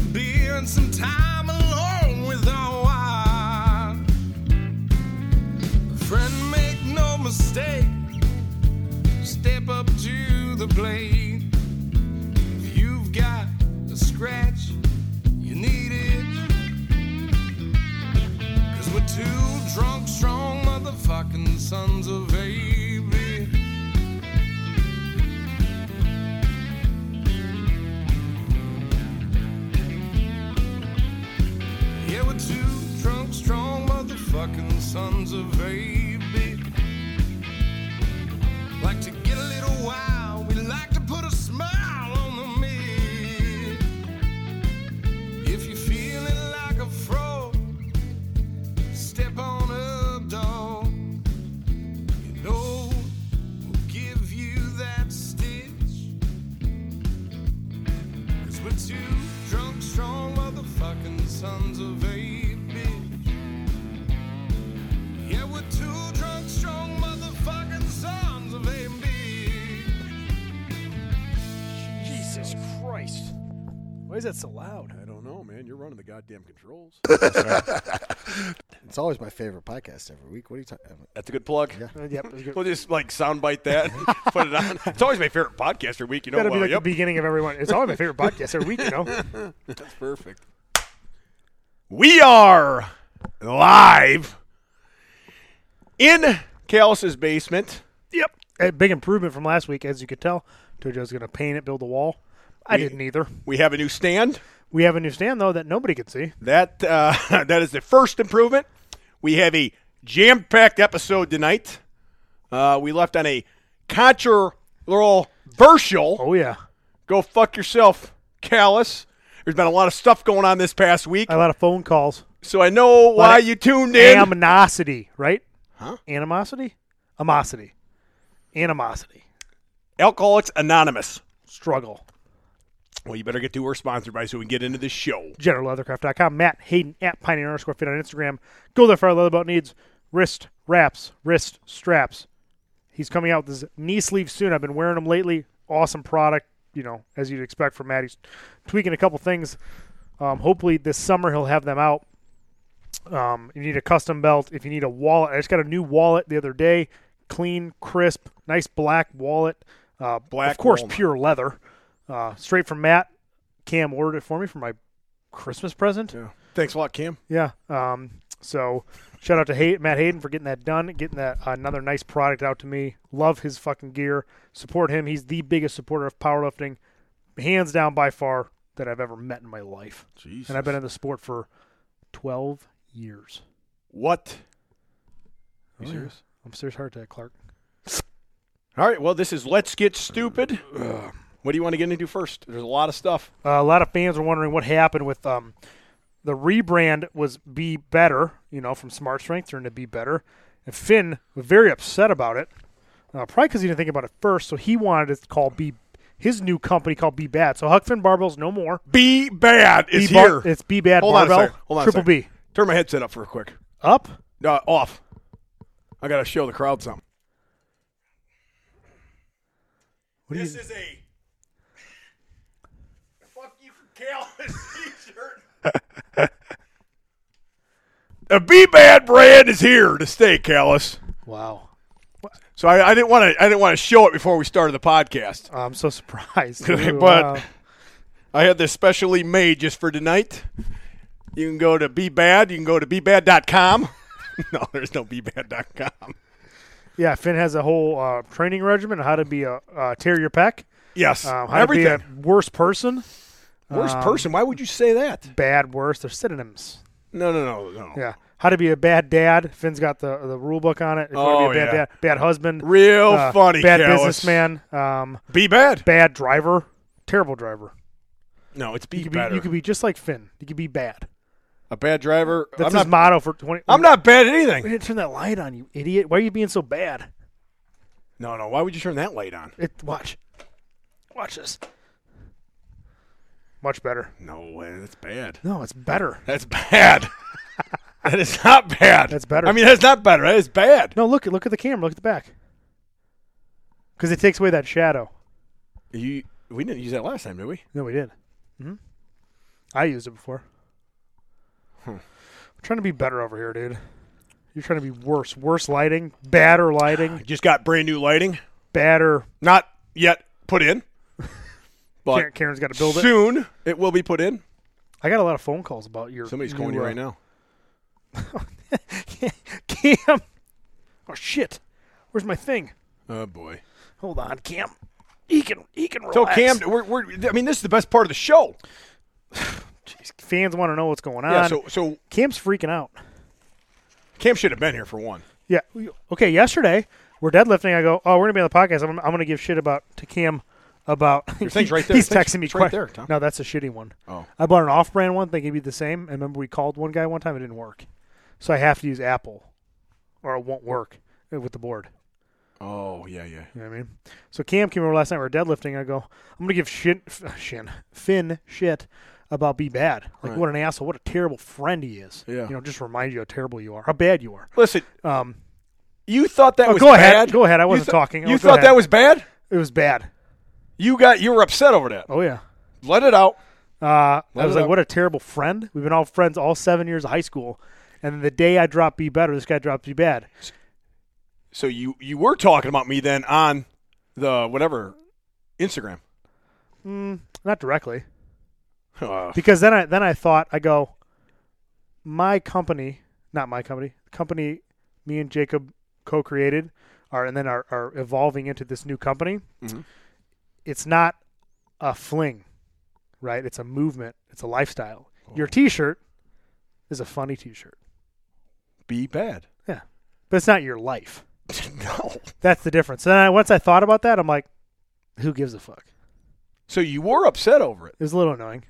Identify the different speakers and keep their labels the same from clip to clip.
Speaker 1: spend some time alone with our wine. Friend, make no mistake, step up to the plate. If you've got a scratch, you need it. Cause we're two drunk, strong motherfucking sons of baby. Yeah, we're two drunk, strong motherfucking sons of baby. Like to get a little wild, we like to put a smile on the meal. If you're feeling like a frog, step on up, dog. You know we'll give you that stitch. Cause we're two drunk, strong motherfucking sons of a bitch. Yeah, we're two drunk, strong motherfucking sons of a bitch.
Speaker 2: Jesus Christ. Why is that so loud? I don't know, man. You're running the goddamn controls.
Speaker 3: It's always my favorite podcast every week. What are you talking about?
Speaker 4: That's a good plug.
Speaker 2: yep.
Speaker 4: We'll just like soundbite that, put it on. It's always my favorite podcast every week. You know,
Speaker 2: That'll be
Speaker 4: well,
Speaker 2: like
Speaker 4: yep,
Speaker 2: the beginning of everyone. It's always my favorite podcast every week, you know?
Speaker 4: that's perfect. We are live in Callus's basement.
Speaker 2: Yep. A big improvement from last week, as you could tell. Tojo's going to paint it, build a wall. I
Speaker 4: We-
Speaker 2: didn't either.
Speaker 4: We have a new stand.
Speaker 2: We have a new stand, though, that nobody could see.
Speaker 4: That uh, that is the first improvement. We have a jam-packed episode tonight. Uh, we left on a controversial.
Speaker 2: Oh, yeah.
Speaker 4: Go fuck yourself, Callus. There's been a lot of stuff going on this past week,
Speaker 2: A lot of phone calls.
Speaker 4: so I know why
Speaker 2: of
Speaker 4: you tuned in.
Speaker 2: Animosity, right?
Speaker 4: Huh?
Speaker 2: Animosity? Amosity. Animosity.
Speaker 4: Alcoholics Anonymous.
Speaker 2: Struggle.
Speaker 4: Well, you better get to who we're sponsored by so we can get into the show.
Speaker 2: GeneralLeathercraft.com. Matt Hayden at Pioneer underscore fit on Instagram. Go there for our leather belt needs. Wrist wraps, wrist straps. He's coming out with his knee sleeve soon. I've been wearing them lately. Awesome product, you know, as you'd expect from Matt. He's tweaking a couple things. Um, hopefully this summer he'll have them out. Um, you need a custom belt. If you need a wallet, I just got a new wallet the other day. Clean, crisp, nice black wallet. Uh,
Speaker 4: Black
Speaker 2: of course,
Speaker 4: walnut.
Speaker 2: pure leather. Uh, straight from Matt. Cam ordered it for me for my Christmas present.
Speaker 4: Thanks a lot, Cam.
Speaker 2: Yeah. Um, so shout out to Hay- Matt Hayden for getting that done, getting that another nice product out to me. Love his fucking gear. Support him. He's the biggest supporter of powerlifting, hands down by far that I've ever met in my life.
Speaker 4: Jeez.
Speaker 2: And I've been in the sport for 12 years.
Speaker 4: What?
Speaker 2: You serious? I'm serious heart attack, Clark.
Speaker 4: All right, well, this is Let's Get Stupid. What do you want to get into first? There's a lot of stuff.
Speaker 2: Uh, a lot of fans were wondering what happened with um, the rebrand was Be Better, you know, from Smart Strength turned to Be Better. And Finn was very upset about it, uh, probably because he didn't think about it first. So he wanted it to call Be his new company called Be Bad. So Huck Finn Barbell's no more.
Speaker 4: Be Bad is
Speaker 2: Be Bar-
Speaker 4: here.
Speaker 2: It's Be Bad
Speaker 4: Hold on a
Speaker 2: Barbell.
Speaker 4: second. Hold on a
Speaker 2: Triple
Speaker 4: second.
Speaker 2: B.
Speaker 4: Turn my headset up for a quick.
Speaker 2: Up?
Speaker 4: Uh, off. I got to show the crowd something.
Speaker 2: What do you-
Speaker 4: is a fuck you for Callus t-shirt. A Be Bad brand is here to stay, Callus.
Speaker 2: wow.
Speaker 4: So I, I didn't want to. I didn't want to show it before we started the podcast.
Speaker 2: I'm so surprised.
Speaker 4: But-
Speaker 2: Ooh, wow.
Speaker 4: I had this specially made just for tonight. You can go to Be Bad. You can go to BeBad.com. no, there's no BeBad.com.
Speaker 2: Yeah, Finn has a whole uh, training regimen on how to be a uh, tear your pec,
Speaker 4: Yes,
Speaker 2: um, how
Speaker 4: everything.
Speaker 2: to be a worse person.
Speaker 4: Worst person. Why would you say that?
Speaker 2: Bad, worse. They're synonyms.
Speaker 4: No, no, no, no.
Speaker 2: Yeah. How to be a bad dad. Finn's got the the rule book on it. If you
Speaker 4: Oh,
Speaker 2: want to be a bad
Speaker 4: yeah.
Speaker 2: dad, bad husband.
Speaker 4: Real
Speaker 2: uh,
Speaker 4: funny.
Speaker 2: Bad
Speaker 4: Callis.
Speaker 2: businessman. Um,
Speaker 4: Be bad.
Speaker 2: bad driver. Terrible driver.
Speaker 4: No, it's be
Speaker 2: You could
Speaker 4: better.
Speaker 2: be you could be just like Finn. You could be bad.
Speaker 4: a bad driver.
Speaker 2: That's
Speaker 4: I'm
Speaker 2: his
Speaker 4: not.
Speaker 2: motto for twenty
Speaker 4: I'm not bad at
Speaker 2: We
Speaker 4: anything.
Speaker 2: didn't turn that light on, you idiot. Why are you being so bad?
Speaker 4: No, no. Why would you turn that light on?
Speaker 2: It watch. Watch this. Much better.
Speaker 4: No way. That's bad.
Speaker 2: No, it's better.
Speaker 4: That's bad. that is not bad.
Speaker 2: That's better.
Speaker 4: I mean, that's not better. That is bad.
Speaker 2: No, look look at the camera, look at the back. Because it takes away that shadow.
Speaker 4: You. We didn't use that last time, did we?
Speaker 2: No, we did. I used it before. I'm trying to be better over here, dude. You're trying to be worse. Worse lighting, badder lighting,
Speaker 4: Just got brand new lighting.
Speaker 2: badder.
Speaker 4: Not yet put in. But
Speaker 2: Karen- Karen's got to build it.
Speaker 4: soon it will be put in.
Speaker 2: I got a lot of phone calls about your. uh,
Speaker 4: Somebody's calling you right now.
Speaker 2: Cam. Oh shit! Where's my thing?
Speaker 4: Oh boy. Oh,
Speaker 2: Hold on, Cam. He can he can relax.
Speaker 4: So Cam, we're, we're I mean this is the best part of the show. Uh,
Speaker 2: fans want to know what's going on.
Speaker 4: Yeah, so so
Speaker 2: Cam's freaking out.
Speaker 4: Cam should have been here for one.
Speaker 2: Yeah. we- Okay. Yesterday, we're deadlifting. I go, oh, we're gonna be on the podcast. I'm, I'm gonna give shit about to Cam about. Your
Speaker 4: thing's right there.
Speaker 2: He's
Speaker 4: Your thing's-
Speaker 2: texting me.
Speaker 4: it's right
Speaker 2: que-
Speaker 4: there, Tom.
Speaker 2: No, that's a shitty one.
Speaker 4: Oh.
Speaker 2: I bought an off-brand one. Thinking it'd be the same. And remember, we called one guy one time. It didn't work, so I have to use Apple, or it won't work with the board.
Speaker 4: Oh, yeah, yeah.
Speaker 2: You know what I mean? So Cam came over last night. We were deadlifting. I go, I'm gonna give Shin, F- Shin Finn shit about be bad. Like
Speaker 4: Right.
Speaker 2: what an asshole. What a terrible friend he is.
Speaker 4: Yeah.
Speaker 2: You know, just remind you how terrible you are, how bad you are.
Speaker 4: Listen,
Speaker 2: Um,
Speaker 4: you thought that was
Speaker 2: Oh, go ahead.
Speaker 4: bad?
Speaker 2: Go ahead. I
Speaker 4: You
Speaker 2: wasn't
Speaker 4: thou-
Speaker 2: talking. Oh,
Speaker 4: You
Speaker 2: go
Speaker 4: thought
Speaker 2: ahead.
Speaker 4: that was bad?
Speaker 2: it was bad.
Speaker 4: You got you were upset over that.
Speaker 2: Oh yeah.
Speaker 4: Let it out.
Speaker 2: Uh, I was
Speaker 4: it
Speaker 2: like,
Speaker 4: out.
Speaker 2: what a terrible friend. We've been all friends all seven years of high school. And the day I dropped Be Better, this guy dropped Be Bad.
Speaker 4: So you you were talking about me then on the whatever Instagram.
Speaker 2: Mm, Not directly.
Speaker 4: Uh,
Speaker 2: Because then I then I thought, I go, my company, not my company, the company me and Jacob co created are and then are, are evolving into this new company. It's not a fling, right? It's a movement. It's a lifestyle. Your t shirt is a funny t shirt.
Speaker 4: be bad.
Speaker 2: Yeah. But it's not your life.
Speaker 4: no.
Speaker 2: That's the difference. And I, once I thought about that, I'm like, who gives a fuck?
Speaker 4: So you were upset over it.
Speaker 2: It was a little annoying.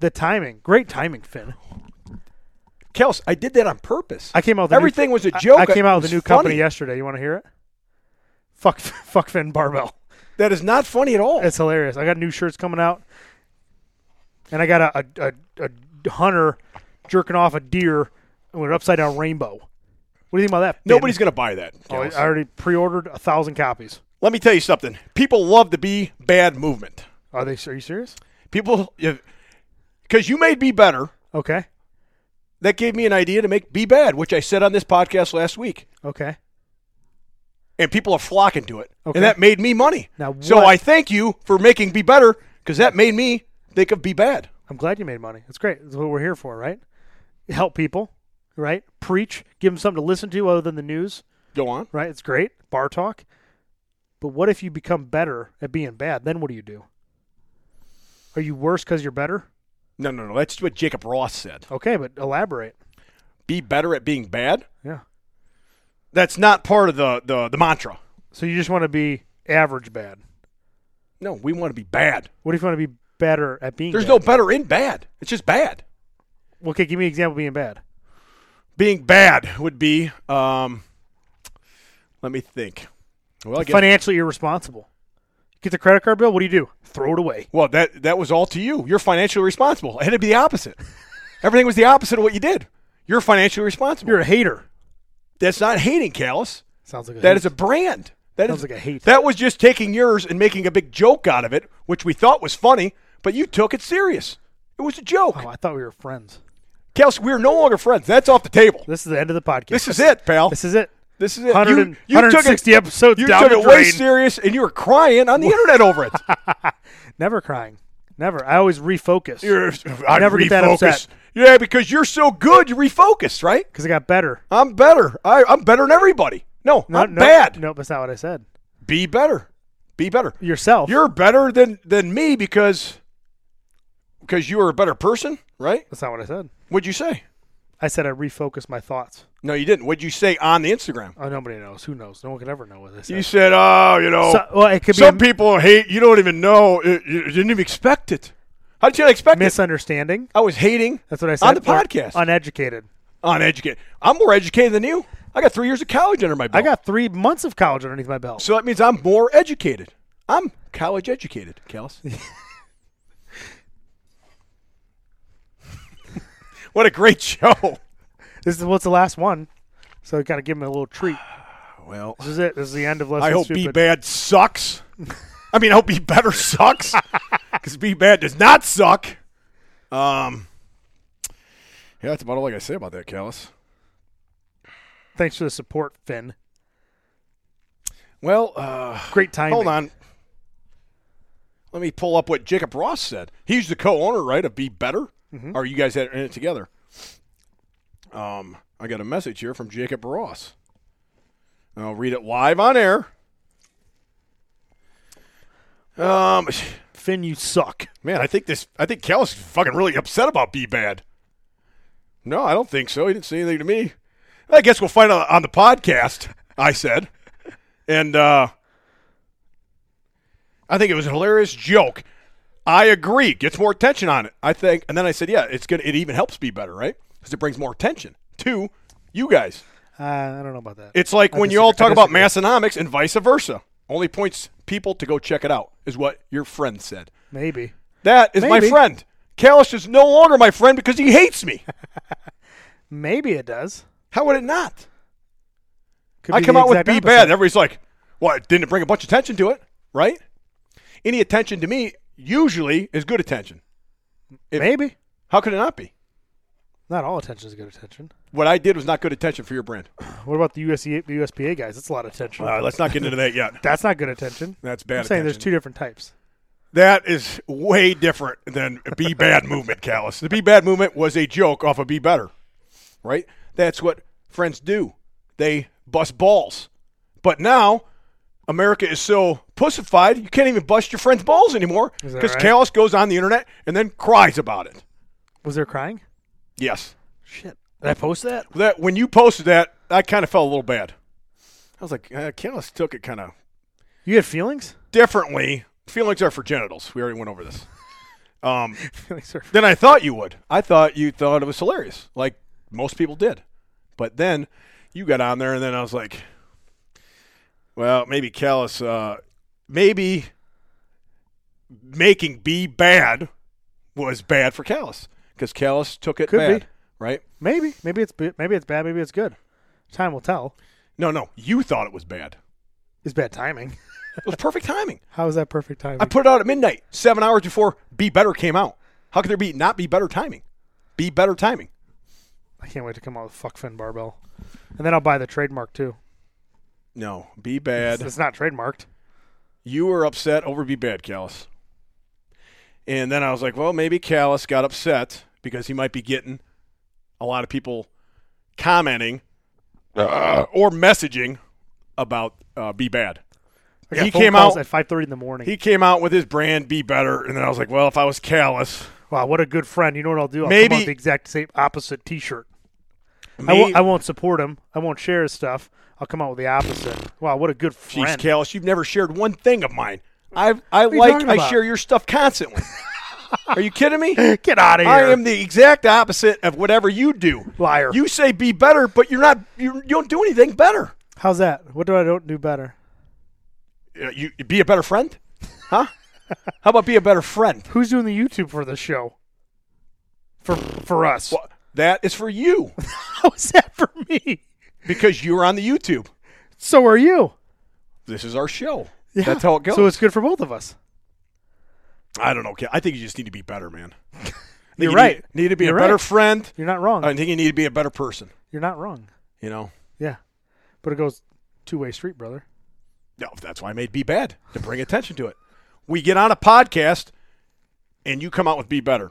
Speaker 2: The timing, great timing, Finn.
Speaker 4: Kels, I did that on purpose.
Speaker 2: I came out. With a
Speaker 4: Everything
Speaker 2: new,
Speaker 4: was a
Speaker 2: I-
Speaker 4: joke.
Speaker 2: I, came out
Speaker 4: It
Speaker 2: with
Speaker 4: was
Speaker 2: a new company
Speaker 4: funny.
Speaker 2: yesterday. You want to hear it? Fuck, fuck Finn Barbell.
Speaker 4: That is not funny at all.
Speaker 2: It's hilarious. I got new shirts coming out, and I got a a, a, a hunter jerking off a deer with an upside down rainbow. What do you think about that? Finn?
Speaker 4: Nobody's going to buy that.
Speaker 2: Oh,
Speaker 4: Kels.
Speaker 2: I already pre-ordered a thousand copies.
Speaker 4: Let me tell you something. People love the be bad movement.
Speaker 2: Are they? Are you serious?
Speaker 4: People, because you made be better.
Speaker 2: Okay.
Speaker 4: That gave me an idea to make be bad, which I said on this podcast last week.
Speaker 2: Okay.
Speaker 4: and people are flocking to it.
Speaker 2: Okay.
Speaker 4: And that made me money.
Speaker 2: Now
Speaker 4: so
Speaker 2: what-
Speaker 4: I thank you for making Be Better because that made me think of Be Bad.
Speaker 2: I'm glad you made money. That's great. That's what we're here for, right? Help people, right? Preach, give them something to listen to other than the news,
Speaker 4: Go on.
Speaker 2: right? It's great. Bar talk. But what if you become better at being bad? Then what do you do? Are you worse because you're better?
Speaker 4: No, no, no. That's what Jacob Ross said.
Speaker 2: Okay, but elaborate.
Speaker 4: Be better at being bad.
Speaker 2: Yeah.
Speaker 4: That's not part of the, the, the mantra.
Speaker 2: So you just want to be average bad.
Speaker 4: No, we want to be bad.
Speaker 2: What if you want to be better at being
Speaker 4: There's
Speaker 2: bad?
Speaker 4: no better in bad. It's just bad.
Speaker 2: Okay, give me an example of being bad.
Speaker 4: Being bad would be, um, let me think. Well, I guess,
Speaker 2: Financially irresponsible. Get the credit card bill, what do you do? Throw it away.
Speaker 4: well that, that was all to you. You're financially responsible. It had to be the opposite. Everything was the opposite of what you did. You're financially responsible.
Speaker 2: You're a hater.
Speaker 4: That's not hating, Callus.
Speaker 2: Sounds like a
Speaker 4: That is a brand. That
Speaker 2: Sounds
Speaker 4: is-
Speaker 2: like a hate.
Speaker 4: That was just taking yours and making a big joke out of it, which we thought was funny, but you took it serious. It was a joke.
Speaker 2: Oh, I thought we were friends.
Speaker 4: Kels, we're no longer friends. That's off the table.
Speaker 2: This is the end of the podcast.
Speaker 4: This is it, pal.
Speaker 2: This is it.
Speaker 4: This is it.
Speaker 2: 100
Speaker 4: You-
Speaker 2: and-
Speaker 4: you took it-
Speaker 2: 160 episodes
Speaker 4: You
Speaker 2: down
Speaker 4: took
Speaker 2: the
Speaker 4: it way
Speaker 2: drain.
Speaker 4: serious, and you were crying on the internet over it.
Speaker 2: Never crying. Never. I always refocus
Speaker 4: You're,
Speaker 2: I never get that
Speaker 4: refocus.
Speaker 2: upset.
Speaker 4: Yeah, because you're so good. You refocus, right?
Speaker 2: because I got better.
Speaker 4: I'm better. I, I'm better than everybody. No,
Speaker 2: No,
Speaker 4: I'm
Speaker 2: no,
Speaker 4: bad.
Speaker 2: No, that's not what I said.
Speaker 4: Be better. Be better.
Speaker 2: Yourself.
Speaker 4: You're better than than me because because you were a better person, right?
Speaker 2: that's not what I said.
Speaker 4: What'd you say?
Speaker 2: I said I refocus my thoughts.
Speaker 4: No, you didn't. What'd you say on the Instagram?
Speaker 2: Oh, nobody knows. Who knows? No one could ever know what I said.
Speaker 4: You said, "Oh, you know,
Speaker 2: So- well, it could be a
Speaker 4: some people hate. You don't even know. It, you didn't even expect it. How did you not expect it?
Speaker 2: misunderstanding.
Speaker 4: I was hating.
Speaker 2: That's what I said.
Speaker 4: on the
Speaker 2: Or
Speaker 4: podcast.
Speaker 2: Uneducated.
Speaker 4: Uneducated. I'm more educated than you. I got three years of college under my belt.
Speaker 2: I got three months of college underneath my belt.
Speaker 4: so that means I'm more educated. I'm college educated, Kels. what a great show.
Speaker 2: This is what's the last one. So we got to give him a little treat.
Speaker 4: Well,
Speaker 2: This is it. This is the end of Let's
Speaker 4: I
Speaker 2: Be
Speaker 4: hope
Speaker 2: Stupid.
Speaker 4: Be Bad sucks. I mean, I hope Be Better sucks because Be Bad does not suck. Um, yeah, that's about all I got to say about that, Callis.
Speaker 2: Thanks for the support, Finn.
Speaker 4: Well, uh,
Speaker 2: Great timing.
Speaker 4: hold on. Let me pull up what Jacob Ross said. He's the co-owner, right, of Be Better. Or you guys had in it together. Um, I got a message here from Jacob Ross. And I'll read it live on air. Um,
Speaker 2: Finn, you suck.
Speaker 4: Man, I think this. I think Callis is fucking really upset about B bad. No, I don't think so. He didn't say anything to me. I guess we'll find out on the podcast. I said, and uh, I think it was a hilarious joke. I agree. Gets more attention on it. I think, and then I said, yeah, it's gonna. It even helps be better, right? Because it brings more attention to you guys.
Speaker 2: Uh, I don't know about that.
Speaker 4: It's like
Speaker 2: I
Speaker 4: when you all
Speaker 2: disagree-
Speaker 4: talk
Speaker 2: I
Speaker 4: about
Speaker 2: disagree.
Speaker 4: Massonomics and vice versa. Only points people to go check it out is what your friend said.
Speaker 2: Maybe.
Speaker 4: That is my
Speaker 2: Maybe.
Speaker 4: friend. Kalish is no longer my friend because he hates me.
Speaker 2: Maybe it does.
Speaker 4: How would it not?
Speaker 2: Could
Speaker 4: I
Speaker 2: be
Speaker 4: come
Speaker 2: the
Speaker 4: out with
Speaker 2: exact
Speaker 4: be
Speaker 2: opposite.
Speaker 4: bad. Everybody's like, well, it didn't bring a bunch of attention to it, right? Any attention to me usually is good attention. If-
Speaker 2: Maybe.
Speaker 4: How could it not be?
Speaker 2: Not all attention is good attention.
Speaker 4: What I did was not good attention for your brand.
Speaker 2: What about the USC, the USPA guys? That's a lot of attention.
Speaker 4: Uh, let's not get into that yet.
Speaker 2: That's not good attention.
Speaker 4: That's bad
Speaker 2: I'm saying there's two
Speaker 4: attention.
Speaker 2: different types.
Speaker 4: That is way different than be bad movement, Callis. The be bad movement was a joke off of be better, right? That's what friends do. They bust balls. But now America is so pussified, you can't even bust your friend's balls anymore
Speaker 2: Is that
Speaker 4: because
Speaker 2: right?
Speaker 4: Callis goes on the internet and then cries about it.
Speaker 2: Was there crying?
Speaker 4: Yes.
Speaker 2: Shit. Did I post that?
Speaker 4: That when you posted that, I kind of felt a little bad. I was like, uh, Callis took it kind of
Speaker 2: You had feelings?
Speaker 4: differently. Feelings are for genitals. We already went over this. Um,
Speaker 2: Feelings are.
Speaker 4: than I thought you would. I thought you thought it was hilarious, like most people did. But then you got on there, and then I was like, well, maybe Callis, uh, maybe making B bad was bad for Callis because Callis took it
Speaker 2: Could be.
Speaker 4: bad, right?
Speaker 2: Maybe. Maybe it's b- maybe it's bad. Maybe it's good. Time will tell.
Speaker 4: No, no, you thought it was bad.
Speaker 2: It's bad timing.
Speaker 4: It was perfect timing.
Speaker 2: How is that perfect timing?
Speaker 4: I put it out at midnight, seven hours before Be Better came out. How could there be not be better timing? Be better timing.
Speaker 2: I can't wait to come out with fuck Finn Barbell, and then I'll buy the trademark too.
Speaker 4: No, be bad.
Speaker 2: It's not trademarked.
Speaker 4: you were upset over Be Bad, Callis. And then I was like, well, maybe Callis got upset because he might be getting a lot of people commenting uh, or messaging about uh, Be Bad.
Speaker 2: I got
Speaker 4: He
Speaker 2: phone
Speaker 4: came
Speaker 2: calls
Speaker 4: out-
Speaker 2: at five thirty in the morning.
Speaker 4: He came out with his brand Be Better, and then I was like, well, if I was Callis,
Speaker 2: wow, what a good friend. You know what I'll do? I'll
Speaker 4: Maybe-
Speaker 2: come out with the exact same opposite T-shirt. I
Speaker 4: maybe-
Speaker 2: won't, I won't support him. I won't share his stuff. I'll come out with the opposite. Wow, what a good
Speaker 4: Jeez,
Speaker 2: friend.
Speaker 4: Callis, you've never shared one thing of mine. I I
Speaker 2: you
Speaker 4: like
Speaker 2: talking
Speaker 4: I
Speaker 2: about?
Speaker 4: share your stuff constantly. Are you kidding me?
Speaker 2: Get out of here.
Speaker 4: I am the exact opposite of whatever you do.
Speaker 2: Liar.
Speaker 4: You say be better, but you're not. You, you don't do anything better.
Speaker 2: How's that? What do I don't do better?
Speaker 4: Uh, You, you be a better friend, huh? How about be a better friend?
Speaker 2: Who's doing the YouTube for the show? For for us.
Speaker 4: Well, that is for you
Speaker 2: How is that for me?
Speaker 4: because you're on the YouTube.
Speaker 2: So are you.
Speaker 4: This is our show.
Speaker 2: Yeah.
Speaker 4: That's how it goes.
Speaker 2: So it's good for both of us.
Speaker 4: I don't know. Cal- I think you just need to be better, man. I think
Speaker 2: You're
Speaker 4: you
Speaker 2: right.
Speaker 4: Need, need to be
Speaker 2: You're
Speaker 4: a better
Speaker 2: right.
Speaker 4: friend.
Speaker 2: You're not wrong.
Speaker 4: I think you need to be a better person.
Speaker 2: You're not wrong.
Speaker 4: You know.
Speaker 2: Yeah. But it goes two way street, brother.
Speaker 4: No, that's why I made Be Bad to bring attention to it. We get on a podcast, and you come out with Be Better,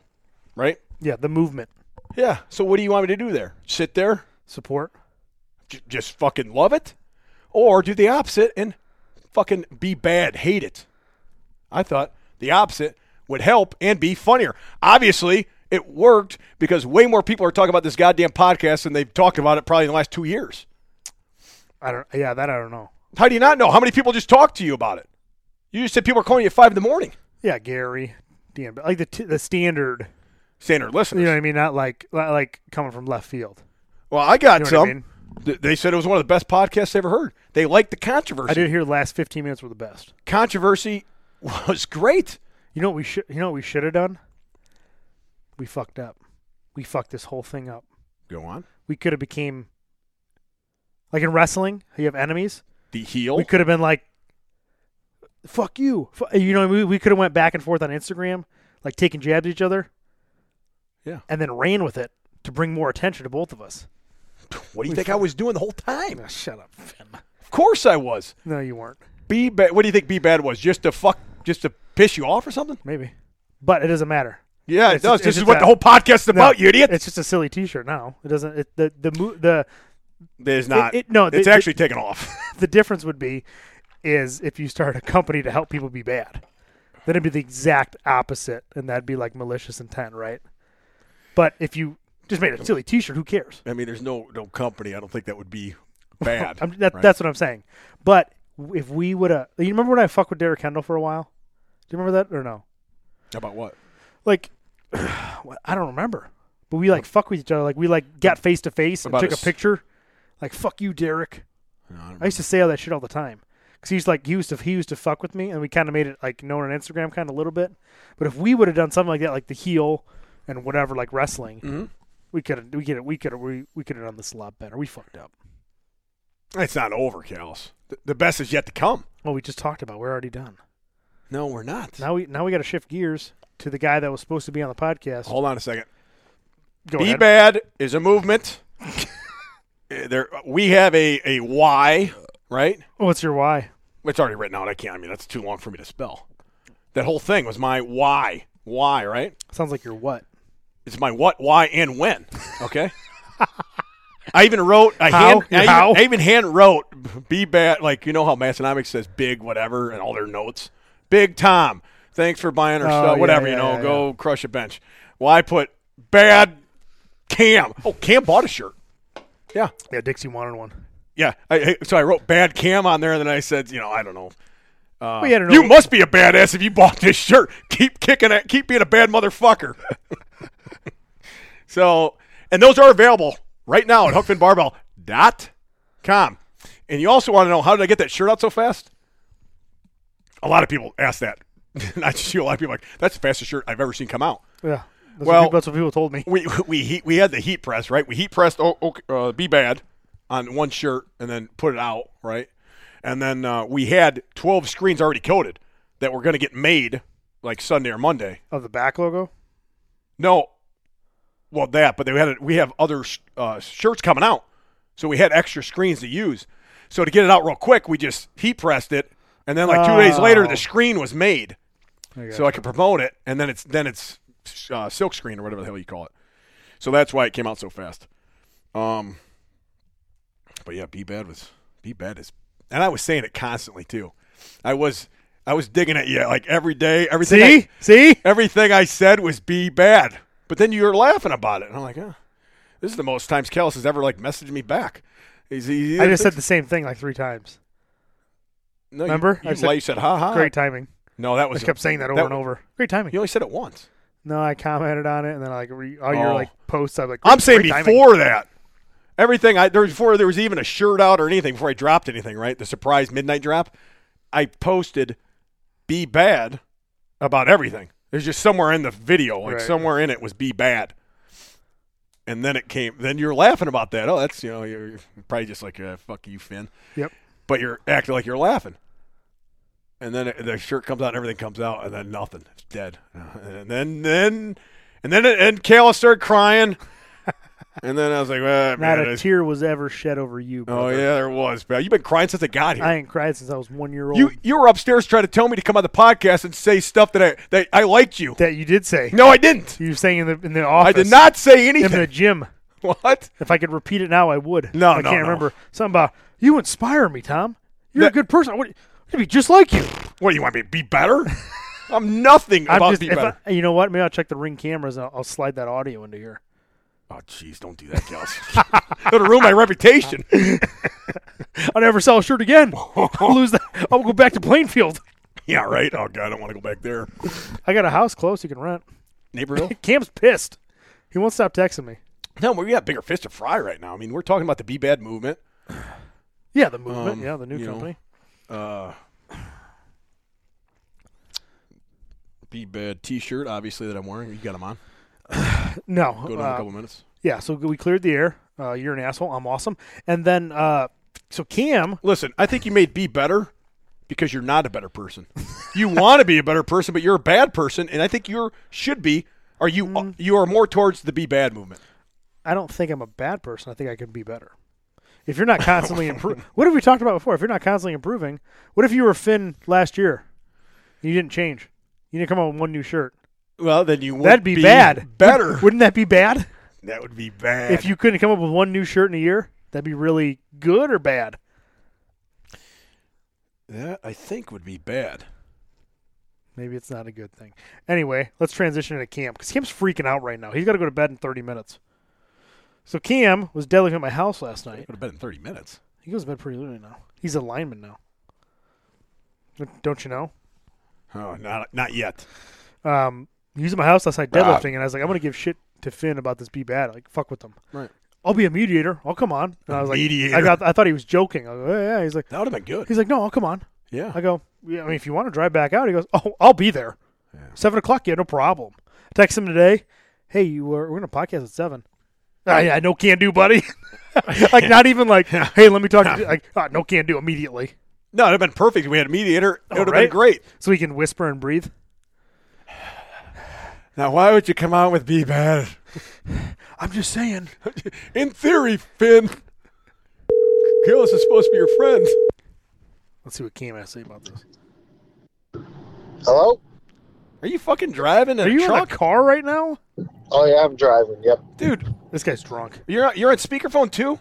Speaker 4: right?
Speaker 2: Yeah, the movement.
Speaker 4: Yeah. So what do you want me to do there? Sit there,
Speaker 2: Support.
Speaker 4: j- just fucking love it, or do the opposite and fucking be bad, hate it? I thought the opposite would help and be funnier. Obviously, it worked because way more people are talking about this goddamn podcast than they've talked about it probably in the last two years.
Speaker 2: I don't yeah, that I don't know.
Speaker 4: How do you not know? How many people just talked to you about it? You just said people are calling you at five in the morning.
Speaker 2: Yeah, Gary. DM, like the t- the standard,
Speaker 4: Standard listeners.
Speaker 2: you know what I mean? Not like li- like coming from left field.
Speaker 4: Well, I got
Speaker 2: You know what
Speaker 4: some.
Speaker 2: I mean?
Speaker 4: Th- They said it was one of the best podcasts they ever heard. They liked the controversy.
Speaker 2: I did hear the last 15 minutes were the best.
Speaker 4: Controversy was great.
Speaker 2: You know what we should you know what we should have done? We fucked up. We fucked this whole thing up.
Speaker 4: Go on.
Speaker 2: We could have became like in wrestling, how you have enemies.
Speaker 4: The heel.
Speaker 2: We could have been like fuck you. Fu- You know, what I mean? we could have went back and forth on Instagram like taking jabs at each other.
Speaker 4: Yeah.
Speaker 2: and then ran with it to bring more attention to both of us.
Speaker 4: What do you think I was doing the whole time?
Speaker 2: Ah, shut up, Finn.
Speaker 4: Of course I was.
Speaker 2: No, you weren't.
Speaker 4: Be bad. What do you think be bad was? Just to fuck, just to piss you off or something?
Speaker 2: Maybe, but it doesn't matter.
Speaker 4: Yeah,
Speaker 2: It's
Speaker 4: it does.
Speaker 2: just-
Speaker 4: this
Speaker 2: it's
Speaker 4: is
Speaker 2: just
Speaker 4: what
Speaker 2: a-
Speaker 4: the whole podcast is
Speaker 2: No,
Speaker 4: about, Oh, you idiot.
Speaker 2: It's just a silly T-shirt now. It doesn't. It, the the mo- the
Speaker 4: There's not.
Speaker 2: it- no,
Speaker 4: it's
Speaker 2: the-
Speaker 4: actually taken off.
Speaker 2: the difference would be is if you start a company to help people be bad, then it'd be the exact opposite, and that'd be like malicious intent, right? But if you just made a silly T-shirt, who cares?
Speaker 4: I mean, there's no no company. I don't think that would be bad.
Speaker 2: I'm, that,
Speaker 4: right?
Speaker 2: That's what I'm saying. But if we would have, you remember when I fucked with Derek Kendall for a while? Do you remember that or no?
Speaker 4: about what?
Speaker 2: Like, I don't remember. But we like fuck with each other. Like we like got face to face and
Speaker 4: About
Speaker 2: took a
Speaker 4: us.
Speaker 2: picture. Like fuck you, Derek. I used to say all that shit all the time because he's like he used to he used to fuck with me, and we kind of made it like known on Instagram kind of a little bit. But if we would have done something like that, like the heel and whatever, like wrestling, we could have we could have we could have we, we could have done this a lot better. We fucked up.
Speaker 4: It's not over, Cal's. The, the best is yet to come.
Speaker 2: Well, we just talked about we're already done.
Speaker 4: No, we're not.
Speaker 2: Now we now we got to shift gears to the guy that was supposed to be on the podcast.
Speaker 4: Hold on a second.
Speaker 2: Go
Speaker 4: Be
Speaker 2: ahead.
Speaker 4: bad is a movement. Uh, there, we have a a why, right?
Speaker 2: What's your why?
Speaker 4: It's already written out. I can't. I mean, that's too long for me to spell. That whole thing was my why. Why, right?
Speaker 2: Sounds like your what?
Speaker 4: It's my what, why, and when. Okay. I even wrote. I
Speaker 2: How?
Speaker 4: hand. I,
Speaker 2: How?
Speaker 4: Even, I even hand wrote. Be bad. Like you know how Massonomics says big whatever and all their notes. Big Tom. Thanks for buying our
Speaker 2: Oh,
Speaker 4: stuff.
Speaker 2: yeah,
Speaker 4: Whatever
Speaker 2: yeah,
Speaker 4: you know.
Speaker 2: yeah,
Speaker 4: go crush a bench. Well, I put bad Cam. Oh, Cam bought a shirt. Yeah.
Speaker 2: Yeah, Dixie wanted one.
Speaker 4: Yeah. I, I- so I wrote bad Cam on there, and then I said, you know, I don't know.
Speaker 2: Well, yeah, I don't know.
Speaker 4: Uh, You must be a badass if you bought this shirt. Keep kicking it. Keep being a bad motherfucker. so, and those are available right now at hookfinbarbell.com. And you also want to know how did I get that shirt out so fast? A lot of people ask that. I just see a lot of people like, that's the fastest shirt I've ever seen come out.
Speaker 2: Yeah. That's
Speaker 4: Well-
Speaker 2: what people, that's what people told me.
Speaker 4: We we heat, we had the heat press, right? We heat pressed oh, okay, uh, Be Bad on one shirt and then put it out, right? And then uh, we had 12 screens already coded that were going to get made like Sunday or Monday.
Speaker 2: Of the back logo.
Speaker 4: No, well that, but they had it, we have other sh- uh, shirts coming out, so we had extra screens to use. So to get it out real quick, we just heat pressed it, and then like two days later,
Speaker 2: Oh.
Speaker 4: the screen was made,
Speaker 2: I
Speaker 4: so I could promote it, and then it's then it's uh, silk screen or whatever the hell you call it. So that's why it came out so fast. Um, but yeah, be bad was be bad is, and I was saying it constantly too. I was I was digging at you like every day, everything. I-
Speaker 2: See, see.
Speaker 4: everything I said was be bad. But then you were laughing about it, and I'm like, oh, this is the most times Kellis has ever like messaged me back. He's, he-
Speaker 2: I just said the same thing like three times.
Speaker 4: no,
Speaker 2: remember?
Speaker 4: You,
Speaker 2: I
Speaker 4: you,
Speaker 2: said-
Speaker 4: la- you said ha ha.
Speaker 2: Great timing.
Speaker 4: No, that
Speaker 2: I
Speaker 4: was
Speaker 2: just kept saying that over and over. Great timing.
Speaker 4: You only said it once.
Speaker 2: No, I commented on it, and then I like re- all your
Speaker 4: Oh.
Speaker 2: like posts. I'm like,
Speaker 4: I'm saying
Speaker 2: great timing.
Speaker 4: before that. Everything I there was before there was even a shirt out or anything before I dropped anything, right? The surprise midnight drop. I posted be bad about everything. There's just somewhere in the video, like
Speaker 2: Right.
Speaker 4: somewhere in it was be bad. And then it came then you're laughing about that. Oh, that's you know, you're, you're probably just like uh, fuck you, Finn.
Speaker 2: Yep.
Speaker 4: But you're acting like you're laughing. And then it, the shirt comes out and everything comes out and then nothing. It's dead. And then then and then it, and Kayla started crying. And then I was like, well,
Speaker 2: Not
Speaker 4: man,
Speaker 2: a
Speaker 4: it's-
Speaker 2: tear was ever shed over you.
Speaker 4: oh
Speaker 2: brother.
Speaker 4: yeah, there was. Pal. You've been crying since I got here.
Speaker 2: I ain't cried since I was one year old.
Speaker 4: you you were upstairs trying to tell me to come on the podcast and say stuff that I that I liked you.
Speaker 2: that you did say.
Speaker 4: No, I didn't.
Speaker 2: You were saying in the in the office.
Speaker 4: I did not say
Speaker 2: in the
Speaker 4: anything.
Speaker 2: gym.
Speaker 4: What?
Speaker 2: If I could repeat it now, I would.
Speaker 4: No,
Speaker 2: I
Speaker 4: no,
Speaker 2: can't
Speaker 4: no.
Speaker 2: remember. Something about you inspire me, Tom. You're
Speaker 4: That-
Speaker 2: a good person. I would I'd be just like you.
Speaker 4: What do you want me to be better? I'm nothing about
Speaker 2: I'm just,
Speaker 4: be
Speaker 2: if
Speaker 4: better.
Speaker 2: I, you know what? Maybe I'll check the ring cameras. And I'll, I'll slide that audio into here.
Speaker 4: oh, jeez, don't do that, Kels. It'll ruin my reputation.
Speaker 2: I'll never sell a shirt again. I'll lose that. I'll go back to Plainfield.
Speaker 4: yeah, right. Oh god, I don't want to go back there.
Speaker 2: I got a house close you can rent.
Speaker 4: Neighborville.
Speaker 2: Cam's pissed. He won't stop texting me.
Speaker 4: no, we got bigger fish to fry right now. I mean, we're talking about the be bad movement.
Speaker 2: Yeah, the movement.
Speaker 4: Um,
Speaker 2: yeah, the new
Speaker 4: you know.
Speaker 2: company.
Speaker 4: uh, be bad T-shirt, obviously that I'm wearing. You got them on.
Speaker 2: No.
Speaker 4: Go to in
Speaker 2: uh,
Speaker 4: a couple minutes.
Speaker 2: yeah, so we cleared the air. Uh, you're an asshole. I'm awesome. And then, uh, so Cam,
Speaker 4: Listen, I think you made be better because you're not a better person. You want to be a better person, but you're a bad person, and I think you are should be Are you you are more towards the be bad movement?
Speaker 2: I don't think I'm a bad person. I think I could be better. If you're not constantly improving, what have we talked about before? If you're not constantly improving, what if you were Finn last year? You didn't change. You didn't come out with one new shirt.
Speaker 4: Well, then you would
Speaker 2: That'd be, bad.
Speaker 4: Better.
Speaker 2: Wouldn't that be bad?
Speaker 4: that would be bad.
Speaker 2: If you couldn't come up with one new shirt in a year, that'd be really good or bad.
Speaker 4: that I think would be bad.
Speaker 2: Maybe it's not a good thing. Anyway, let's transition into Cam because Cam's freaking out right now. He's got to go to bed in 30 minutes. So Cam was deadlifting at my house last night.
Speaker 4: Would have been in thirty minutes.
Speaker 2: He goes to bed pretty early now. He's a lineman now. Don't you know?
Speaker 4: Oh, not not yet.
Speaker 2: Um, he was at my house last night
Speaker 4: Rob.
Speaker 2: deadlifting, and I was like, I'm gonna give shit to Finn about this. Be bad, like fuck with them.
Speaker 3: Right.
Speaker 2: I'll be a mediator. I'll come on. And I was like,
Speaker 4: Mediator.
Speaker 2: I got. I thought he was joking. I was like, "Oh, yeah. He's like,
Speaker 4: That would have been good.
Speaker 2: he's like, no, I'll come on.
Speaker 4: Yeah.
Speaker 2: I go, yeah, I mean, if you want to drive back out, he goes, oh, I'll be there. Seven o'clock, yeah, no problem. Text him today. Hey, you were, we're gonna podcast at seven. Ah, yeah, no can do, buddy. like not even like, hey, let me talk. to you. Like, ah, no can do immediately,
Speaker 4: No, it'd have been perfect. if We had a mediator. It would have
Speaker 2: right?
Speaker 4: been great.
Speaker 2: so he can whisper and breathe.
Speaker 4: Now, why would you come out with be bad?
Speaker 2: I'm just saying.
Speaker 4: In theory, Finn, Gillis is supposed to be your friend.
Speaker 2: Let's see what Cam has to say about this.
Speaker 5: Hello?
Speaker 4: Are you fucking driving in
Speaker 2: Are
Speaker 4: a
Speaker 2: you
Speaker 4: truck,
Speaker 2: in a car right now?
Speaker 5: Oh yeah, I'm driving. Yep.
Speaker 4: dude?
Speaker 2: This guy's drunk.
Speaker 4: You're you're on speakerphone too.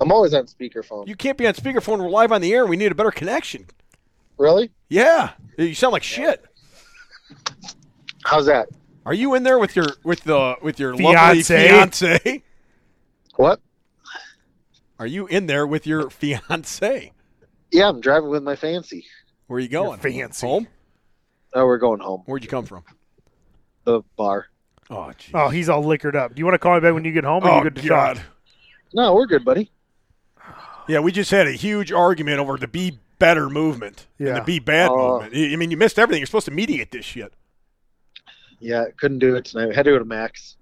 Speaker 5: I'm always on speakerphone.
Speaker 4: You can't be on speakerphone. We're live on the air. We need a better connection.
Speaker 5: really?
Speaker 4: Yeah, you sound like shit.
Speaker 5: How's that?
Speaker 4: Are you in there with your with the with your
Speaker 2: Fiance.
Speaker 4: lovely fiance?
Speaker 5: What?
Speaker 4: Are you in there with your fiance?
Speaker 5: Yeah, I'm driving with my fancy.
Speaker 4: Where are you going?
Speaker 2: fancy.
Speaker 4: Home?
Speaker 5: Oh, we're going home.
Speaker 4: Where'd you come from?
Speaker 5: The bar.
Speaker 4: Oh, geez.
Speaker 2: Oh, he's all liquored up. Do you want to call me back when you get home? Or you
Speaker 4: Oh,
Speaker 2: good to
Speaker 4: God.
Speaker 2: Talk?
Speaker 5: No, we're good, buddy.
Speaker 4: Yeah, we just had a huge argument over the be better movement and
Speaker 2: Yeah.
Speaker 4: the be bad
Speaker 5: Oh.
Speaker 4: movement. I I mean, you missed everything. You're supposed to mediate this shit.
Speaker 5: Yeah, couldn't do it tonight. Had to go to Max.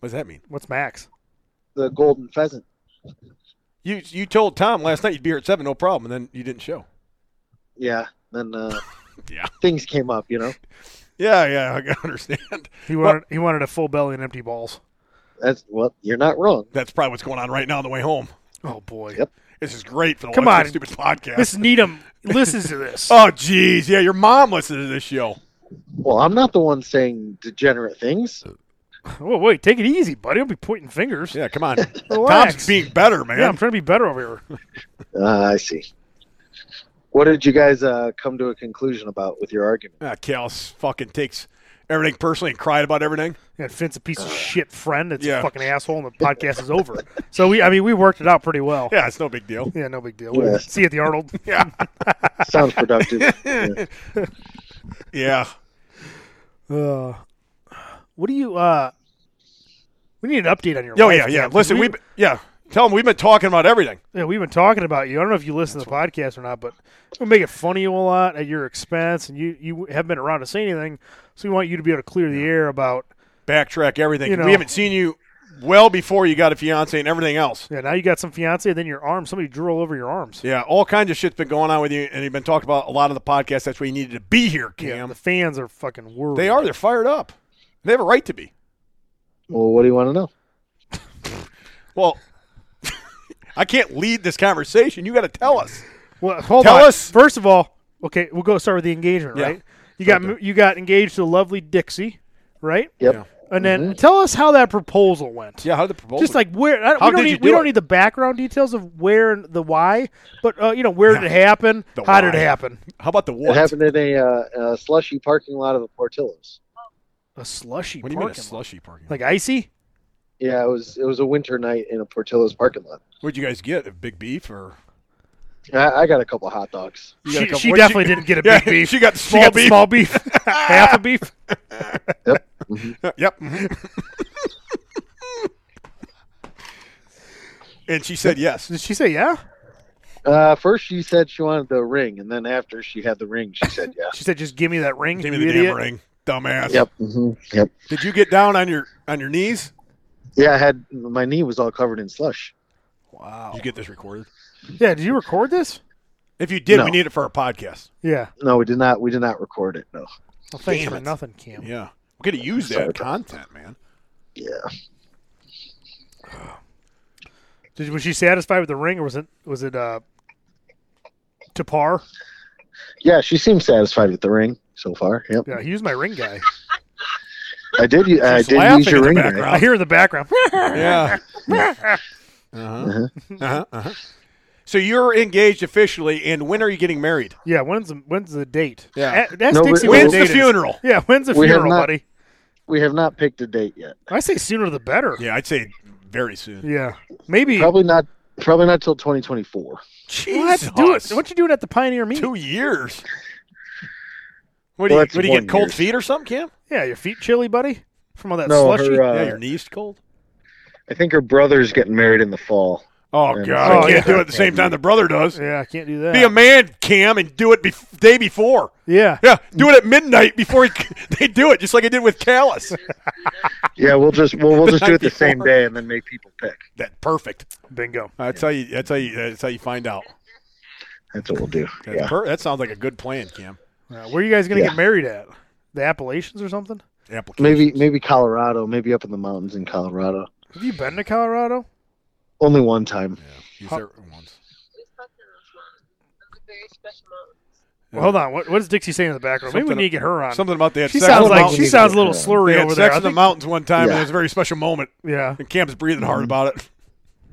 Speaker 4: What does that mean?
Speaker 2: What's Max?
Speaker 5: The golden pheasant.
Speaker 4: You you told Tom last night you'd be here at seven, no problem, and then you didn't show.
Speaker 5: Yeah. Then uh
Speaker 4: Yeah.
Speaker 5: things came up, you know.
Speaker 4: Yeah, yeah, I understand.
Speaker 2: He wanted he wanted a full belly and empty balls.
Speaker 5: That's well, you're not wrong.
Speaker 4: That's probably what's going on right now on the way home.
Speaker 2: Oh boy,
Speaker 5: Yep.
Speaker 4: This is great for the
Speaker 2: Come
Speaker 4: What's That
Speaker 2: on.
Speaker 4: stupid podcast.
Speaker 2: Miss Needham listens to this.
Speaker 4: oh, geez, yeah, your mom listens to this show.
Speaker 5: Well, I'm not the one saying degenerate things.
Speaker 2: Whoa, Oh, wait, take it easy, buddy. Don't be pointing fingers.
Speaker 4: Yeah, come on.
Speaker 2: Relax.
Speaker 4: Tom's being better, man.
Speaker 2: Yeah, I'm trying to be better over here.
Speaker 5: Uh, I see. What did you guys uh, come to a conclusion about with your argument?
Speaker 4: Ah, Cal's fucking takes everything personally and cried about everything.
Speaker 2: And Finn's a piece of shit friend. That's
Speaker 4: Yeah.
Speaker 2: a fucking asshole, and the podcast is over. So we, I mean, we worked it out pretty well.
Speaker 4: Yeah, it's no big deal.
Speaker 2: Yeah, no big deal.
Speaker 5: Yeah.
Speaker 2: We'll See you at the Arnold.
Speaker 4: Yeah.
Speaker 5: Sounds productive. Yeah.
Speaker 4: yeah.
Speaker 2: Uh, what do you? uh We need an update on your.
Speaker 4: Oh,
Speaker 2: life,
Speaker 4: yeah, yeah.
Speaker 2: Cam, 'cause
Speaker 4: Listen, we yeah. Tell him we've been talking about everything.
Speaker 2: Yeah, we've been talking about you. I don't know if you listen to the podcast or not, but we make it funny a lot at your expense, and you you haven't been around to say anything, so we want you to be able to clear the air about.
Speaker 4: Backtrack everything.
Speaker 2: You know.
Speaker 4: we haven't seen you well before you got a fiance and everything else.
Speaker 2: Yeah, now you got some fiance, then your arm. Somebody drew all over your arms.
Speaker 4: Yeah, all kinds of shit's been going on with you, and you've been talking about a lot of the podcast. That's why you needed to be here, Cam.
Speaker 2: the fans are fucking worried.
Speaker 4: They are. They're fired up. They have a right to be.
Speaker 5: Well, what do you want to know?
Speaker 4: Well, I can't lead this conversation. You got to tell us.
Speaker 2: Well, hold
Speaker 4: Tell
Speaker 2: on.
Speaker 4: us.
Speaker 2: First of all, okay, we'll go start with the engagement,
Speaker 4: Yeah.
Speaker 2: right? You got mo- you got engaged to lovely Dixie, right?
Speaker 5: Yep.
Speaker 4: Yeah.
Speaker 2: And then tell us how that proposal went.
Speaker 4: Mm-hmm. Yeah, how did the proposal?
Speaker 2: Just like where I,
Speaker 4: How
Speaker 2: we don't
Speaker 4: did you
Speaker 2: need we
Speaker 4: do
Speaker 2: don't
Speaker 4: it?
Speaker 2: need the background details of where and the why, but uh, you know where did it happen?
Speaker 4: The
Speaker 2: how did it
Speaker 4: why.
Speaker 2: happen?
Speaker 4: how about the
Speaker 5: It
Speaker 4: what?
Speaker 5: happened in a, uh, a slushy parking lot of the Portillo's.
Speaker 2: A slushy
Speaker 4: What do you
Speaker 2: parking
Speaker 4: mean a
Speaker 2: lot.
Speaker 4: slushy parking? Like,
Speaker 2: Like icy?
Speaker 5: Yeah, it was it was a winter night in a Portillo's parking lot.
Speaker 4: what'd you guys get? A big beef or?
Speaker 5: I, I got a couple hot dogs.
Speaker 4: You got a
Speaker 2: She,
Speaker 4: couple-
Speaker 2: she
Speaker 4: what'd
Speaker 2: definitely didn't get a big
Speaker 4: Yeah,
Speaker 2: beef.
Speaker 4: She got
Speaker 2: She
Speaker 4: small
Speaker 2: got the
Speaker 4: beef.
Speaker 2: small beef, half a beef.
Speaker 4: Yep. and she said yes.
Speaker 2: Did she say yeah?
Speaker 5: Uh, first, she said she wanted the ring, and then after she had the ring, she said yeah.
Speaker 2: She said, "Just give me that ring,
Speaker 4: Give me
Speaker 2: you
Speaker 4: the
Speaker 2: idiot."
Speaker 4: damn ring, dumbass.
Speaker 5: yep. hmm Yep.
Speaker 4: Did you get down on your on your knees?
Speaker 5: Yeah, I had my knee was all covered in slush.
Speaker 4: Did you get this recorded?
Speaker 2: Yeah, did you record this?
Speaker 4: If you did,
Speaker 5: No.
Speaker 4: we need it for our podcast.
Speaker 2: Yeah.
Speaker 5: No, we did not. We did not record it. No.
Speaker 2: Well, thanks
Speaker 4: Damn
Speaker 2: for
Speaker 4: it.
Speaker 2: nothing, Cam.
Speaker 4: Yeah. We're going to use that content, man.
Speaker 5: Yeah.
Speaker 2: Did, was she satisfied with the ring, or was it was it uh, to par?
Speaker 5: Yeah, she seems satisfied with the ring so far. Yep.
Speaker 2: Yeah, he was my ring guy.
Speaker 5: I did. u- I
Speaker 4: She's
Speaker 5: did
Speaker 4: laughing
Speaker 5: use your
Speaker 4: in the
Speaker 5: ring.
Speaker 4: background.
Speaker 5: Guy.
Speaker 2: I hear in the background.
Speaker 4: Yeah. uh-huh. Uh-huh. Uh-huh. So you're engaged officially, and when are you getting married?
Speaker 2: yeah, when's the, when's the date?
Speaker 4: Yeah.
Speaker 2: A- ask
Speaker 5: No, but-
Speaker 2: Dixie when
Speaker 4: When's the
Speaker 2: date is.
Speaker 4: funeral?
Speaker 2: Yeah, when's the
Speaker 5: We have
Speaker 2: funeral,
Speaker 5: not-
Speaker 2: buddy?
Speaker 5: We have not picked a date yet.
Speaker 2: I say sooner the better.
Speaker 4: Yeah, I'd say very soon.
Speaker 2: Yeah. maybe.
Speaker 5: Probably not. Probably not till 2024.
Speaker 2: What?
Speaker 4: Jesus.
Speaker 2: Do it. What you doing at the Pioneer meet?
Speaker 4: Two years. What do you,
Speaker 5: Well,
Speaker 4: what
Speaker 5: that's
Speaker 4: do you get,
Speaker 5: one
Speaker 4: cold
Speaker 5: year.
Speaker 4: feet or something, Cam?
Speaker 2: Yeah, your feet chilly, buddy, from all that
Speaker 5: No,
Speaker 2: slushy.
Speaker 5: her, uh,
Speaker 4: yeah, your knees cold?
Speaker 5: I think her brother's getting married in the fall.
Speaker 4: Oh,
Speaker 5: and
Speaker 4: God.
Speaker 2: so-
Speaker 4: I can't
Speaker 2: yeah.
Speaker 4: do it at the same time the brother does.
Speaker 2: yeah, I can't do
Speaker 4: Be a
Speaker 2: that.
Speaker 4: man, Cam, and do it bef- day before.
Speaker 2: yeah,
Speaker 4: Yeah, do it at midnight before he, they do it, just like I did with Callus.
Speaker 5: Yeah, we'll just we'll, we'll just do it the
Speaker 4: Before.
Speaker 5: same day and then make people pick.
Speaker 4: That perfect.
Speaker 2: bingo.
Speaker 4: That's how you. That's how you. That's how you find out.
Speaker 5: That's what we'll do.
Speaker 4: That's
Speaker 5: Yeah.
Speaker 4: per- that sounds like a good plan, Cam.
Speaker 2: Uh, where are you guys gonna
Speaker 5: Yeah.
Speaker 2: get married at? The Appalachians or something?
Speaker 4: Application.
Speaker 5: Maybe maybe Colorado. Maybe up in the mountains in Colorado.
Speaker 2: Have you been to Colorado?
Speaker 5: Only one time.
Speaker 4: Use their ones.
Speaker 6: We fucking those mountains. Those are very special mountains.
Speaker 2: Well, hold on. What, what is Dixie saying in the background? Maybe we
Speaker 4: Something-
Speaker 2: need to get her on.
Speaker 4: Something about they had
Speaker 2: she
Speaker 4: sex
Speaker 2: sounds
Speaker 4: in the
Speaker 2: like
Speaker 4: mountains.
Speaker 2: she sounds a little
Speaker 5: Yeah.
Speaker 2: slurry
Speaker 4: They had
Speaker 2: over there.
Speaker 4: sex
Speaker 2: I
Speaker 4: in the
Speaker 2: think-
Speaker 4: mountains one time, and
Speaker 5: Yeah. Mm-hmm.
Speaker 4: it was a very special moment.
Speaker 2: yeah.
Speaker 4: And Cam's breathing hard about it.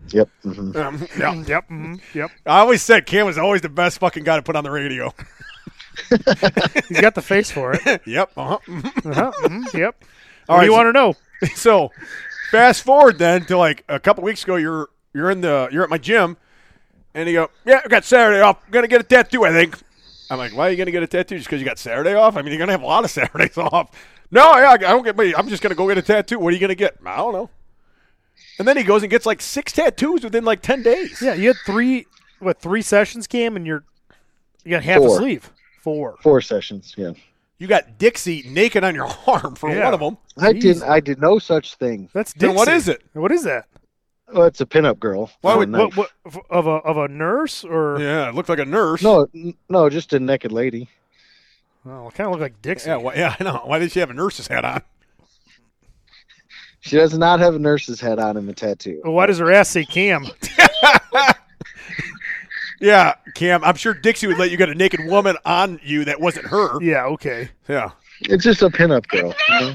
Speaker 5: Yep. hmm
Speaker 4: Um, yeah.
Speaker 2: Yep. mhm, Yep.
Speaker 4: I always said Cam was always the best fucking guy to put on the radio.
Speaker 2: He's got the face for it.
Speaker 4: yep. Uh-huh. Mhm.
Speaker 2: Uh-huh, mhm, Yep.
Speaker 4: All
Speaker 2: All
Speaker 4: right,
Speaker 2: right. You
Speaker 4: so-
Speaker 2: want to know?
Speaker 4: so, fast forward then to like a couple weeks ago. You're you're in the you're at my gym, and you go, "Yeah, I got Saturday off. I'm gonna get a tattoo. I think." I'm like, "Why are you gonna get a tattoo? Just because you got Saturday off? I mean, you're gonna have a lot of Saturdays off." No, yeah, I don't get. my- I'm just gonna go get a tattoo. What are you gonna get? I don't know. And then he goes and gets like six tattoos within like ten days.
Speaker 2: Yeah. You had three. What three sessions, Cam, and you're you got half a
Speaker 5: Four.
Speaker 2: sleeve. Four.
Speaker 5: Four sessions. Yeah.
Speaker 4: You got Dixie naked on your arm for
Speaker 2: Yeah.
Speaker 4: one of them.
Speaker 5: I didn't.
Speaker 2: Jesus.
Speaker 5: I did no such thing.
Speaker 2: That's Dixie.
Speaker 4: Then what is it?
Speaker 2: What is that?
Speaker 5: Oh, it's a pinup girl.
Speaker 4: Why
Speaker 5: Oh,
Speaker 4: would-
Speaker 5: nice.
Speaker 2: What, what of a of a nurse or?
Speaker 4: Yeah, it looked like a nurse.
Speaker 5: No, n- no, just a naked lady.
Speaker 2: Oh, kind of look like Dixie.
Speaker 4: Yeah, why, yeah, I know. Why did she have a nurse's hat on?
Speaker 5: She does not have a nurse's hat on in the tattoo.
Speaker 2: Well, Why does her ass say Cam?
Speaker 4: Yeah, Cam, I'm sure Dixie would let you get a naked woman on you that wasn't her.
Speaker 2: yeah. Okay.
Speaker 4: Yeah.
Speaker 5: It's just a pinup girl. you know?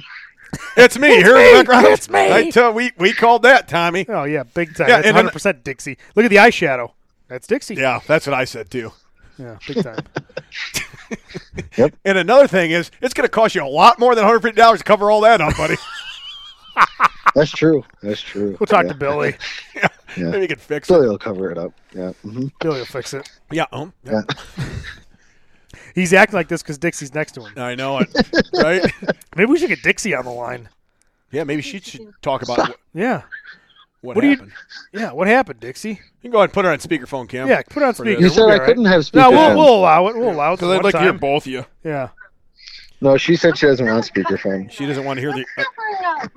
Speaker 4: It's me here in the background. It's me. I tell we we called that Tommy.
Speaker 2: Oh yeah, big time.
Speaker 4: Yeah,
Speaker 2: That's
Speaker 4: and then-
Speaker 2: 100 percent Dixie. Look at the eyeshadow. That's Dixie.
Speaker 4: Yeah, that's what I said too.
Speaker 2: Yeah, big time.
Speaker 4: And another thing is, it's going to cost you a lot more than 150 dollars to cover all that up, buddy.
Speaker 5: That's true. That's true.
Speaker 2: We'll talk
Speaker 5: yeah.
Speaker 2: to Billy.
Speaker 5: Yeah.
Speaker 4: Maybe you could fix it.
Speaker 5: Billy will cover it up. Yeah. hmm
Speaker 2: Billy will fix it.
Speaker 4: Yeah, um, yeah,
Speaker 5: yeah.
Speaker 2: He's acting like this because Dixie's next to him.
Speaker 4: I know it, right?
Speaker 2: Maybe we should get Dixie on the line.
Speaker 4: Yeah, maybe she should talk about what,
Speaker 2: Yeah.
Speaker 4: what,
Speaker 2: What do you-
Speaker 4: happened. You,
Speaker 2: Yeah. What happened, Dixie?
Speaker 4: can go ahead and put her on speakerphone, Cam.
Speaker 2: Yeah. Put on
Speaker 4: For
Speaker 2: speaker.
Speaker 4: the-
Speaker 5: You
Speaker 2: We'll
Speaker 5: said
Speaker 2: be
Speaker 5: I
Speaker 2: all right.
Speaker 5: couldn't have
Speaker 2: No,
Speaker 5: speaker.
Speaker 2: we'll, we'll allow it. We'll allow it.
Speaker 4: because I'd
Speaker 2: one
Speaker 4: like to hear
Speaker 2: time.
Speaker 4: both of you.
Speaker 2: Yeah.
Speaker 5: no, she said she doesn't want speakerphone.
Speaker 4: She doesn't want to hear the uh,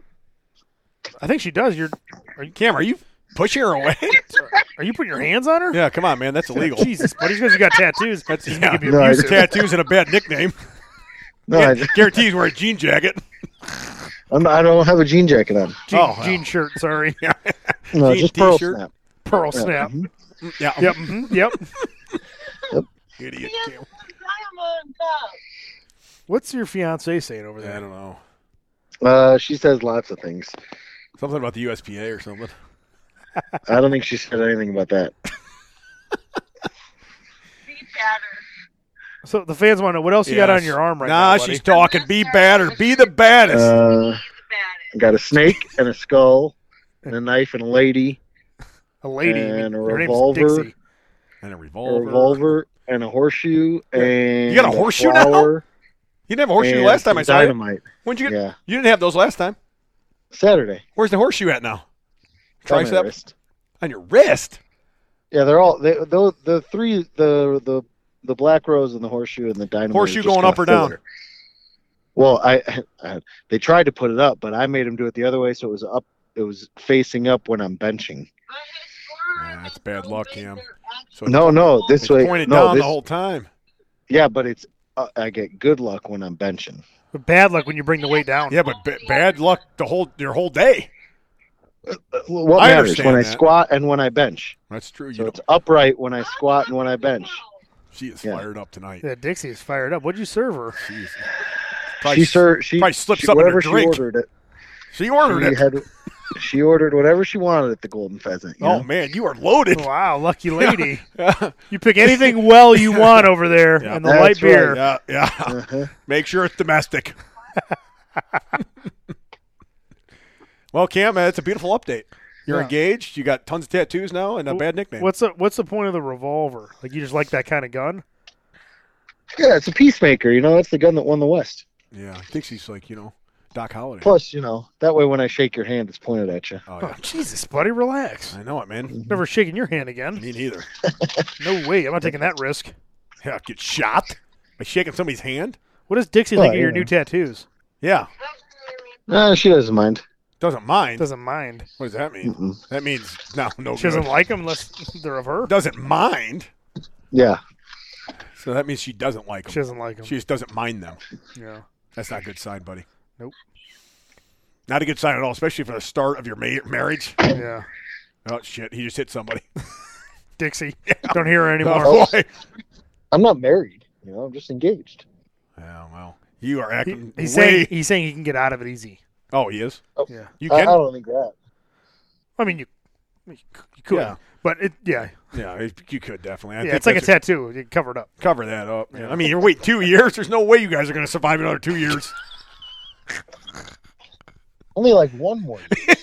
Speaker 2: I think she does. You're.
Speaker 4: Cam. Are you pushing her away?
Speaker 2: Are you putting your hands on her?
Speaker 4: yeah, come on, man. That's illegal.
Speaker 2: Jesus, buddy. Because you got tattoos.
Speaker 4: That's
Speaker 2: He's
Speaker 4: yeah.
Speaker 2: gonna be
Speaker 5: No, I
Speaker 2: abusive.
Speaker 4: tattoos and a bad nickname.
Speaker 5: No, I,
Speaker 4: Guarantee he's wearing a jean jacket.
Speaker 5: I'm, I don't have a jean jacket on.
Speaker 2: Jean,
Speaker 4: Oh, wow.
Speaker 2: jean shirt. Sorry.
Speaker 5: No,
Speaker 4: Jean
Speaker 5: just pearl
Speaker 4: t-shirt?
Speaker 5: snap.
Speaker 2: Pearl snap.
Speaker 5: Mhm.
Speaker 4: Yeah,
Speaker 2: Yep. mhm, Yep.
Speaker 4: idiot.
Speaker 6: Yes,
Speaker 4: Cam.
Speaker 6: diamond cup.
Speaker 2: What's your fiance saying over
Speaker 4: I
Speaker 2: there?
Speaker 4: don't know.
Speaker 5: Uh, she says lots of things.
Speaker 4: Something about the USPA or something.
Speaker 5: I don't think she said anything about that.
Speaker 6: Be better.
Speaker 2: So the fans want to know what else you got on your arm right
Speaker 4: nah,
Speaker 2: now.
Speaker 4: Nah,
Speaker 2: buddy?
Speaker 4: she's talking. Be battered. Be the baddest.
Speaker 5: Uh,
Speaker 6: Be the baddest.
Speaker 5: I got a snake and a skull and a knife and a lady,
Speaker 2: a lady. you mean-
Speaker 5: and a
Speaker 2: her name's
Speaker 5: revolver.
Speaker 2: Dixie.
Speaker 4: and a
Speaker 5: a
Speaker 4: revolver.
Speaker 5: revolver, and a horseshoe. And
Speaker 4: You got a horseshoe now?
Speaker 5: flower
Speaker 4: You didn't have a horseshoe
Speaker 5: and
Speaker 4: last time I saw you.
Speaker 5: dynamite.
Speaker 4: When'd you get?
Speaker 5: Yeah,
Speaker 4: You didn't have those last time.
Speaker 5: Saturday.
Speaker 4: Where's the horseshoe at now?
Speaker 5: It's on my
Speaker 4: Tricep?
Speaker 5: wrist.
Speaker 4: On your wrist.
Speaker 5: Yeah, they're all they, the the three the the the black rose and the horseshoe and the dynamite.
Speaker 4: Horseshoe
Speaker 5: are just
Speaker 4: going up or
Speaker 5: kinda
Speaker 4: down?
Speaker 5: filler. Well, I, I they tried to put it up, but I made them do it the other way, so it was up. It was facing up when I'm benching.
Speaker 6: But his forearm
Speaker 4: Nah,
Speaker 6: is
Speaker 4: it's bad
Speaker 6: so
Speaker 4: luck,
Speaker 6: big,
Speaker 4: Cam.
Speaker 6: they're actually-
Speaker 4: So
Speaker 5: No, no,
Speaker 4: it's
Speaker 5: this way.
Speaker 4: pointed
Speaker 5: no,
Speaker 4: down
Speaker 5: this,
Speaker 4: the whole time.
Speaker 5: yeah, but it's uh, I get good luck when I'm benching.
Speaker 2: But bad luck when you bring the weight down.
Speaker 4: Yeah, but b- bad luck the whole your whole day.
Speaker 5: What
Speaker 4: I
Speaker 5: matters
Speaker 4: understand
Speaker 5: when
Speaker 4: that.
Speaker 5: I squat and when I bench?
Speaker 4: That's true. You
Speaker 5: So
Speaker 4: don't,
Speaker 5: it's upright when I squat and when I bench.
Speaker 4: she is
Speaker 5: yeah.
Speaker 4: fired up tonight.
Speaker 2: Yeah, Dixie is fired up. What'd you serve her?
Speaker 4: Jeez.
Speaker 5: She
Speaker 4: Probably,
Speaker 5: sir, she
Speaker 4: probably slips
Speaker 5: she,
Speaker 4: up in her
Speaker 5: whatever she
Speaker 4: drink.
Speaker 5: ordered it.
Speaker 4: she ordered
Speaker 5: She
Speaker 4: it.
Speaker 5: had she ordered whatever she wanted at the Golden Pheasant. You
Speaker 4: Oh
Speaker 5: know?
Speaker 4: man, you are loaded.
Speaker 2: Wow, lucky lady. you pick anything well you want over there
Speaker 4: Yeah.
Speaker 2: and the
Speaker 5: That's
Speaker 2: light beer.
Speaker 4: Yeah, yeah.
Speaker 5: Uh-huh.
Speaker 4: Make sure it's domestic. well, Cam, uh, it's a beautiful update. You're
Speaker 2: Yeah.
Speaker 4: engaged. You got tons of tattoos now and a
Speaker 2: Wh-
Speaker 4: bad nickname.
Speaker 2: What's the what's the point of the revolver? Like you just like that kind of gun?
Speaker 5: Yeah, it's a peacemaker. You know, that's the gun that won the West.
Speaker 4: Yeah, I think she's like you know Doc Holliday.
Speaker 5: Plus, you know, that way when I shake your hand, it's pointed at you.
Speaker 4: oh yeah,
Speaker 2: Jesus, buddy, relax.
Speaker 4: I know it, man.
Speaker 2: Never shaking your hand again.
Speaker 4: Me neither.
Speaker 2: No way. I'm not taking that risk.
Speaker 4: Yeah, get shot by shaking somebody's hand.
Speaker 2: What does Dixie
Speaker 5: Well,
Speaker 2: think of your
Speaker 5: yeah.
Speaker 2: new tattoos?
Speaker 4: Yeah,
Speaker 5: Nah, she doesn't mind.
Speaker 4: doesn't mind.
Speaker 2: Doesn't mind.
Speaker 4: what does that mean?
Speaker 5: Mm-mm.
Speaker 4: That means no, no.
Speaker 2: She doesn't
Speaker 4: good.
Speaker 2: like them unless they're of her.
Speaker 4: doesn't mind.
Speaker 5: Yeah,
Speaker 4: So that means she doesn't like them.
Speaker 2: She doesn't like them.
Speaker 4: She just doesn't mind them.
Speaker 2: yeah.
Speaker 4: That's not a good sign, buddy.
Speaker 2: Nope.
Speaker 4: Not a good sign at all, especially for the start of your ma- marriage.
Speaker 2: Yeah.
Speaker 4: Oh shit! He just hit somebody.
Speaker 2: Dixie, don't hear her anymore.
Speaker 4: Oh, boy.
Speaker 5: I'm not married. You know, I'm just engaged.
Speaker 4: Yeah, well, you are
Speaker 2: He-
Speaker 4: acting.
Speaker 2: he's
Speaker 4: way-
Speaker 2: saying he's saying he can get out of it easy.
Speaker 4: oh, he is.
Speaker 2: Yeah.
Speaker 4: You
Speaker 5: I, I
Speaker 4: can.
Speaker 5: don't think that.
Speaker 2: I mean, you, you c- you could,
Speaker 4: Yeah.
Speaker 2: but it, yeah,
Speaker 4: yeah, it- you could definitely. I
Speaker 2: yeah.
Speaker 4: think
Speaker 2: It's like a
Speaker 4: that's
Speaker 2: tattoo. You cover it up.
Speaker 4: what- cover that up. man. I mean, you're waiting two years. There's no way you guys are going to survive another two years.
Speaker 5: Only like one more. year.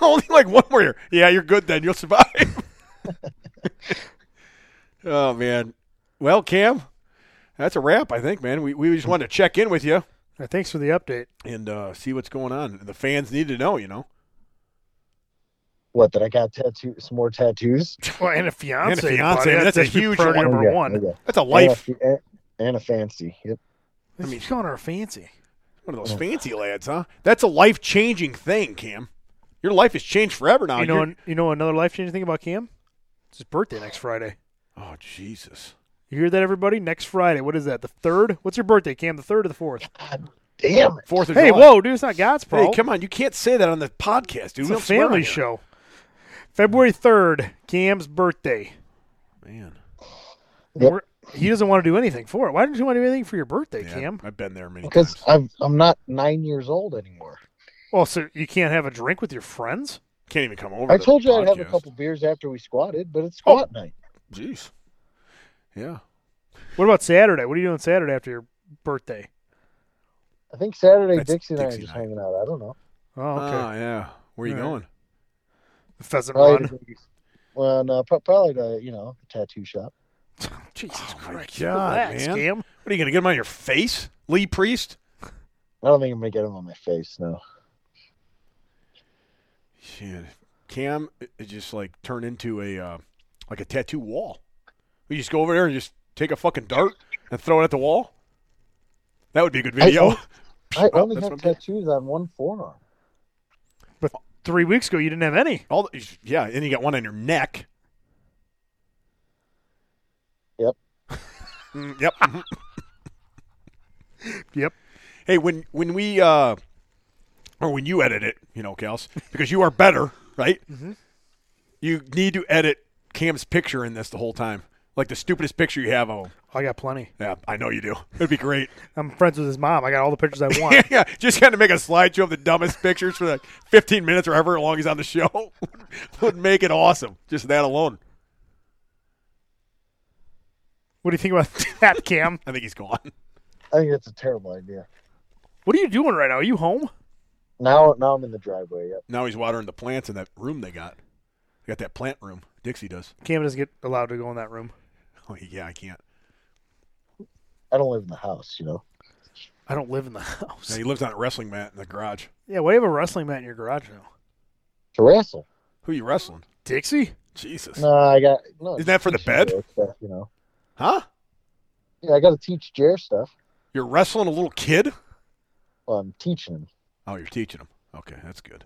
Speaker 4: Only like one more year. Yeah, you're good then. You'll survive. oh man. Well, Cam, that's a wrap. I think, man. We we just wanted to check in with you.
Speaker 2: Uh, Thanks for the update.
Speaker 4: and uh, see what's going on. The fans need to know, you know.
Speaker 5: What? That I got tattoo some more tattoos.
Speaker 2: Well, and a fiance.
Speaker 4: And a fiance,
Speaker 2: buddy.
Speaker 4: that's a
Speaker 2: big
Speaker 4: huge
Speaker 2: priority
Speaker 4: one.
Speaker 2: number
Speaker 5: Oh, yeah,
Speaker 2: one.
Speaker 5: oh, yeah.
Speaker 4: That's a
Speaker 5: And a
Speaker 4: life.
Speaker 5: fe- And, and a fancy. Yep.
Speaker 2: I mean, she's calling her fancy.
Speaker 4: One of those fancy lads, huh? That's a life changing thing, Cam. Your life has changed forever now.
Speaker 2: you know,
Speaker 4: Uh, You're-
Speaker 2: an- you know, another life changing thing about Cam. It's his birthday next Friday.
Speaker 4: oh Jesus.
Speaker 2: You hear that, everybody? Next Friday. What is that? The third? What's your birthday, Cam? The third or the fourth?
Speaker 5: Damn it.
Speaker 4: Fourth of
Speaker 2: Hey,
Speaker 4: July.
Speaker 2: whoa, dude! It's not God's
Speaker 4: Hey,
Speaker 2: problem.
Speaker 4: come on! You can't say that on the podcast, dude.
Speaker 2: It's
Speaker 4: We
Speaker 2: a
Speaker 4: don't swear on
Speaker 2: family
Speaker 4: here.
Speaker 2: show. February third, Cam's birthday.
Speaker 4: Man,
Speaker 5: Yep.
Speaker 2: We're- He doesn't want to do anything for it. Why don't you want to do anything for your birthday,
Speaker 4: yeah,
Speaker 2: Cam?
Speaker 4: I've been there many
Speaker 5: Because
Speaker 4: times.
Speaker 5: I'm I'm not nine years old anymore.
Speaker 2: Well, Oh, so you can't have a drink with your friends?
Speaker 4: Can't even come over.
Speaker 5: I
Speaker 4: to the
Speaker 5: told you I'd have a
Speaker 4: podcast. Oh.
Speaker 5: couple beers after we squatted, but it's squat night.
Speaker 4: Jeez. Yeah.
Speaker 2: What about Saturday? What are you doing Saturday after your birthday?
Speaker 5: I think Saturday
Speaker 4: That's
Speaker 5: Dixie and I are
Speaker 4: Dixie
Speaker 5: just
Speaker 4: night.
Speaker 5: hanging out. I don't know.
Speaker 2: Oh,
Speaker 4: Oh
Speaker 2: okay.
Speaker 4: yeah. Where are you
Speaker 2: All
Speaker 4: going?
Speaker 2: right. The pheasant
Speaker 5: Probably,
Speaker 2: run.
Speaker 5: to the- well, no, pro- probably to you know the tattoo shop.
Speaker 2: Jesus
Speaker 4: Oh, my
Speaker 2: Christ.
Speaker 4: God,
Speaker 2: relax,
Speaker 4: man.
Speaker 2: Cam.
Speaker 4: What are you gonna get him on your face, Lee Priest?
Speaker 5: I don't think I'm gonna get them on my face. No.
Speaker 4: Shit. Cam it just like turned into a uh, like a tattoo wall. We just go over there and just take a fucking dart and throw it at the wall. That would be a good
Speaker 5: I
Speaker 4: video.
Speaker 5: only- I
Speaker 4: Oh,
Speaker 5: only
Speaker 4: that's what
Speaker 5: have
Speaker 4: I'm doing.
Speaker 5: tattoos on one forearm.
Speaker 2: But three weeks ago, you didn't have any.
Speaker 4: All the, yeah, and you got one on your neck.
Speaker 5: Yep.
Speaker 4: Mm, yep.
Speaker 2: Yep.
Speaker 4: hey, when when we uh or when you edit it, you know, Kels, because you are better, right?
Speaker 5: Mm-hmm.
Speaker 4: You need to edit Cam's picture in this the whole time, like the stupidest picture you have of him.
Speaker 2: I got plenty.
Speaker 4: Yeah, I know you do. It'd be great.
Speaker 2: I'm friends with his mom. I got all the pictures I want.
Speaker 4: yeah, just kind of make a slideshow of the dumbest pictures for like 15 minutes or however long he's on the show would make it awesome. Just that alone.
Speaker 2: What do you think about that, Cam?
Speaker 4: I think he's gone.
Speaker 5: I think that's a terrible idea.
Speaker 2: What are you doing right now? Are you home?
Speaker 5: Now, now I'm in the driveway. Yep.
Speaker 4: Now he's watering the plants in that room they got. They got that plant room. Dixie does.
Speaker 2: Cam doesn't get allowed to go in that room.
Speaker 4: Oh, yeah, I can't.
Speaker 5: I don't live in the house. You know.
Speaker 2: I don't live in the
Speaker 4: Now,
Speaker 2: house.
Speaker 4: he lives on a wrestling mat in the garage.
Speaker 2: Yeah, why do you have a wrestling mat in your garage now?
Speaker 5: To wrestle.
Speaker 4: Who you wrestling?
Speaker 2: Dixie?
Speaker 4: Jesus.
Speaker 5: No, I got no.
Speaker 4: Isn't that for the
Speaker 5: teaching
Speaker 4: bed?
Speaker 5: Jared Stuff, you know.
Speaker 4: Huh?
Speaker 5: Yeah, I got to teach Jer stuff.
Speaker 4: You're wrestling a little kid?
Speaker 5: Well, I'm teaching him.
Speaker 4: Oh, you're teaching him. Okay, that's good.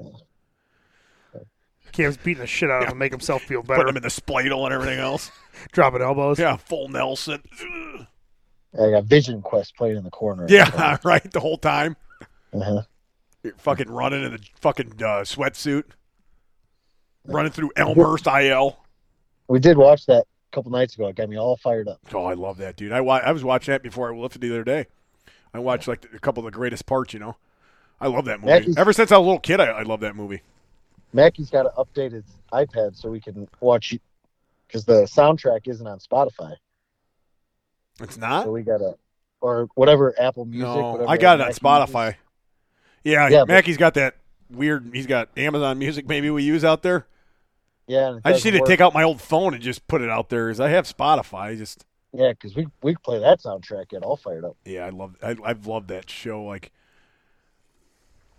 Speaker 2: Cam's beating the shit out of him, to make himself feel
Speaker 4: Putting
Speaker 2: better.
Speaker 4: him in the spladle and everything else.
Speaker 2: Dropping elbows.
Speaker 4: Yeah, full Nelson.
Speaker 5: I got Vision Quest playing in the corner.
Speaker 4: Yeah, right. The whole time,
Speaker 5: Uh-huh.
Speaker 4: you're fucking running in a fucking uh, sweatsuit, running through Elmhurst IL.
Speaker 5: We did watch that a couple nights ago. It got me all fired up.
Speaker 4: Oh, I love that dude. I wa- I was watching that before I lifted the other day. I watched like a couple of the greatest parts. You know, I love that movie.
Speaker 5: That is-
Speaker 4: Ever since I was a little kid, I, I love that movie.
Speaker 5: Mackey's got to update his iPad so we can watch it because the soundtrack isn't on Spotify.
Speaker 4: It's
Speaker 5: So
Speaker 4: not.
Speaker 5: we got to, or whatever Apple Music.
Speaker 4: No,
Speaker 5: whatever
Speaker 4: I got it on
Speaker 5: Mackey
Speaker 4: Spotify.
Speaker 5: uses.
Speaker 4: Yeah,
Speaker 5: Yeah, but-
Speaker 4: Mackey's got that weird. He's got Amazon Music. Maybe we use out there.
Speaker 5: Yeah. and it
Speaker 4: I just need
Speaker 5: doesn't
Speaker 4: to
Speaker 5: work.
Speaker 4: take out my old phone and just put it out there. Is I have Spotify. I just
Speaker 5: Yeah, because we, we could play that soundtrack, get all fired up.
Speaker 4: yeah, I love. I, I've loved that show. Like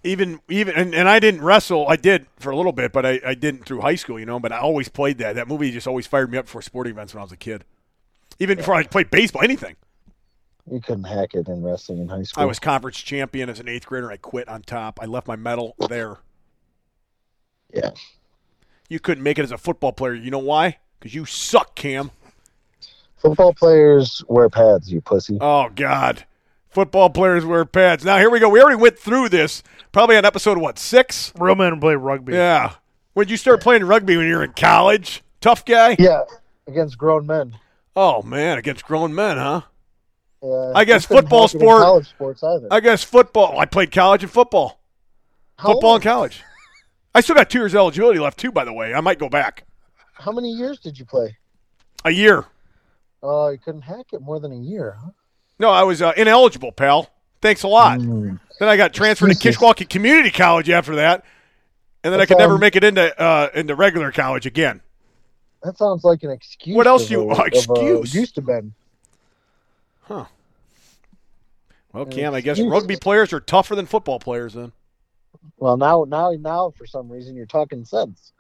Speaker 4: even even and, and I didn't wrestle. I did for a little bit, but I, I didn't through high school. You know, but I always played that. That movie just always fired me up for sporting events when I was a kid. Even before I played baseball, anything.
Speaker 5: You couldn't hack it in wrestling in high school.
Speaker 4: I was conference champion as an eighth grader. I quit on top. I left my medal there.
Speaker 5: Yeah.
Speaker 4: You couldn't make it as a football player. You know why? Because you suck, Cam.
Speaker 5: Football players wear pads, you pussy.
Speaker 4: Oh God, football players wear pads. Now here we go. We already went through this. Probably on episode what six?
Speaker 2: Real men play rugby.
Speaker 4: Yeah. When you start playing rugby when you're in college, tough guy.
Speaker 5: yeah, against grown men.
Speaker 4: Oh man, against grown men, huh?
Speaker 5: Yeah,
Speaker 4: I guess
Speaker 5: Uh, you couldn't
Speaker 4: football
Speaker 5: hack it in
Speaker 4: sport-
Speaker 5: College sports either.
Speaker 4: I guess football. I played college and football.
Speaker 5: How
Speaker 4: football
Speaker 5: old-
Speaker 4: in college. I still got two years eligibility left too. By the way, I might go back
Speaker 5: How many years did you play?
Speaker 4: a year.
Speaker 5: Oh, you couldn't hack it more than a year. Huh?
Speaker 4: No, I was uh, ineligible, pal. Thanks a lot.
Speaker 5: Mm.
Speaker 4: Then I got transferred to
Speaker 5: Excuses.
Speaker 4: Kishwaukee Community College after that, and then I
Speaker 5: That's
Speaker 4: could never
Speaker 5: all-
Speaker 4: make it into uh, into regular college again.
Speaker 5: That sounds like an excuse.
Speaker 4: What else
Speaker 5: of
Speaker 4: you-
Speaker 5: a- of a-
Speaker 4: excuse?
Speaker 5: used to been.
Speaker 4: Well,
Speaker 5: Uh,
Speaker 4: Cam, I guess
Speaker 5: excuses.
Speaker 4: rugby players are tougher than football players. Then,
Speaker 5: Well, now, now, now, for some reason, you're talking sense.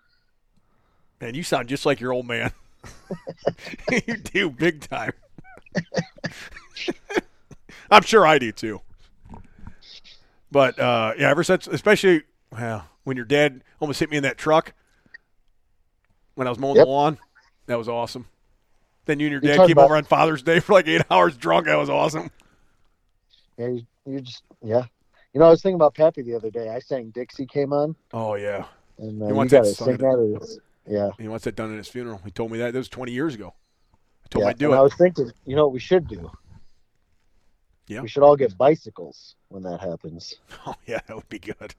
Speaker 4: man, you sound just like your old man. you do big time. I'm sure I do too. But uh, yeah, ever since, especially well, when your dad almost hit me in that truck when I was mowing
Speaker 5: Yep.
Speaker 4: the lawn, that was awesome. Then you and your
Speaker 5: You're
Speaker 4: dad
Speaker 5: talking
Speaker 4: came
Speaker 5: about-
Speaker 4: over on Father's Day for like eight hours drunk. That was awesome.
Speaker 5: Yeah, you, you just yeah. You know, I was thinking about Pappy the other day. I sang "Dixie" came on,
Speaker 4: Oh yeah,
Speaker 5: and uh,
Speaker 4: He
Speaker 5: you
Speaker 4: wants that
Speaker 5: gotta sing
Speaker 4: song.
Speaker 5: that. Or it's, yeah,
Speaker 4: he wants that done at his funeral. He told me that. That was 20 years ago. I told
Speaker 5: yeah.
Speaker 4: him I'd do
Speaker 5: and
Speaker 4: it.
Speaker 5: I was thinking, you know, what we should do.
Speaker 4: Yeah.
Speaker 5: we should all get bicycles when that happens.
Speaker 4: Oh yeah, that would be good.
Speaker 5: Or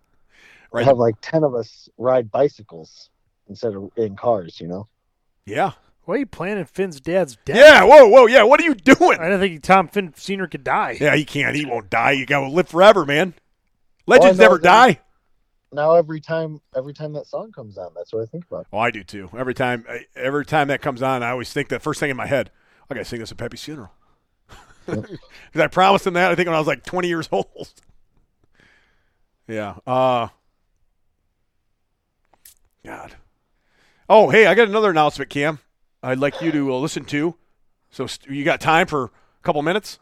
Speaker 4: Right.
Speaker 5: Have like ten of us ride bicycles instead of in cars. You know.
Speaker 4: Yeah.
Speaker 2: Why are you planning Finn's dad's death?
Speaker 4: Yeah. Whoa, whoa. Yeah. What are you doing?
Speaker 2: I didn't think Tom Finn Senior could die.
Speaker 4: Yeah, he can't. He won't die. You got to live forever, man. Legends
Speaker 5: Oh, know
Speaker 4: never
Speaker 5: that-
Speaker 4: die.
Speaker 5: Now every time, every time that song comes on, that's what I think about.
Speaker 4: Oh, I do too. Every time, I- every time that comes on, I always think the first thing in my head, I got to sing this at Pepe's funeral. Because I promised him that. I think when I was like 20 years old. yeah. Uh. God. Oh, hey, I got another announcement, Cam. I'd like you to uh, listen to. So st- you got time for a couple minutes?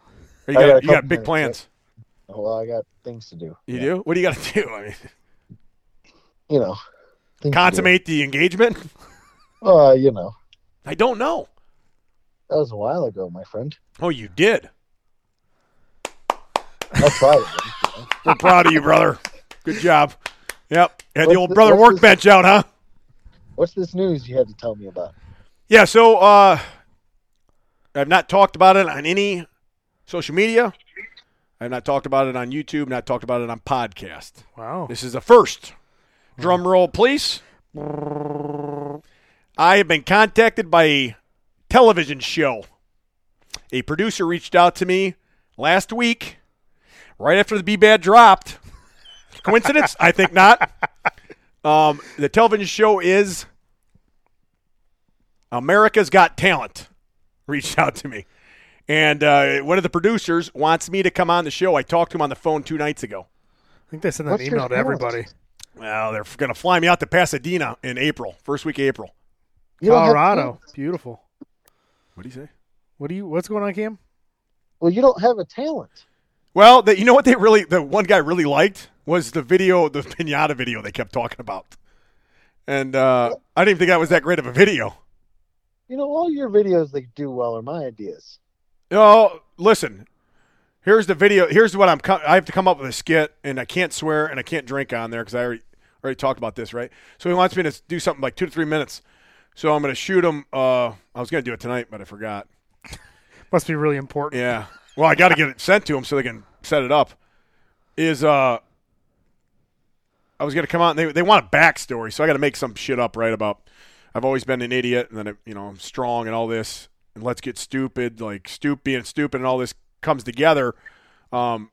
Speaker 4: Or you
Speaker 5: I
Speaker 4: got,
Speaker 5: got a
Speaker 4: you got
Speaker 5: couple
Speaker 4: big
Speaker 5: minutes,
Speaker 4: plans?
Speaker 5: Oh, Well, I got things to do.
Speaker 4: You
Speaker 5: Yeah.
Speaker 4: do? What do you got to do? I mean,
Speaker 5: You know. things to do.
Speaker 4: consummate the engagement?
Speaker 5: Uh, you know,
Speaker 4: I don't know.
Speaker 5: that was a while ago, my friend.
Speaker 4: Oh, you did.
Speaker 5: I'll try it.
Speaker 4: We're proud of you, brother. Good job. Yep. Had the
Speaker 5: What's
Speaker 4: old
Speaker 5: the-
Speaker 4: brother
Speaker 5: what's this-
Speaker 4: workbench out, huh?
Speaker 5: What's this news you had to tell me about?
Speaker 4: Yeah, so uh I've not talked about it on any social media. I've not talked about it on YouTube, not talked about it on podcast.
Speaker 2: Wow.
Speaker 4: This is the first. Drum roll, please. I have been contacted by a television show. A producer reached out to me last week, right after the B Bad dropped. Coincidence? I think not. Um, the television show is America's Got Talent. Reached out to me. And uh, one of the producers wants me to come on the show. I talked to him on the phone two nights ago.
Speaker 2: I think they sent that
Speaker 5: What's
Speaker 2: email
Speaker 5: your
Speaker 2: to everybody.
Speaker 4: Well, they're going to fly me out to Pasadena in April, first week of April.
Speaker 5: You don't have
Speaker 2: Colorado,
Speaker 5: talent-
Speaker 2: beautiful.
Speaker 4: What do you say?
Speaker 2: What do you? What's going on, Cam?
Speaker 5: well, you don't have a talent.
Speaker 4: Well, the, you know what they really, the one guy really liked was the video, the pinata video they kept talking about. And uh, I didn't even think that was that great of a video.
Speaker 5: You know, all your videos that do well are my ideas.
Speaker 4: Oh, listen. Here's the video. Here's what I'm. Com- I have to come up with a skit, and I can't swear and I can't drink on there because I already already talked about this, right? So he wants me to s- do something like two to three minutes. So I'm going to shoot him. Uh, I was going to do it tonight, but I forgot.
Speaker 2: Must be really important.
Speaker 4: Yeah. Well, I got to get it sent to them so they can set it up. Is uh, I was gonna come out. And they they want a backstory, so I got to make some shit up right about. I've always been an idiot, and then I, you know I'm strong and all this, and let's get stupid, like stupid being stupid, and all this comes together. Um,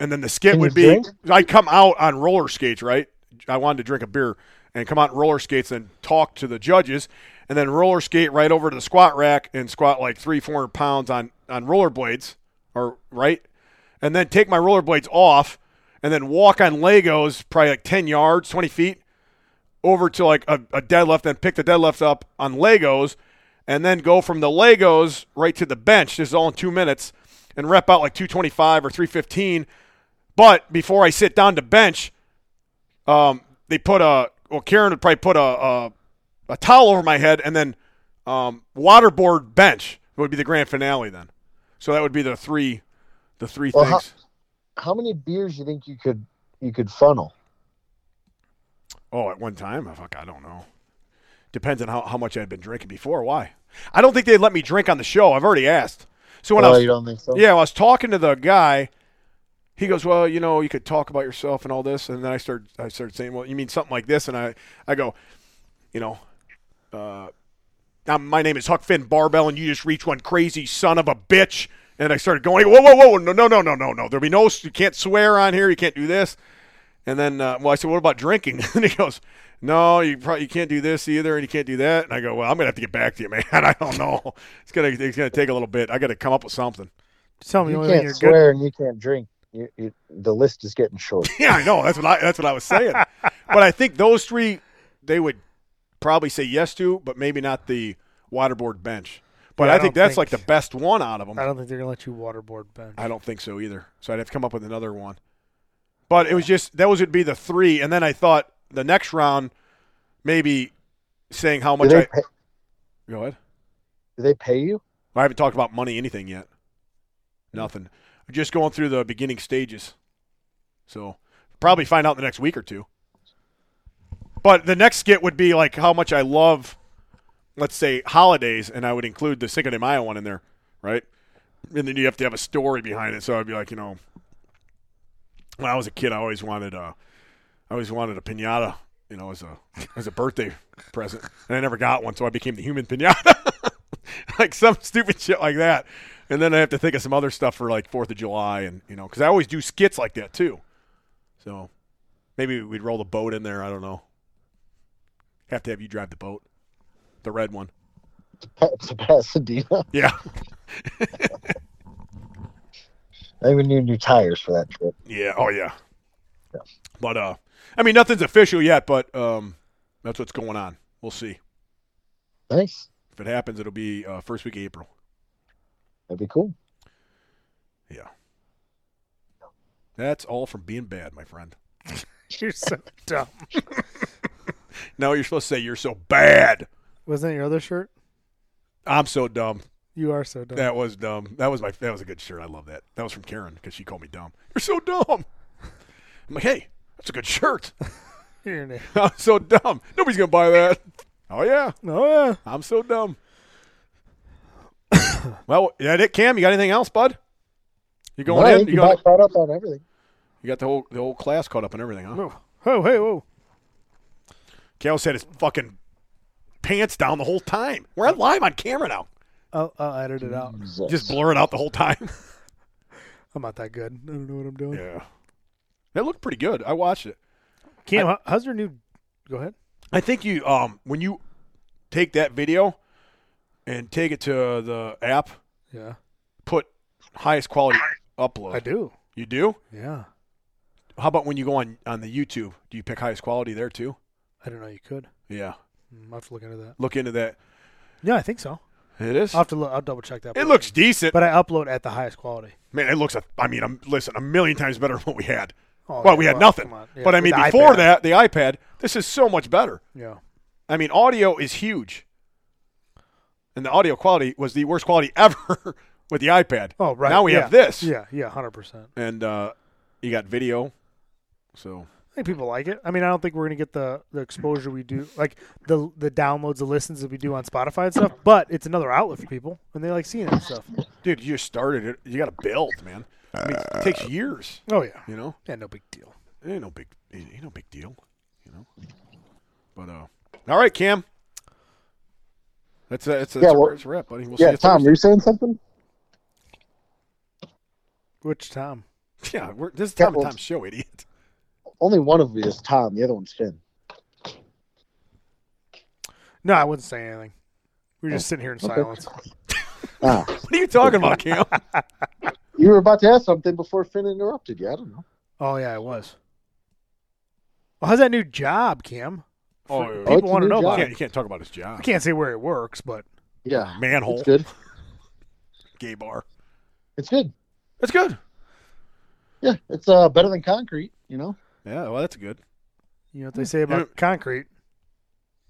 Speaker 4: and then the skit
Speaker 5: Can
Speaker 4: would
Speaker 5: you
Speaker 4: be
Speaker 5: drink?
Speaker 4: I come out on roller skates, right? I wanted to drink a beer and come out on roller skates and talk to the judges, and then roller skate right over to the squat rack and squat like three, four hundred pounds on on rollerblades, or right, and then take my rollerblades off, and then walk on Legos probably like ten yards, twenty feet, over to like a, a deadlift, then pick the deadlift up on Legos, and then go from the Legos right to the bench. This is all in two minutes, and rep out like two twenty five or three fifteen. But before I sit down to bench, um, they put a well, Karen would probably put a a, a towel over my head and then um, waterboard bench would be the grand finale then. So that would be the three, the three
Speaker 5: Well, how-
Speaker 4: things.
Speaker 5: How many beers you think you could you could funnel?
Speaker 4: Oh, at one time, I fuck, I don't know. Depends on how, how much I'd been drinking before. Why? I don't think they let me drink on the show. I've already asked. So when I
Speaker 5: oh,
Speaker 4: was
Speaker 5: you don't think so?
Speaker 4: yeah, when I was talking to the guy. He goes, well, you know, you could talk about yourself and all this, and then I started, I started saying, well, you mean something like this, and I, I go, you know, uh, I'm, my name is Huck Finn Barbell, and you just reach one crazy son of a bitch, and I started going, whoa, whoa, whoa, no, no, no, no, no, no, there'll be no, you can't swear on here, you can't do this, and then, uh, well, I said, what about drinking? and he goes, no, you probably you can't do this either, and you can't do that. And I go, well, I'm gonna have to get back to you, man. I don't know. It's gonna it's gonna take a little bit. I got to come up with something.
Speaker 2: Tell me the
Speaker 5: You
Speaker 2: only thing
Speaker 5: can't
Speaker 2: you're good.
Speaker 5: swear and you can't drink. You, you, the list is getting short.
Speaker 4: Yeah, I know. That's what I that's what I was saying. but I think those three they would probably say yes to, but maybe not the waterboard bench. But
Speaker 2: Yeah, I
Speaker 4: I, think
Speaker 2: don't
Speaker 4: that's like
Speaker 2: think-
Speaker 4: the best one out of them.
Speaker 2: I don't think they're gonna let you waterboard Ben.
Speaker 4: I don't think so either. So I'd have to come up with another one. But it was just those would be the three, and then I thought the next round maybe saying how
Speaker 5: Do
Speaker 4: much
Speaker 5: they,
Speaker 4: I
Speaker 5: pay,
Speaker 4: go ahead.
Speaker 5: do they pay you?
Speaker 4: I haven't talked about money anything yet. Nothing. Just going through the beginning stages. So probably find out in the next week or two. But the next skit would be like how much I love, let's say holidays, and I would include the Cinco de Mayo one in there, right? And then you have to have a story behind it. So I'd be like, you know, when I was a kid, I always wanted a, I always wanted a pinata, you know, as a as a birthday present, and I never got one, so I became the human pinata, like some stupid shit like that. And then I have to think of some other stuff for like Fourth of July, and you know, because I always do skits like that too. So maybe we'd roll the boat in there. I don't know. Have to have you drive the boat, the red one.
Speaker 5: To Pasadena?
Speaker 4: Yeah,
Speaker 5: I even need new tires for that trip.
Speaker 4: yeah, oh yeah. But uh, I mean, nothing's official yet, but um, that's what's going on. We'll see.
Speaker 5: Nice.
Speaker 4: If it happens, it'll be uh, first week of April.
Speaker 5: That'd be cool.
Speaker 4: That's all from being bad, my friend.
Speaker 2: You're so dumb.
Speaker 4: No, you're supposed to say you're so bad.
Speaker 2: Wasn't that your other shirt?
Speaker 4: I'm so dumb.
Speaker 2: You are so dumb.
Speaker 4: That was dumb. That was my. That was a good shirt. I love that. That was from Karen because she called me dumb. You're so dumb. I'm like, hey, that's a good shirt.
Speaker 2: You're an idiot.
Speaker 4: I'm so dumb. Nobody's gonna buy that. Oh yeah,
Speaker 2: Oh yeah.
Speaker 4: I'm so dumb. well, that it, Cam. You got anything else, bud? You going
Speaker 5: No, I
Speaker 4: in?
Speaker 5: think
Speaker 4: You
Speaker 5: you
Speaker 4: going?
Speaker 5: got caught up on everything.
Speaker 4: You got the whole the whole class caught up and everything, huh?
Speaker 2: Whoa. Oh hey whoa.
Speaker 4: Kale's had his fucking pants down the whole time. We're on live on camera now.
Speaker 2: I'll, I'll edit it out.
Speaker 4: Just blur it out the whole time.
Speaker 2: I'm not that good. I don't know what I'm doing.
Speaker 4: Yeah. That looked pretty good. I watched it.
Speaker 2: Cam, how- how's your new? Go ahead.
Speaker 4: I think you um when you take that video and take it to the app,
Speaker 2: Yeah,
Speaker 4: put highest quality upload.
Speaker 2: I do.
Speaker 4: You do?
Speaker 2: Yeah,
Speaker 4: How about when you go on on the YouTube? Do you pick highest quality there too?
Speaker 2: I didn't know you could.
Speaker 4: Yeah.
Speaker 2: Mm, I'll have to look into that.
Speaker 4: Look into that.
Speaker 2: Yeah, I think so.
Speaker 4: It is.
Speaker 2: I'll have to look. I'll double check that.
Speaker 4: It looks decent.
Speaker 2: but I upload at the highest quality.
Speaker 4: Man, it looks a, I mean, I'm listen, a million times better than what we had.
Speaker 2: Oh,
Speaker 4: well,
Speaker 2: yeah,
Speaker 4: we had
Speaker 2: well,
Speaker 4: nothing.
Speaker 2: come on. Yeah,
Speaker 4: but I
Speaker 2: with
Speaker 4: mean,
Speaker 2: the
Speaker 4: before
Speaker 2: iPad.
Speaker 4: that, the iPad, this is so much better.
Speaker 2: Yeah,
Speaker 4: I mean, audio is huge, and the audio quality was the worst quality ever with the iPad.
Speaker 2: Oh, right.
Speaker 4: Now we
Speaker 2: yeah.
Speaker 4: have this.
Speaker 2: Yeah, yeah, hundred percent.
Speaker 4: And uh, you got video. So
Speaker 2: I think people like it. I mean, I don't think we're gonna get the, the exposure we do, like the the downloads, the listens that we do on Spotify and stuff. But it's another outlet for people, and they like seeing that stuff.
Speaker 4: dude, you just started it. You got to build, man. I mean, it takes years,
Speaker 2: Oh yeah,
Speaker 4: you know?
Speaker 2: yeah, no big deal.
Speaker 4: It ain't no big it ain't no big deal, you know. But uh all right, Cam. That's a, that's a,
Speaker 5: Yeah,
Speaker 4: that's a-
Speaker 5: well-
Speaker 4: that's a wrap, buddy. We'll see
Speaker 5: Yeah,
Speaker 4: you
Speaker 5: Tom,
Speaker 4: Thursday.
Speaker 5: were you saying something?
Speaker 2: Which Tom?
Speaker 4: Yeah, we're, this is
Speaker 5: Yeah,
Speaker 4: Tom and
Speaker 5: well-
Speaker 4: Tom's show, idiot.
Speaker 5: Only one of you is Tom. The other one's Finn.
Speaker 2: No, I wouldn't say anything. We were just sitting here in silence.
Speaker 5: Ah,
Speaker 4: What are you talking about, Cam?
Speaker 5: you were about to ask something before Finn interrupted you. I don't know.
Speaker 2: Oh yeah, I was. Well, how's that new job, Cam?
Speaker 4: oh,
Speaker 2: People
Speaker 5: it's a
Speaker 2: want to
Speaker 5: new
Speaker 2: know
Speaker 4: you,
Speaker 2: about
Speaker 5: job.
Speaker 4: can't, you
Speaker 2: it.
Speaker 4: can't talk about his
Speaker 2: I
Speaker 4: job.
Speaker 2: can't say where it works, but
Speaker 5: Yeah,
Speaker 4: Manhole,
Speaker 5: it's good.
Speaker 4: gay bar.
Speaker 5: It's good.
Speaker 4: That's good.
Speaker 5: Yeah, it's uh better than concrete. You know.
Speaker 4: Yeah, well, that's good.
Speaker 2: you know what they say about
Speaker 4: Yeah.
Speaker 2: concrete.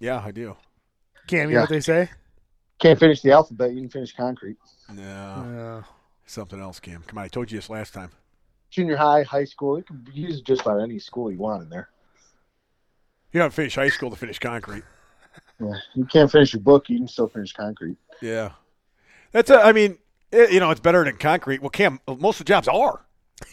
Speaker 4: Yeah, I do.
Speaker 2: Cam, you know
Speaker 5: Yeah.
Speaker 2: what they say?
Speaker 5: Can't finish the alphabet. You can finish concrete.
Speaker 4: No,
Speaker 2: Uh,
Speaker 4: something else, Cam. Come on, I told you this last time.
Speaker 5: Junior high, high school. You can use just about any school you want in there.
Speaker 4: You haven't finished high school to finish concrete.
Speaker 5: Yeah. You can't finish your book. You can still finish concrete.
Speaker 4: Yeah, that's. A, I mean, it, you know, it's better than concrete. Well, Cam, most of the jobs are.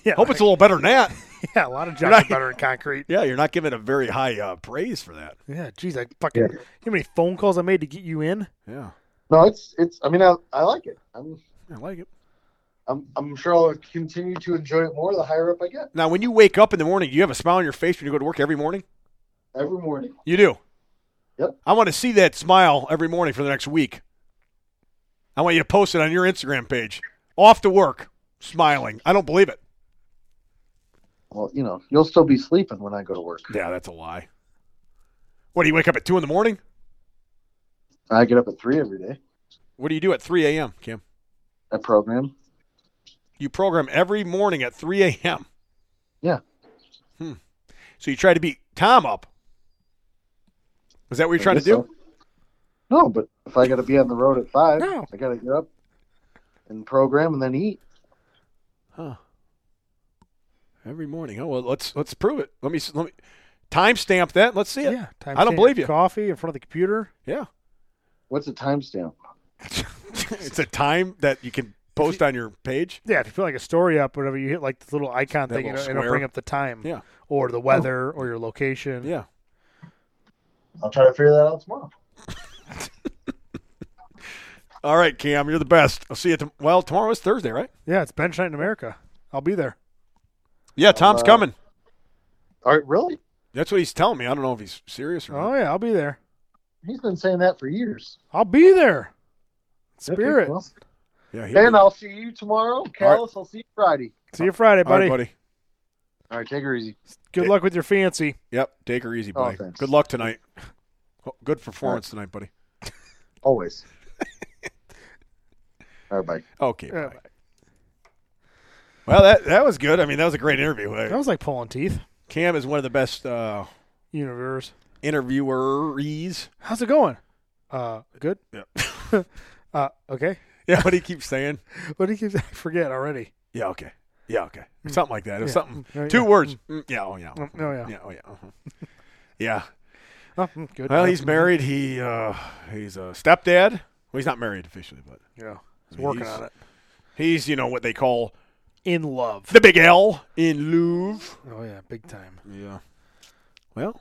Speaker 2: yeah,
Speaker 4: Hope it's a little better than that.
Speaker 2: yeah, a lot of jobs
Speaker 4: Right.
Speaker 2: are better in concrete.
Speaker 4: Yeah, you're not giving a very high uh, praise for that.
Speaker 2: Yeah, geez, I fucking. You know how many phone calls I made to get you in?
Speaker 4: Yeah,
Speaker 5: No, it's it's. I mean, I, I like it. I'm
Speaker 4: I like it.
Speaker 5: I'm I'm sure I'll continue to enjoy it more the higher up I get
Speaker 4: Now, when you wake up in the morning, do you have a smile on your face when you go to work every morning?
Speaker 5: every morning.
Speaker 4: You do.
Speaker 5: Yep.
Speaker 4: I want to see that smile every morning for the next week. I want you to post it on your Instagram page. Off to work, smiling. I don't believe it.
Speaker 5: Well, you know, you'll still be sleeping when I go to work.
Speaker 4: Yeah, that's a lie. What do you wake up at two in the morning?
Speaker 5: I get up at three every day.
Speaker 4: What do you do at three a.m. Kim?
Speaker 5: I program.
Speaker 4: You program every morning at three a.m.
Speaker 5: Yeah.
Speaker 4: Hmm. So you try to beat Tom up. Is that what you're trying to do?
Speaker 5: No, but if I got to be on the road at five,
Speaker 2: No.
Speaker 5: I got to get up and program and then eat.
Speaker 4: Huh. Every morning. Oh well, let's let's prove it. Let me s- let me timestamp that. Let's see it.
Speaker 2: Yeah, time
Speaker 4: I don't believe you.
Speaker 2: Coffee in front of the computer.
Speaker 4: Yeah.
Speaker 5: What's a timestamp?
Speaker 4: it's a time that you can post on your page.
Speaker 2: Yeah, if you feel like a story up, whatever, you hit like this little icon
Speaker 4: That
Speaker 2: thing,
Speaker 4: little
Speaker 2: and it'll
Speaker 4: square.
Speaker 2: bring up the time,
Speaker 4: Yeah. Oh.
Speaker 2: or the weather, or your location.
Speaker 4: Yeah.
Speaker 5: I'll try to figure that out tomorrow.
Speaker 4: All right, Cam, you're the best. I'll see you. Tom- well, tomorrow is Thursday, right?
Speaker 2: yeah, it's bench night in America. I'll be there.
Speaker 4: Yeah, Tom's
Speaker 5: uh,
Speaker 4: coming.
Speaker 5: All right, really?
Speaker 4: That's what he's telling me. I don't know if he's serious or not.
Speaker 2: Oh yeah, I'll be there.
Speaker 5: He's been saying that for years.
Speaker 2: I'll be there.
Speaker 5: Okay,
Speaker 2: Spirit.
Speaker 5: well,
Speaker 4: Yeah, he'll
Speaker 5: Ben,
Speaker 4: be-
Speaker 5: I'll see you tomorrow. Callis, I'll see you Friday.
Speaker 2: See you Friday,
Speaker 4: All right,
Speaker 2: buddy.
Speaker 4: buddy.
Speaker 5: All right, take her easy.
Speaker 2: Good luck with your fancy.
Speaker 4: Yep, take her easy,
Speaker 5: Oh,
Speaker 4: buddy.
Speaker 5: thanks.
Speaker 4: Good luck tonight. Oh, Good performance tonight, buddy.
Speaker 5: Always. All right, bye.
Speaker 4: Okay.
Speaker 2: Yeah.
Speaker 4: bye. Well, that that was good. I mean, that was a great interview. Uh,
Speaker 2: That was like pulling teeth.
Speaker 4: Cam is one of the best uh,
Speaker 2: Universe.
Speaker 4: interviewees.
Speaker 2: How's it going? Uh, good.
Speaker 4: Yeah.
Speaker 2: Uh, okay.
Speaker 4: yeah, what he keeps saying.
Speaker 2: What do you keep? I forget already.
Speaker 4: Yeah, okay. Yeah, okay. Or something like that. Or
Speaker 2: Yeah.
Speaker 4: something.
Speaker 2: Mm, yeah,
Speaker 4: Two
Speaker 2: yeah.
Speaker 4: words. Mm, yeah, oh, yeah.
Speaker 2: Mm, oh, yeah.
Speaker 4: Yeah, oh, yeah. uh-huh. yeah.
Speaker 2: Oh, mm, good.
Speaker 4: Well,
Speaker 2: Uh,
Speaker 4: he's married. He uh, he's a stepdad. Well, he's not married officially, but
Speaker 2: Yeah, he's
Speaker 4: mean,
Speaker 2: working
Speaker 4: he's-
Speaker 2: on it.
Speaker 4: he's you know what they call
Speaker 2: In love.
Speaker 4: the big L in Louvre.
Speaker 2: Oh yeah, big time.
Speaker 4: Yeah. Well,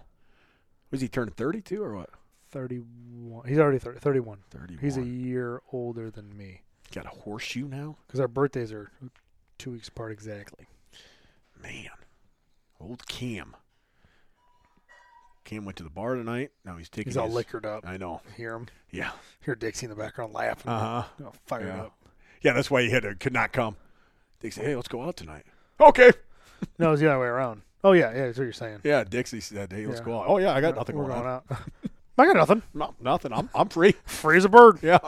Speaker 4: was he turning thirty-two or what?
Speaker 2: Thirty-one. He's already 30, thirty-one.
Speaker 4: Thirty-one.
Speaker 2: He's a year older than me
Speaker 4: got a horseshoe now.
Speaker 2: because our birthdays are two weeks apart exactly.
Speaker 4: Man, old Cam. Cam went to the bar tonight. Now he's taking.
Speaker 2: He's all
Speaker 4: his-
Speaker 2: liquored up.
Speaker 4: I know.
Speaker 2: Hear him.
Speaker 4: Yeah.
Speaker 2: Hear Dixie in the background laughing.
Speaker 4: Uh huh.
Speaker 2: Oh, fired
Speaker 4: Yeah.
Speaker 2: up.
Speaker 4: Yeah, that's why he had to, could not come. They say, "Hey, let's go out tonight." Okay.
Speaker 2: No, it's the other way around. Oh yeah, yeah. That's what you're saying.
Speaker 4: Yeah, Dixie said, "Hey, let's
Speaker 2: Yeah.
Speaker 4: go out." Oh yeah, I got nothing
Speaker 2: We're
Speaker 4: going, on.
Speaker 2: out. I got nothing.
Speaker 4: No, nothing. I'm I'm free.
Speaker 2: Free as a bird.
Speaker 4: Yeah.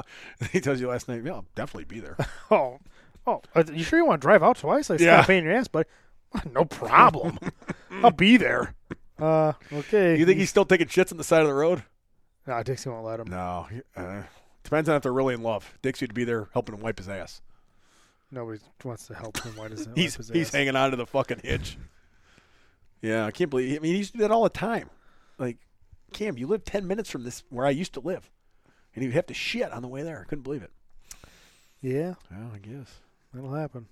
Speaker 4: He tells you last night, yeah, I'll definitely be there.
Speaker 2: Oh, oh. uh, You sure you want to drive out twice? Like,
Speaker 4: Yeah.
Speaker 2: stop paying your ass, buddy. No problem. I'll be there. Uh, okay.
Speaker 4: you think he's still taking shits on the side of the road?
Speaker 2: Nah, Dixie won't let him.
Speaker 4: No. he- Uh, depends on if they're really in love. Dixie would be there helping him wipe his ass.
Speaker 2: Nobody wants to help him. Why does that?
Speaker 4: He's he's hanging on to the fucking hitch. yeah, I can't believe. I mean, he used to do that all the time. Like, Cam, you live ten minutes from this where I used to live, and he'd have to shit on the way there. I couldn't believe it.
Speaker 2: Yeah,
Speaker 4: Well, I guess.
Speaker 2: that'll happen.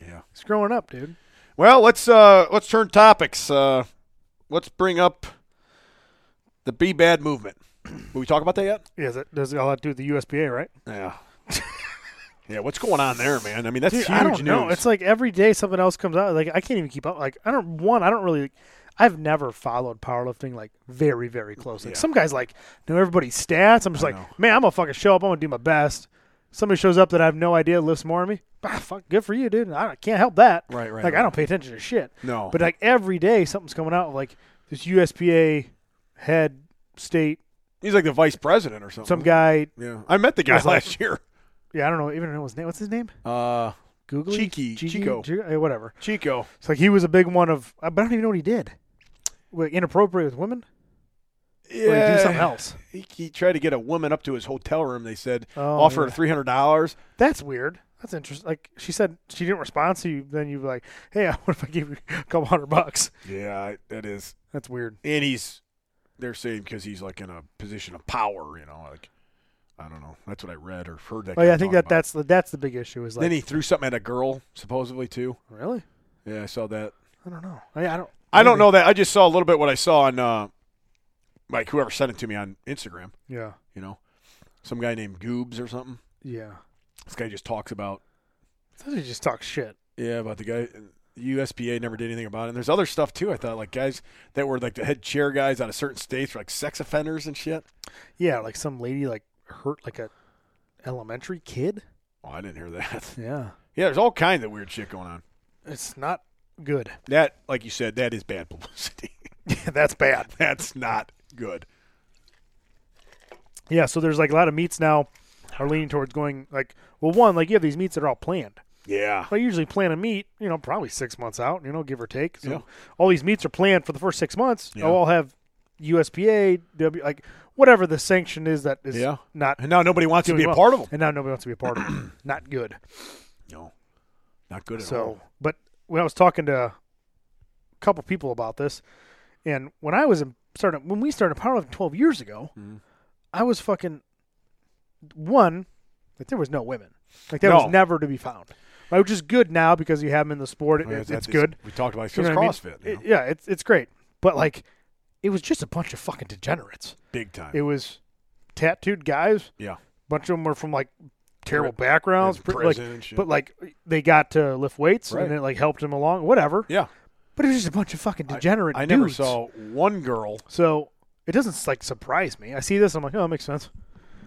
Speaker 4: Yeah.
Speaker 2: He's growing up, dude.
Speaker 4: Well, let's uh let's turn topics. Uh, let's bring up the Be Bad movement. Will we talk about that yet?
Speaker 2: Yeah, that does all have to do with the USPA, right?
Speaker 4: Yeah. yeah, what's going on there, man? I mean, that's
Speaker 2: Dude,
Speaker 4: huge
Speaker 2: I don't
Speaker 4: news.
Speaker 2: know. It's like every day something else comes out. Like I can't even keep up. Like I don't one. I don't really. I've never followed powerlifting like very very closely.
Speaker 4: Yeah.
Speaker 2: Some guys like know everybody's stats. I'm just like,
Speaker 4: know.
Speaker 2: man, I'm gonna fucking show up. I'm gonna do my best. Somebody shows up that I have no idea lifts more than me. Bah, fuck, good for you, dude. I don't- can't help that.
Speaker 4: Right, right,
Speaker 2: Like
Speaker 4: right.
Speaker 2: I don't pay attention to shit.
Speaker 4: No.
Speaker 2: But like every day something's coming out. Like this USPA head state.
Speaker 4: He's like the vice president or something.
Speaker 2: Some guy.
Speaker 4: Yeah. I met the guy
Speaker 2: Was like-
Speaker 4: last year.
Speaker 2: Yeah, I don't know. Even know his name. What's his name?
Speaker 4: Uh,
Speaker 2: Googly.
Speaker 4: Cheeky,
Speaker 2: Cheeky?
Speaker 4: Chico.
Speaker 2: Ju- eh, whatever.
Speaker 4: Chico.
Speaker 2: It's like he was a big one of, uh, but I don't even know what he did. Wait, inappropriate with women? Or did he do something else?
Speaker 4: He, he tried to get a woman up to his hotel room. They said
Speaker 2: Oh,
Speaker 4: offer her
Speaker 2: yeah.
Speaker 4: three hundred dollars.
Speaker 2: That's weird. That's interesting. Like she said, she didn't respond to you. Then you were like, "Hey, what if I give you a couple hundred bucks?"
Speaker 4: Yeah, I- that is.
Speaker 2: That's weird.
Speaker 4: And he's they're saying because he's like in a position of power. You know, like I don't know. That's what I read or heard. That.
Speaker 2: Oh
Speaker 4: guy
Speaker 2: yeah, I think
Speaker 4: talk
Speaker 2: that
Speaker 4: about.
Speaker 2: that's the that's the big issue. Is like
Speaker 4: then he threw something at a girl supposedly too.
Speaker 2: really?
Speaker 4: Yeah, I saw that.
Speaker 2: I don't know. I, I don't.
Speaker 4: I don't
Speaker 2: maybe.
Speaker 4: know that. I just saw a little bit what I saw on uh, like whoever sent it to me on Instagram.
Speaker 2: Yeah,
Speaker 4: You know, some guy named Goobs or something.
Speaker 2: yeah.
Speaker 4: This guy just talks about
Speaker 2: Sometimes you just talk shit.
Speaker 4: Yeah, about the guy. USPA never did anything about it. And there's other stuff too. I thought like guys that were like the head chair guys out of certain states were like sex offenders and shit.
Speaker 2: Yeah, like some lady like hurt like a elementary kid.
Speaker 4: Oh, I didn't hear that.
Speaker 2: Yeah,
Speaker 4: Yeah, there's all kinds of weird shit going on.
Speaker 2: it's not good.
Speaker 4: That, like you said, that is bad publicity.
Speaker 2: that's bad.
Speaker 4: That's not good.
Speaker 2: Yeah, so there's like a lot of meats now are leaning towards going like well one, like you have these meats that are all planned.
Speaker 4: Yeah.
Speaker 2: They usually plan a meat, you know, probably six months out, you know, give or take. So
Speaker 4: Yeah.
Speaker 2: all these meats are planned for the first six months.
Speaker 4: Yeah.
Speaker 2: They'll all have USPA, W like whatever the sanction is that is
Speaker 4: Yeah.
Speaker 2: not
Speaker 4: And now nobody wants to
Speaker 2: doing
Speaker 4: be a
Speaker 2: well.
Speaker 4: part of them.
Speaker 2: And now nobody wants to be a part of them. Not good.
Speaker 4: No, not good at
Speaker 2: So
Speaker 4: all.
Speaker 2: but when I was talking to a couple people about this and when I was in started when we started powerlifting twelve years ago,
Speaker 4: Mm-hmm.
Speaker 2: I was fucking one, like there was no women. Like that
Speaker 4: No.
Speaker 2: was never to be found. Right, which is good now because you have them in the sport. It,
Speaker 4: Yeah,
Speaker 2: it's
Speaker 4: that
Speaker 2: it's
Speaker 4: is-
Speaker 2: good.
Speaker 4: We talked about it.
Speaker 2: You know what I mean?
Speaker 4: CrossFit. you know?
Speaker 2: It- yeah, it's it's great. But like it was just a bunch of fucking degenerates.
Speaker 4: big time.
Speaker 2: It was tattooed guys.
Speaker 4: yeah.
Speaker 2: bunch of them were from like terrible
Speaker 4: Pri-
Speaker 2: backgrounds.
Speaker 4: yeah,
Speaker 2: pr-
Speaker 4: prison
Speaker 2: like,
Speaker 4: and shit.
Speaker 2: But like they got to lift weights
Speaker 4: Right.
Speaker 2: and it like helped them along. Whatever.
Speaker 4: Yeah.
Speaker 2: But it was just a bunch of fucking degenerate
Speaker 4: I never
Speaker 2: dudes.
Speaker 4: saw one girl.
Speaker 2: So it doesn't like surprise me. I see this. I'm like, oh, that makes sense.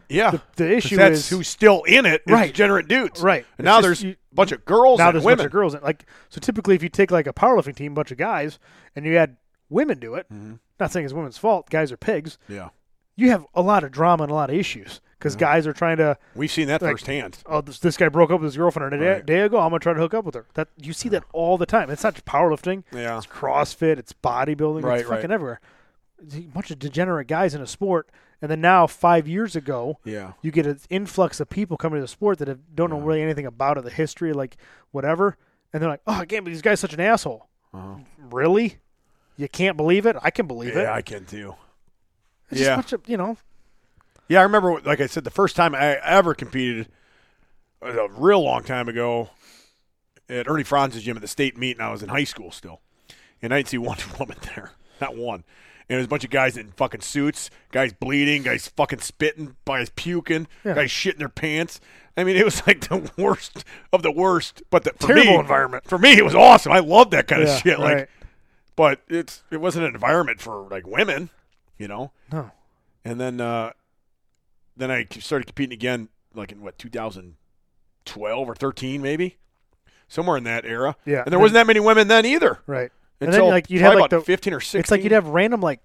Speaker 4: Yeah.
Speaker 2: the
Speaker 4: 'Cause
Speaker 2: issue
Speaker 4: that's
Speaker 2: is-
Speaker 4: who's still in it. is
Speaker 2: Right.
Speaker 4: Degenerate dudes.
Speaker 2: Right.
Speaker 4: And
Speaker 2: It's
Speaker 4: now
Speaker 2: just
Speaker 4: there's
Speaker 2: you-
Speaker 4: a bunch of girls
Speaker 2: now
Speaker 4: and
Speaker 2: there's
Speaker 4: women.
Speaker 2: a bunch of girls in, like so typically if you take like a powerlifting team bunch of guys and you had women do it
Speaker 4: Mm-hmm.
Speaker 2: not saying it's women's fault guys are pigs
Speaker 4: Yeah,
Speaker 2: you have a lot of drama and a lot of issues because guys are trying to
Speaker 4: we've seen that
Speaker 2: Like-
Speaker 4: firsthand.
Speaker 2: oh this, this guy broke up with his girlfriend a day,
Speaker 4: Right.
Speaker 2: day ago i'm gonna try to hook up with her that you see that all the time it's not just powerlifting
Speaker 4: Yeah.
Speaker 2: it's crossfit it's bodybuilding
Speaker 4: Right,
Speaker 2: it's fucking
Speaker 4: right.
Speaker 2: everywhere It's a bunch of degenerate guys in a sport and then now five years ago
Speaker 4: Yeah,
Speaker 2: you get an influx of people coming to the sport that have, don't know really anything about it, the history, like whatever, and they're like, "Oh, I can't believe this guy's such an asshole." Really? You can't believe it? I can believe
Speaker 4: Uh-huh. yeah,
Speaker 2: it.
Speaker 4: I can too.
Speaker 2: It's
Speaker 4: yeah.
Speaker 2: just a bunch of you know,
Speaker 4: Yeah, I remember, like I said, the first time I ever competed was a real long time ago at Ernie Franz's gym at the state meet, and I was in high school still, and I didn't see one woman there, not one. And there's a bunch of guys in fucking suits, guys bleeding, guys fucking spitting, guys puking,
Speaker 2: Yeah.
Speaker 4: guys shitting their pants. I mean, it was like the worst of the worst. But the for
Speaker 2: Terrible
Speaker 4: me-
Speaker 2: environment.
Speaker 4: for me. It was awesome. I love that kind
Speaker 2: Yeah,
Speaker 4: of shit.
Speaker 2: right.
Speaker 4: Like, but it's it wasn't an environment for like women, you know.
Speaker 2: no,
Speaker 4: And then uh, then I c- started competing again, like in what 2012 or 13, maybe somewhere in that era.
Speaker 2: Yeah.
Speaker 4: And there wasn't that many women then either.
Speaker 2: right? And
Speaker 4: Until
Speaker 2: then like you'd have
Speaker 4: probably
Speaker 2: like
Speaker 4: about
Speaker 2: the
Speaker 4: 15 or 16.
Speaker 2: it's like you'd have random like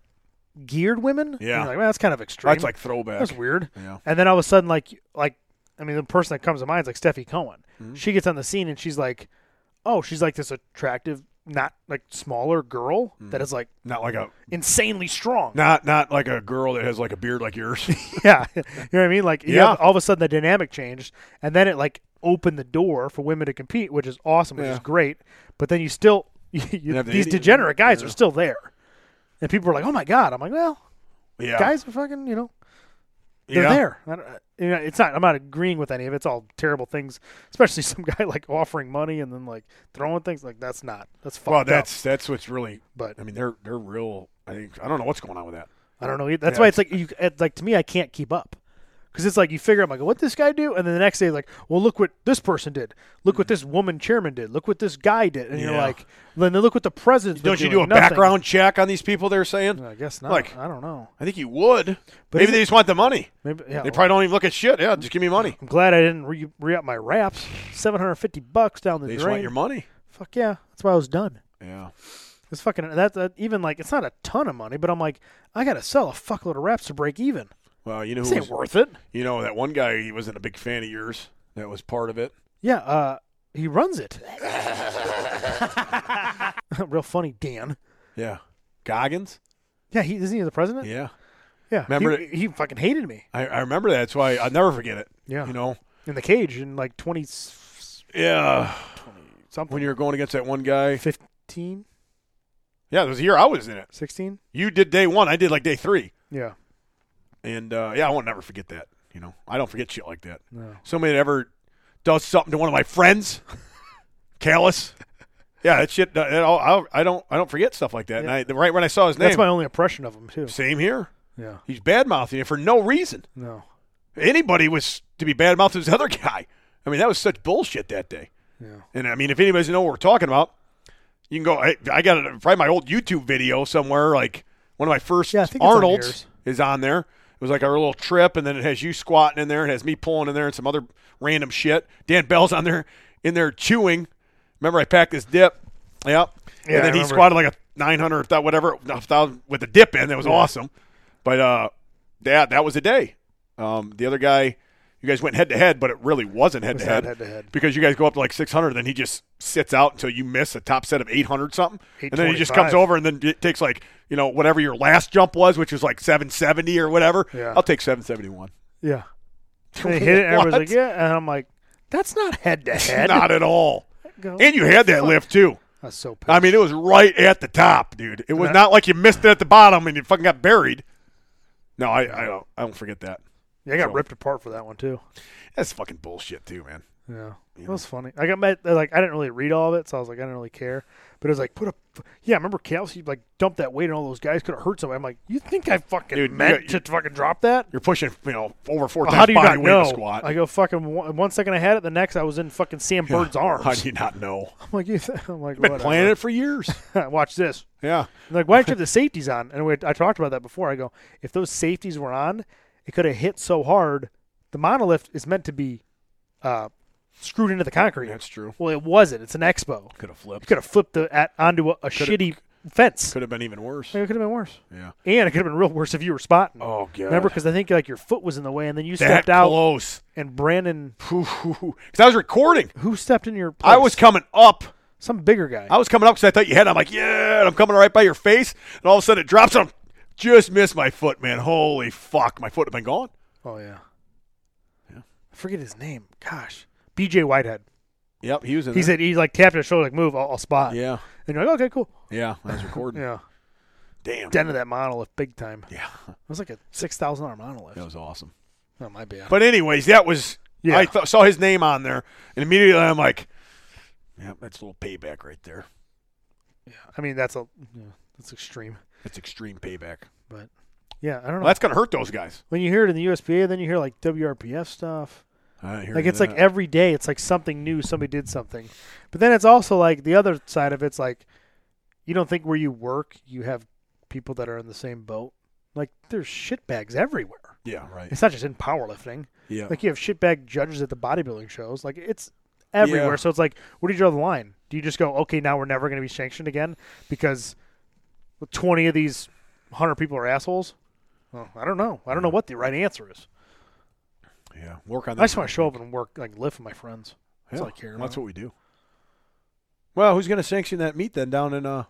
Speaker 2: geared women. and
Speaker 4: Yeah.
Speaker 2: you're like well, that's kind of extreme.
Speaker 4: that's like throwback.
Speaker 2: that's weird.
Speaker 4: Yeah.
Speaker 2: And then all of a sudden, like like I mean, the person
Speaker 4: Mm-hmm.
Speaker 2: that comes to mind is like Steffi Cohen. She gets on the scene and she's like, "Oh, she's like this attractive not like smaller girl that is like
Speaker 4: Mm-hmm. Not like a
Speaker 2: insanely strong.
Speaker 4: not not like a girl that has like a beard like yours.
Speaker 2: Yeah, you know what I mean. Like, you
Speaker 4: Yeah.
Speaker 2: have- all of a sudden the dynamic changed, and then it like opened the door for women to compete, which is awesome, which
Speaker 4: Yeah.
Speaker 2: is great. But then you still you,
Speaker 4: have the
Speaker 2: these
Speaker 4: idiot-
Speaker 2: degenerate guys
Speaker 4: yeah.
Speaker 2: are still there, and people are like, "Oh my god!" I'm like, "Well,
Speaker 4: yeah,
Speaker 2: guys are fucking, you know, they're
Speaker 4: yeah.
Speaker 2: there." I don't, uh, you know, it's not. I'm not agreeing with any of it. It's all terrible things, especially some guy like offering money and then like throwing things. Like that's not. That's fucked
Speaker 4: Well,
Speaker 2: up.
Speaker 4: that's that's what's really.
Speaker 2: But
Speaker 4: I mean, they're they're real. I think I don't know what's going on with that.
Speaker 2: I don't know. That's
Speaker 4: Yeah.
Speaker 2: why it's like you it, like to me I can't keep up. Cuz it's like you figure out like what this guy do and then the next day like, well look what this person did. Look what this woman chairman did. Look what this guy did. And you're
Speaker 4: Yeah.
Speaker 2: like, then look what the president
Speaker 4: Don't you do a background check on these people? They're saying.
Speaker 2: I guess not.
Speaker 4: Like-
Speaker 2: I don't know.
Speaker 4: I think you would. Maybe
Speaker 2: is
Speaker 4: they just want the money.
Speaker 2: Maybe yeah.
Speaker 4: They probably don't even look at shit. Yeah, just give me money.
Speaker 2: I'm glad I didn't re- re-up my wraps. 750 bucks down the
Speaker 4: They just
Speaker 2: drain.
Speaker 4: want your money.
Speaker 2: Fuck yeah. That's why I was done.
Speaker 4: Yeah.
Speaker 2: It's fucking that, that even like it's not a ton of money, but I'm like I got to sell a fuckload of wraps to break even.
Speaker 4: Well, you know
Speaker 2: This
Speaker 4: who
Speaker 2: ain't
Speaker 4: was,
Speaker 2: worth it.
Speaker 4: you know that one guy. He wasn't a big fan of yours. That was part of it.
Speaker 2: Yeah, uh, he runs it. Real funny, Dan.
Speaker 4: Yeah. Goggins.
Speaker 2: Yeah, he isn't he the president?
Speaker 4: Yeah.
Speaker 2: yeah.
Speaker 4: Remember
Speaker 2: he, he fucking hated me
Speaker 4: I, I remember that. That's why I'll never forget it.
Speaker 2: Yeah.
Speaker 4: You know.
Speaker 2: in the cage in like twenty s-
Speaker 4: Yeah. When
Speaker 2: something,
Speaker 4: you were going against that one guy.
Speaker 2: 15,
Speaker 4: Yeah, it was the year I was in it.
Speaker 2: 16?
Speaker 4: You did day one. I did like day three.
Speaker 2: Yeah,
Speaker 4: And uh, yeah, I won't never forget that. You know, I don't forget shit like that.
Speaker 2: no,
Speaker 4: Somebody that ever does something to one of my friends, callous. Yeah, that shit. That, I'll, I'll, I don't. I don't forget stuff like that. And I, the- right when I saw his name,
Speaker 2: that's my only impression of him too.
Speaker 4: same here.
Speaker 2: Yeah,
Speaker 4: He's bad mouthing it for no reason.
Speaker 2: no,
Speaker 4: Anybody was to be bad mouthing this other guy. I mean, that was such bullshit that day.
Speaker 2: yeah,
Speaker 4: And I mean, if anybody doesn't know what we're talking about, you can go. I, I got it, probably my old YouTube video somewhere. Like one of my first
Speaker 2: Yeah, I think it's on
Speaker 4: Arnold's
Speaker 2: yours.
Speaker 4: is on there. It was like our little trip, and then it has you squatting in there, it has me pulling in there, and some other random shit. Dan Bell's on there in there chewing. Remember, I packed this dip. Yep.
Speaker 2: Yeah,
Speaker 4: and
Speaker 2: I
Speaker 4: then he
Speaker 2: remember.
Speaker 4: squatted like a 900 thou- whatever no, thousand with the dip in. That was awesome. But uh, that that was the day. Um, the other guy, you guys went head to head, but it really wasn't head to
Speaker 2: not
Speaker 4: head.
Speaker 2: head-to-head.
Speaker 4: because you guys go up to like 600, then he just sits out until you miss a top set of 800 something, and then he just
Speaker 2: 825.
Speaker 4: comes over and then it takes like you know whatever your last jump was, which was like 770 or whatever.
Speaker 2: Yeah.
Speaker 4: I'll take 771.
Speaker 2: yeah. And they hit it, and
Speaker 4: What?
Speaker 2: everybody's like, "Yeah," and I'm like, "That's not head to head."
Speaker 4: Not at all.
Speaker 2: Go.
Speaker 4: And you had that lift too.
Speaker 2: That's so. Pissed.
Speaker 4: I mean, it was right at the top, dude. It was
Speaker 2: Yeah.
Speaker 4: not like you missed it at the bottom and you fucking got buried. No, I, I don't. I don't forget that.
Speaker 2: yeah, I got ripped apart for that one too.
Speaker 4: That's fucking bullshit too, man.
Speaker 2: Yeah. It was funny. I got mad. Like, I didn't really read all of it, so I was like, I didn't really care. But it was like, put up. Yeah, I remember Kelsey, like, dumped that weight and all those guys could have hurt somebody. I'm like, you think I fucking
Speaker 4: Dude, you
Speaker 2: meant
Speaker 4: got- you-
Speaker 2: to fucking drop that?
Speaker 4: You're pushing, you know, over four times
Speaker 2: How do you
Speaker 4: body
Speaker 2: not
Speaker 4: weight to
Speaker 2: know?
Speaker 4: squat.
Speaker 2: I go, fucking, one, one second I had it, the next I was in fucking Sam Bird's arms.
Speaker 4: How do you not know?
Speaker 2: I'm like, you th- I'm like,
Speaker 4: I've been
Speaker 2: whatever.
Speaker 4: planning it for years.
Speaker 2: Watch this.
Speaker 4: yeah.
Speaker 2: They're like, why don't you have the safeties on? And we, I talked about that before. I go, if those safeties were on, it could have hit so hard. The monolith is meant to be uh, screwed into the concrete.
Speaker 4: That's true.
Speaker 2: Well, it wasn't. It's an expo.
Speaker 4: Could have
Speaker 2: You
Speaker 4: flipped.
Speaker 2: could have flipped the at, onto a, a shitty fence.
Speaker 4: Could have been even worse.
Speaker 2: It could have been worse.
Speaker 4: Yeah.
Speaker 2: And it could have been real worse if you were spotting.
Speaker 4: Oh god.
Speaker 2: Remember, because I think like your foot was in the way, and then you
Speaker 4: that
Speaker 2: stepped out,
Speaker 4: close?
Speaker 2: and Brandon,
Speaker 4: Because I was recording.
Speaker 2: who stepped in your? Place?
Speaker 4: I was coming up.
Speaker 2: some bigger guy.
Speaker 4: I was coming up because I thought you had. it. I'm like, yeah, and I'm coming right by your face, and all of a sudden it drops. And I'm just missed my foot, man. Holy fuck, my foot had been gone.
Speaker 2: oh yeah, yeah. I forget his name. Gosh, B.J. Whitehead.
Speaker 4: Yep, he was in.
Speaker 2: He said he like tapped his shoulder, like move, I'll, I'll spot.
Speaker 4: yeah,
Speaker 2: And you're like, okay, cool.
Speaker 4: yeah, I was recording.
Speaker 2: Yeah.
Speaker 4: Damn.
Speaker 2: Den of that monolith, big time. It
Speaker 4: Yeah,
Speaker 2: was like a six thousand dollar monolith.
Speaker 4: that was awesome.
Speaker 2: Oh my bad.
Speaker 4: But anyways, that was.
Speaker 2: Yeah.
Speaker 4: I th- saw his name on there, and immediately I'm like, yeah, that's a little payback right there.
Speaker 2: I mean, that's a yeah, that's extreme.
Speaker 4: That's extreme payback.
Speaker 2: But yeah, I don't know.
Speaker 4: Well, that's gonna hurt those guys.
Speaker 2: when you hear it in the USPA, then you hear like WRPF stuff.
Speaker 4: I hear
Speaker 2: Like it's like
Speaker 4: that.
Speaker 2: every day, it's like something new. Somebody did something, but then it's also like the other side of it's like, you don't think where you work, you have people that are in the same boat. Like there's shitbags everywhere.
Speaker 4: yeah, right.
Speaker 2: It's not just in powerlifting.
Speaker 4: Yeah,
Speaker 2: Like you have shitbag judges at the bodybuilding shows. Like it's everywhere.
Speaker 4: Yeah.
Speaker 2: So it's like, where do you draw the line? Do you just go, okay, now we're never going to be sanctioned again because twenty of these hundred people are assholes? Well, I don't know. I don't know what the right answer is.
Speaker 4: yeah. Work on that.
Speaker 2: I just want to show up and work, like live with my friends. That's
Speaker 4: Yeah,
Speaker 2: all I care
Speaker 4: That's
Speaker 2: about.
Speaker 4: what we do. Well, who's going to sanction that meet then down in uh,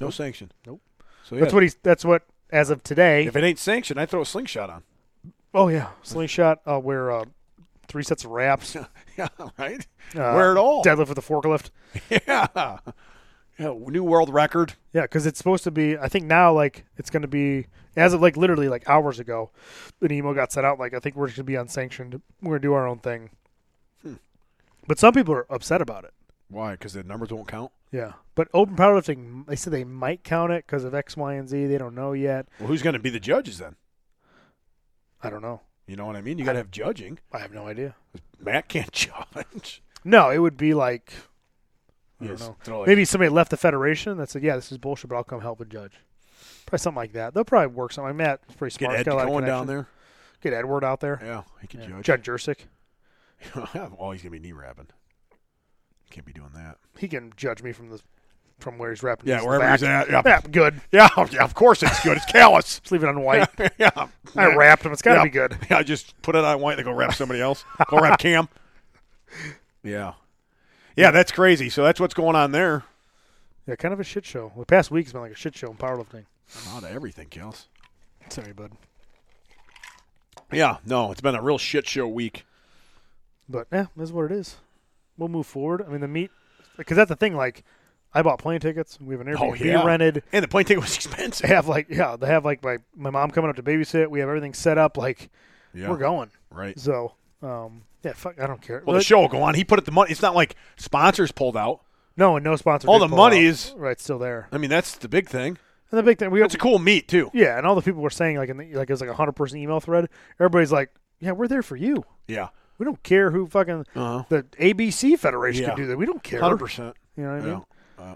Speaker 4: no sanction? Nope. So yeah,
Speaker 2: That's what he's. That's what as of today.
Speaker 4: if it ain't sanctioned, I throw a slingshot on.
Speaker 2: Oh yeah, slingshot. I'll wear uh, three sets of wraps. Uh,
Speaker 4: yeah, right. Wear it all.
Speaker 2: Deadlift with a forklift.
Speaker 4: yeah. Yeah, new world record.
Speaker 2: Yeah, because it's supposed to be. I think now, like, it's going to be as of like literally like hours ago, an email got sent out. Like, I think we're just going to be unsanctioned. We're going to do our own thing.
Speaker 4: Hmm.
Speaker 2: But some people are upset about it.
Speaker 4: Why? Because the numbers won't count.
Speaker 2: Yeah, but open powerlifting, they said they might count it because of X, Y, and Z. They don't know yet.
Speaker 4: Well, who's going to be the judges then?
Speaker 2: I don't know.
Speaker 4: You know what I mean? You got to have judging.
Speaker 2: I have no idea.
Speaker 4: Matt can't judge.
Speaker 2: No, it would be like
Speaker 4: I
Speaker 2: don't know. maybe somebody left the federation that said, "Yeah, this is bullshit," but I'll come help a judge. Probably something like that. They'll probably work something. Like Matt's pretty
Speaker 4: get
Speaker 2: smart.
Speaker 4: Ed
Speaker 2: got a lot of
Speaker 4: going down
Speaker 2: connections.
Speaker 4: there.
Speaker 2: Get Edward out there.
Speaker 4: Yeah, he can judge.
Speaker 2: Judd Jursic.
Speaker 4: oh, he's going to be knee wrapping. Can't be doing that.
Speaker 2: He can judge me from the from where he's rapping.
Speaker 4: Yeah,
Speaker 2: his
Speaker 4: wherever
Speaker 2: back.
Speaker 4: he's at. Yeah.
Speaker 2: Yeah, good.
Speaker 4: Yeah, yeah, of course it's good. It's callous.
Speaker 2: Just leave it on white.
Speaker 4: yeah.
Speaker 2: I wrapped him. It's got to be good.
Speaker 4: Yeah, just put it on white and go wrap somebody else. Go wrap Cam. Yeah. Yeah, that's crazy. So that's what's going on there.
Speaker 2: Yeah, kind of a shit show. The past week's been like a shit show in powerlifting.
Speaker 4: I'm out of everything, Kels.
Speaker 2: Sorry, bud.
Speaker 4: Yeah, no, it's been a real shit show week.
Speaker 2: But yeah, that's what it is. We'll move forward. I mean, the meet because that's the thing. Like, I bought plane tickets. We have an
Speaker 4: Oh,
Speaker 2: Airbnb rented.
Speaker 4: And the plane ticket was expensive.
Speaker 2: They have like yeah, they have like my my mom coming up to babysit. We have everything set up. Like,
Speaker 4: Yeah.
Speaker 2: we're going.
Speaker 4: Right.
Speaker 2: So, um, yeah, fuck, I don't care.
Speaker 4: Well, the show will go on. He put it the money. It's not like sponsors pulled out.
Speaker 2: no, and no sponsor.
Speaker 4: all
Speaker 2: did
Speaker 4: the
Speaker 2: pull out.
Speaker 4: money is-
Speaker 2: right, still there.
Speaker 4: I mean, that's the big thing.
Speaker 2: And the big thing we
Speaker 4: It's a cool meet, too.
Speaker 2: yeah, and all the people were saying like in the, like it was like a hundred person email thread. Everybody's like, yeah, we're there for you.
Speaker 4: Yeah.
Speaker 2: We don't care who fucking
Speaker 4: Uh-huh.
Speaker 2: the ABC Federation
Speaker 4: Yeah.
Speaker 2: can do that. We don't care.
Speaker 4: 100%.
Speaker 2: You know what I mean?
Speaker 4: Yeah. Uh,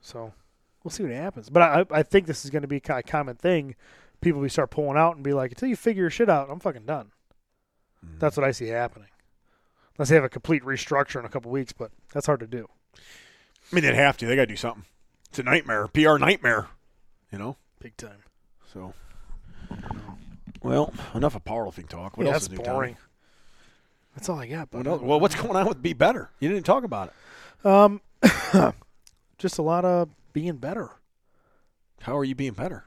Speaker 2: So we'll see what happens. But I, I I think this is going to be kind of common thing. People will start pulling out and be like, until you figure your shit out, I'm fucking done.
Speaker 4: Mm-hmm.
Speaker 2: That's what I see happening. Unless they have a complete restructure in a couple weeks, but that's hard to do.
Speaker 4: I mean, they'd have to. They got to do something. It's a nightmare. PR nightmare. You know?
Speaker 2: Big time.
Speaker 4: So. Well, enough of powerlifting talk. What
Speaker 2: yeah,
Speaker 4: else
Speaker 2: that's
Speaker 4: is new, Tommy?
Speaker 2: boring. That's all I got.
Speaker 4: What
Speaker 2: But
Speaker 4: else? Well, what's going on with Be Better? You didn't talk about it.
Speaker 2: um, just a lot of being better.
Speaker 4: How are you being better?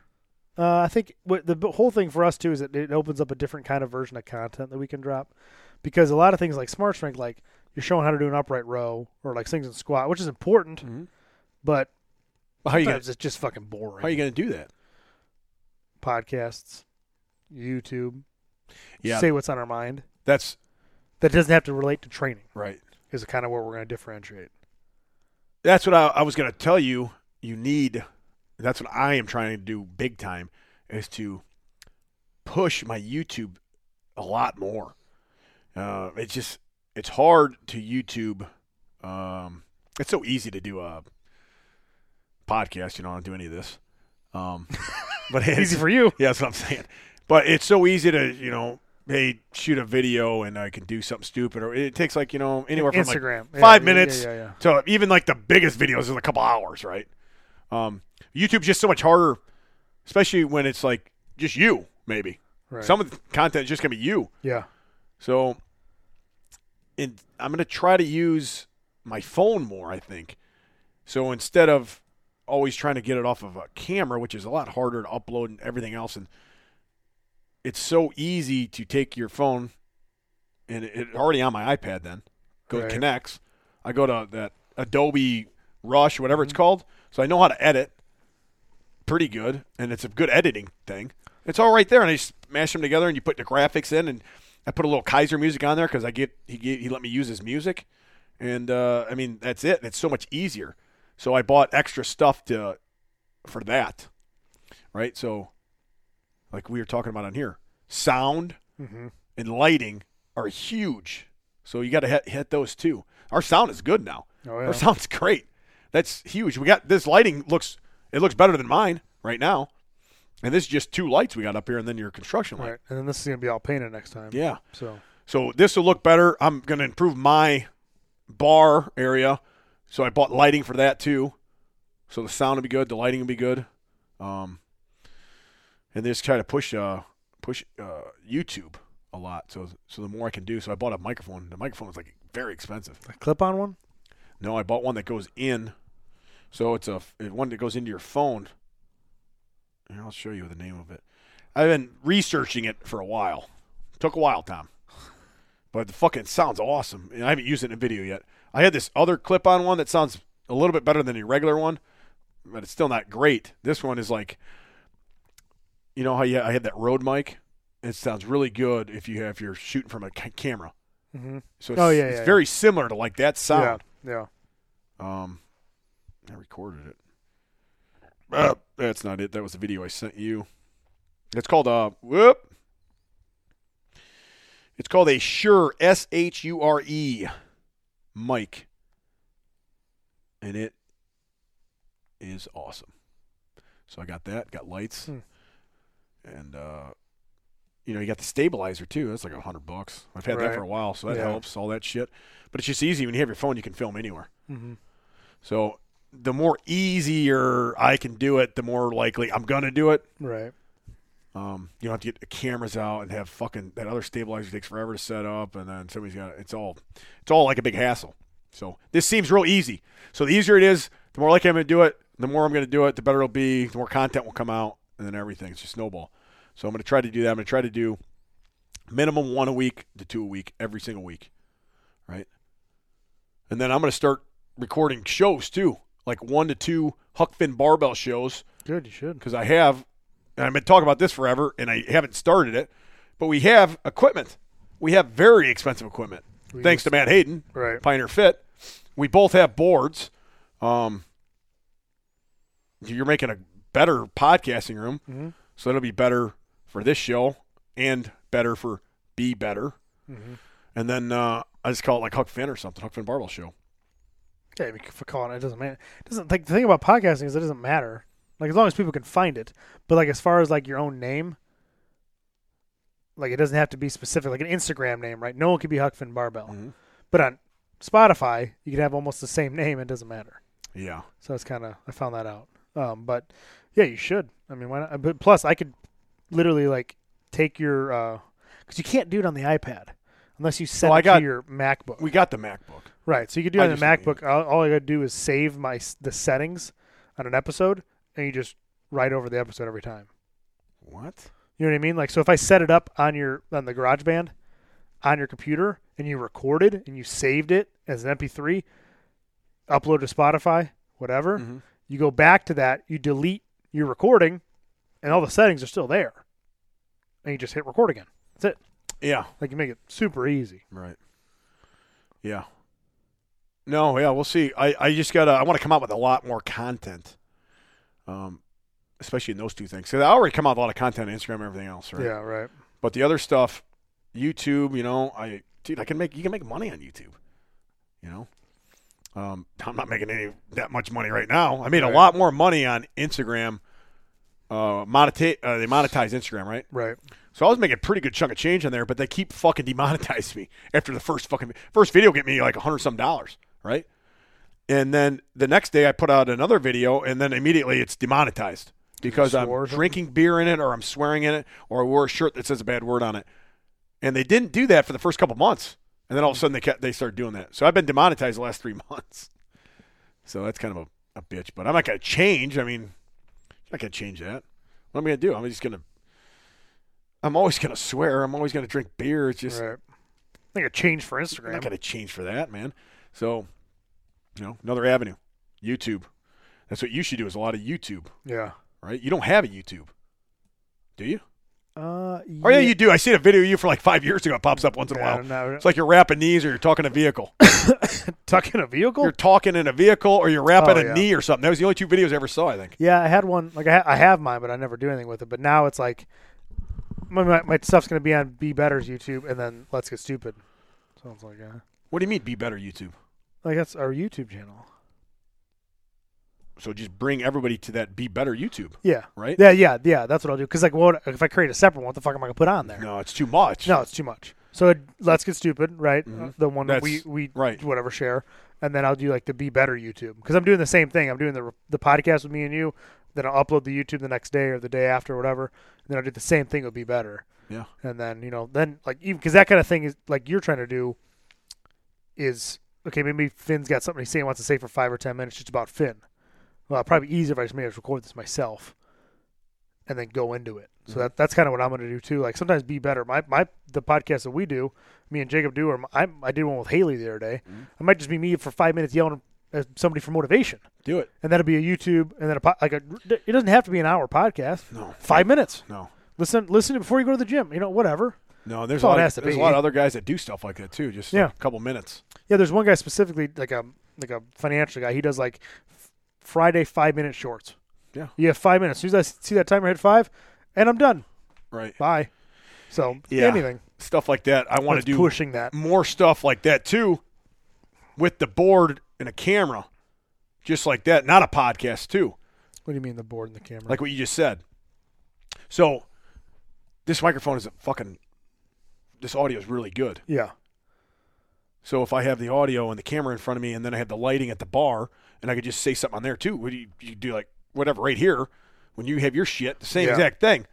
Speaker 2: Uh, I think what the b- whole thing for us too is that it opens up a different kind of version of content that we can drop, because a lot of things like Smart Strength, like you're showing how to do an upright row or like things in squat, which is important, but
Speaker 4: How are Mm-hmm. you gonna,
Speaker 2: sometimes it's just fucking
Speaker 4: how are
Speaker 2: boring.
Speaker 4: you going to do that?
Speaker 2: Podcasts, YouTube,
Speaker 4: Yeah,
Speaker 2: say what's on our mind.
Speaker 4: that's
Speaker 2: That doesn't have to relate to training.
Speaker 4: right.
Speaker 2: Is kind of where we're going to differentiate.
Speaker 4: That's what I, I was going to tell you. You need. That's what I am trying to do big time is to push my YouTube a lot more. Uh, it's just it's hard to YouTube. Um, it's so easy to do a podcast. You know, I don't do any of this. Um, but it's,
Speaker 2: Easy for you.
Speaker 4: Yeah, that's what I'm saying. But it's so easy to, you know, hey, shoot a video and I can do something stupid, or it takes like you know anywhere from like
Speaker 2: Instagram. Yeah,
Speaker 4: five
Speaker 2: yeah,
Speaker 4: minutes
Speaker 2: yeah, yeah, yeah.
Speaker 4: to even like the biggest videos is a couple hours, right? Um, YouTube's just so much harder, especially when it's like just you. Maybe
Speaker 2: Right.
Speaker 4: some of the content is just gonna be you.
Speaker 2: Yeah.
Speaker 4: So, and I'm going to try to use my phone more, I think. So instead of always trying to get it off of a camera, which is a lot harder to upload and everything else, and it's so easy to take your phone and it, it already on my iPad then go
Speaker 2: Right.
Speaker 4: to connects. I go to that Adobe Rush, whatever it's called. So I know how to edit pretty good, and it's a good editing thing. It's all right there, and I just mash them together, and you put the graphics in, and I put a little Kaiser music on there because I get he get, he let me use his music, and uh, I mean that's it. It's so much easier. So I bought extra stuff to for that, right? So like we were talking about on here, sound
Speaker 2: Mm-hmm.
Speaker 4: and lighting are huge. So you got to hit, hit those too. Our sound is good now.
Speaker 2: Oh, yeah.
Speaker 4: Our sound's great. That's huge. We got this lighting looks it looks better than mine right now. And this is just two lights we got up here and then your construction light.
Speaker 2: Right. And then this is going to be all painted next time.
Speaker 4: Yeah.
Speaker 2: So
Speaker 4: So this will look better. I'm going to improve my bar area. So I bought lighting for that too. So the sound will be good. The lighting will be good. Um, and just try to push uh, push uh, YouTube a lot. So so the more I can do. So I bought a microphone. The microphone was like very expensive.
Speaker 2: clip on one.
Speaker 4: No, I bought one that goes in So it's a f- one that goes into your phone. Here, I'll show you the name of it. I've been researching it for a while. Took a while, Tom, but the fucking sounds awesome. And I haven't used it in a video yet. I had this other clip-on one that sounds a little bit better than the regular one, but it's still not great. This one is like, you know how you, I had that Rode mic. It sounds really good if you have if you're shooting from a ca- camera.
Speaker 2: Mm-hmm.
Speaker 4: So it's,
Speaker 2: Oh, yeah,
Speaker 4: it's
Speaker 2: yeah,
Speaker 4: very similar to like that sound.
Speaker 2: Yeah, yeah.
Speaker 4: Um, I recorded it. Uh, that's not it. That was the video I sent you. It's called uh whoop. It's called a Shure S H U R E mic, and it is awesome. So I got that. Got lights,
Speaker 2: Hmm.
Speaker 4: and uh, you know you got the stabilizer too. That's like a hundred bucks. I've had that
Speaker 2: Right.
Speaker 4: for a while, so that
Speaker 2: Yeah.
Speaker 4: helps. All that shit, but it's just easy when you have your phone. You can film anywhere.
Speaker 2: Mm-hmm.
Speaker 4: So the more easier I can do it, the more likely I'm gonna do it.
Speaker 2: Right.
Speaker 4: Um, you don't have to get the cameras out and have fucking that other stabilizer takes forever to set up, and then somebody's got it's all it's all like a big hassle. So this seems real easy. So the easier it is, the more likely I'm gonna do it. The more I'm gonna do it, the better it'll be. The more content will come out, and then everything it's just snowball. So I'm gonna try to do that. I'm gonna try to do minimum one a week to two a week every single week, right? And then I'm gonna start recording shows too, like one to two Huck Finn barbell shows
Speaker 2: Good. You should.
Speaker 4: because I have, and I've been talking about this forever, and I haven't started it, but we have equipment. We have very expensive equipment.
Speaker 2: We
Speaker 4: Thanks to
Speaker 2: used-
Speaker 4: Matt Hayden,
Speaker 2: Right.
Speaker 4: Pioneer Fit. We both have boards. Um, you're making a better podcasting room,
Speaker 2: Mhm.
Speaker 4: so it'll be better for this show and better for Be Better.
Speaker 2: Mhm.
Speaker 4: And then uh, I just call it like Huck Finn or something, Huck Finn Barbell Show.
Speaker 2: Yeah, I mean, for calling it, it doesn't matter. It doesn't like the thing about podcasting is it doesn't matter. Like as long as people can find it, but like as far as like your own name, like it doesn't have to be specific, like an Instagram name, right? No one could be Huck Finn Barbell,
Speaker 4: Mhm.
Speaker 2: but on Spotify you could have almost the same name. It doesn't matter.
Speaker 4: Yeah.
Speaker 2: So it's kind of I found that out. Um, but yeah, you should. I mean, why not? But plus, I could literally like take your because you can't do it on the iPad unless you set
Speaker 4: Well, Oh, I
Speaker 2: it
Speaker 4: got-
Speaker 2: to your MacBook.
Speaker 4: We got the MacBook.
Speaker 2: Right. So you could do
Speaker 4: I
Speaker 2: it on the
Speaker 4: just don't
Speaker 2: MacBook. All, all I got to do is save my s- the settings on an episode, and you just write over the episode every time.
Speaker 4: What?
Speaker 2: You know what I mean? Like, so if I set it up on your on the GarageBand on your computer, and you recorded and you saved it as an MP3, upload to Spotify, whatever.
Speaker 4: Mhm.
Speaker 2: You go back to that, you delete your recording, and all the settings are still there, and you just hit record again. That's it.
Speaker 4: Yeah.
Speaker 2: Like you make it super easy.
Speaker 4: Right. Yeah. No, yeah, we'll see. I, I just gotta I want to come out with a lot more content, um, especially in those two things. 'Cause I already come out with a lot of content on Instagram and everything else, right?
Speaker 2: Yeah. Right.
Speaker 4: But the other stuff, YouTube, you know, I dude, I can make you can make money on YouTube. You know, um, I'm not making any that much money right now. I made a
Speaker 2: Right.
Speaker 4: lot more money on Instagram. Uh, monetize uh, they monetize Instagram, right?
Speaker 2: Right.
Speaker 4: So I was making a pretty good chunk of change on there, but they keep fucking demonetizing me after the first fucking first video get me like a hundred some dollars, right? And then the next day I put out another video, and then immediately it's demonetized because I'm
Speaker 2: swore or something?
Speaker 4: drinking beer in it, or I'm swearing in it, or I wore a shirt that says a bad word on it. And they didn't do that for the first couple months, and then all of a sudden they kept, they started doing that. So I've been demonetized the last three months. So that's kind of a, a bitch, but I'm not gonna change. I mean, I'm not gonna change that. What am I gonna do? I'm just gonna I'm always gonna swear. I'm always gonna drink beer. It's just
Speaker 2: right. I think a change for
Speaker 4: I'm
Speaker 2: Instagram.
Speaker 4: not gonna change for that, man. So, you know, another avenue, YouTube. That's what you should do. Is a lot of YouTube,
Speaker 2: Yeah.
Speaker 4: right? You don't have a YouTube, do you?
Speaker 2: Uh,
Speaker 4: Oh yeah, you do. I seen a video of you for like five years ago. It pops up once in a while. It's like you're rapping knees or you're talking a vehicle.
Speaker 2: Oh. tucking a vehicle.
Speaker 4: you're talking in a vehicle or you're rapping
Speaker 2: Oh,
Speaker 4: a
Speaker 2: yeah.
Speaker 4: knee or something. That was the only two videos I ever saw. I think.
Speaker 2: yeah, I had one. Like I, ha- I have mine, but I never do anything with it. But now it's like my my, my stuff's gonna be on Be Better's YouTube, and then Let's Get Stupid. Sounds like uh,
Speaker 4: What do you mean? Be better, YouTube.
Speaker 2: like that's our YouTube channel.
Speaker 4: So just bring everybody to that. Be better, YouTube.
Speaker 2: Yeah.
Speaker 4: Right?
Speaker 2: Yeah, yeah, yeah. That's what I'll do. Because like, what if I create a separate one? What the fuck am I gonna put on there?
Speaker 4: No, it's too much.
Speaker 2: No, it's too much. So it, Let's Get Stupid, right?
Speaker 4: Mhm.
Speaker 2: The one we
Speaker 4: That's-
Speaker 2: we
Speaker 4: right.
Speaker 2: whatever share, and then I'll do like the Be Better YouTube because I'm doing the same thing. I'm doing the the podcast with me and you. Then I'll upload the YouTube the next day or the day after, whatever. And then I'll do the same thing. It'll be better.
Speaker 4: Yeah.
Speaker 2: And then you know, then like even because that kind of thing is like you're trying to do is okay. Maybe Finn's got something he's saying wants to say for five or ten minutes just about Finn, Well, it'd probably be easier if I just made us record this myself, and then go into it.
Speaker 4: Mm-hmm.
Speaker 2: So that that's kind of what I'm going to do too. Like sometimes be better. My my the podcast that we do, me and Jacob do, or my- I I did one with Haley the other day.
Speaker 4: Mm-hmm.
Speaker 2: I might just be me for five minutes yelling at somebody for motivation,
Speaker 4: Do it.
Speaker 2: and that'll be a YouTube, and then a po- like a. It doesn't have to be an hour podcast.
Speaker 4: No.
Speaker 2: five minutes.
Speaker 4: No.
Speaker 2: Listen, listen before you go to the gym. You know, whatever.
Speaker 4: No, there's
Speaker 2: That's all
Speaker 4: a lot.
Speaker 2: it
Speaker 4: of-
Speaker 2: has to
Speaker 4: there's
Speaker 2: be.
Speaker 4: a lot of other guys that do stuff like that too. Just
Speaker 2: Yeah.
Speaker 4: a couple minutes.
Speaker 2: Yeah, there's one guy specifically, like a like a financial guy. He does like f- Friday five minute shorts.
Speaker 4: Yeah.
Speaker 2: you have five minutes. As soon as I see that timer hit five, and I'm done.
Speaker 4: Right.
Speaker 2: Bye. So
Speaker 4: Yeah.
Speaker 2: anything.
Speaker 4: Stuff like that. I want
Speaker 2: That's
Speaker 4: to do
Speaker 2: pushing that.
Speaker 4: more stuff like that too, with the board and a camera, just like that. Not a podcast too,
Speaker 2: What do you mean the board and the camera?
Speaker 4: like what you just said. So, this microphone is a fucking. This audio is really good.
Speaker 2: yeah,
Speaker 4: So if I have the audio and the camera in front of me, and then I have the lighting at the bar, and I could just say something on there too. What do you, you do like whatever right here when you have your shit, the same
Speaker 2: Yeah.
Speaker 4: exact thing,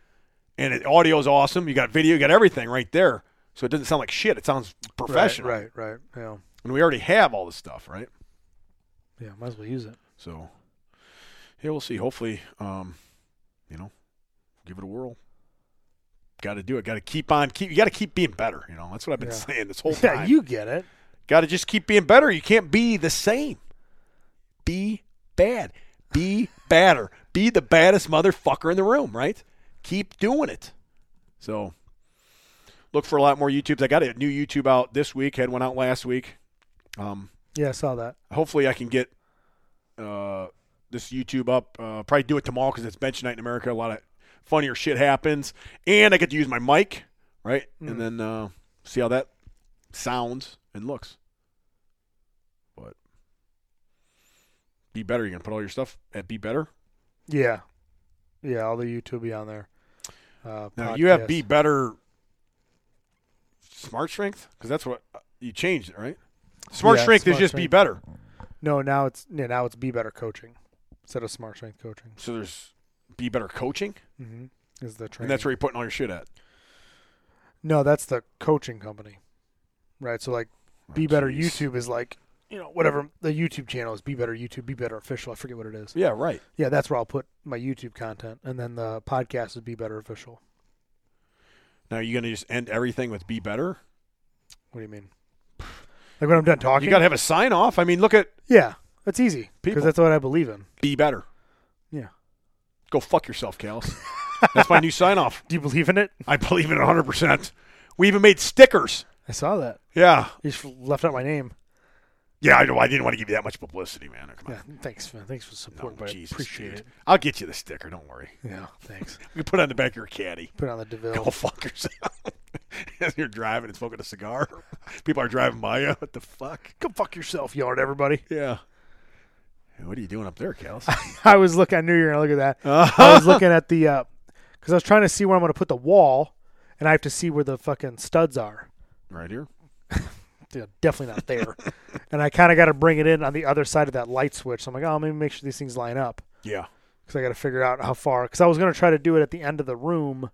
Speaker 4: and it, audio is awesome. You got video, you got everything right there. So it doesn't sound like shit. It sounds professional,
Speaker 2: Right, right, right. Yeah,
Speaker 4: and we already have all this stuff, right?
Speaker 2: yeah. Might as well use it.
Speaker 4: So yeah, we'll see. Hopefully, um, you know, give it a whirl. Got to do it. Got to keep on keep. You got to keep being better. You know, that's what I've been
Speaker 2: Yeah.
Speaker 4: saying this whole time.
Speaker 2: Yeah, you get it.
Speaker 4: Got to just keep being better. You can't be the same. Be bad. Be badder. Be the baddest motherfucker in the room, right? Keep doing it. So look for a lot more YouTubes. I got a new YouTube out this week. Had one out last week. Um,
Speaker 2: Yeah, I saw that.
Speaker 4: hopefully I can get uh, this YouTube up. Uh, probably do it tomorrow because it's bench night in America. A lot of funnier shit happens, and I get to use my mic, right?
Speaker 2: Hmm.
Speaker 4: And then uh, see how that sounds and looks. But be better. You're gonna put all your stuff at be better.
Speaker 2: Yeah, yeah. All the YouTube be on there. Uh,
Speaker 4: Now you have
Speaker 2: podcasts.
Speaker 4: be better smart strength because that's what uh, you changed it, right? Smart
Speaker 2: Yeah,
Speaker 4: strength is
Speaker 2: Smart
Speaker 4: just be
Speaker 2: Strength.
Speaker 4: better.
Speaker 2: No, now it's yeah, now it's be better coaching instead of smart strength coaching.
Speaker 4: So there's be better coaching,
Speaker 2: Mm-hmm. Is the training?
Speaker 4: and that's where you're putting all your shit at.
Speaker 2: No, that's the coaching company, right? So like,
Speaker 4: Oh,
Speaker 2: be better YouTube is like you know whatever the YouTube channel is. Be better YouTube, be better official. I forget what it is.
Speaker 4: Yeah, right.
Speaker 2: Yeah, that's where I'll put my YouTube content, and then the podcast would be better official.
Speaker 4: Now you gonna just end everything with be better.
Speaker 2: What do you mean? Like when I'm done talking,
Speaker 4: You gotta have a sign off. I mean, look at
Speaker 2: yeah, that's easy
Speaker 4: People.
Speaker 2: because that's what I believe in.
Speaker 4: be better.
Speaker 2: Yeah.
Speaker 4: Go fuck yourself, Callis. That's my new sign off.
Speaker 2: Do you believe in it?
Speaker 4: I believe in it 100. percent We even made stickers.
Speaker 2: I saw that.
Speaker 4: Yeah,
Speaker 2: You just left out my name.
Speaker 4: yeah. I know. I didn't want to give you that much publicity, man. Come
Speaker 2: Yeah,
Speaker 4: on.
Speaker 2: thanks, man. Thanks for the support.
Speaker 4: Oh,
Speaker 2: but
Speaker 4: Jesus,
Speaker 2: I appreciate
Speaker 4: dude.
Speaker 2: it.
Speaker 4: I'll get you the sticker. Don't worry.
Speaker 2: Yeah, thanks.
Speaker 4: We put it on the back of your caddy.
Speaker 2: Put on the
Speaker 4: Go
Speaker 2: Deville.
Speaker 4: fuck yourself. As you're driving and smoking a cigar, people are driving by you. What the fuck?
Speaker 2: Go fuck yourself, yard everybody.
Speaker 4: Yeah. Hey, What are you doing up there, Callis?
Speaker 2: I was looking. I knew you were gonna look at that. I was looking at the because I was trying to see where I'm gonna put the wall, and I have to see where the fucking studs are.
Speaker 4: right here.
Speaker 2: Yeah, definitely not there. and I kind of got to bring it in on the other side of that light switch. So I'm like, oh, let me make sure these things line up
Speaker 4: Yeah.
Speaker 2: because I got to figure out how far. Because I was gonna try to do it at the end of the room,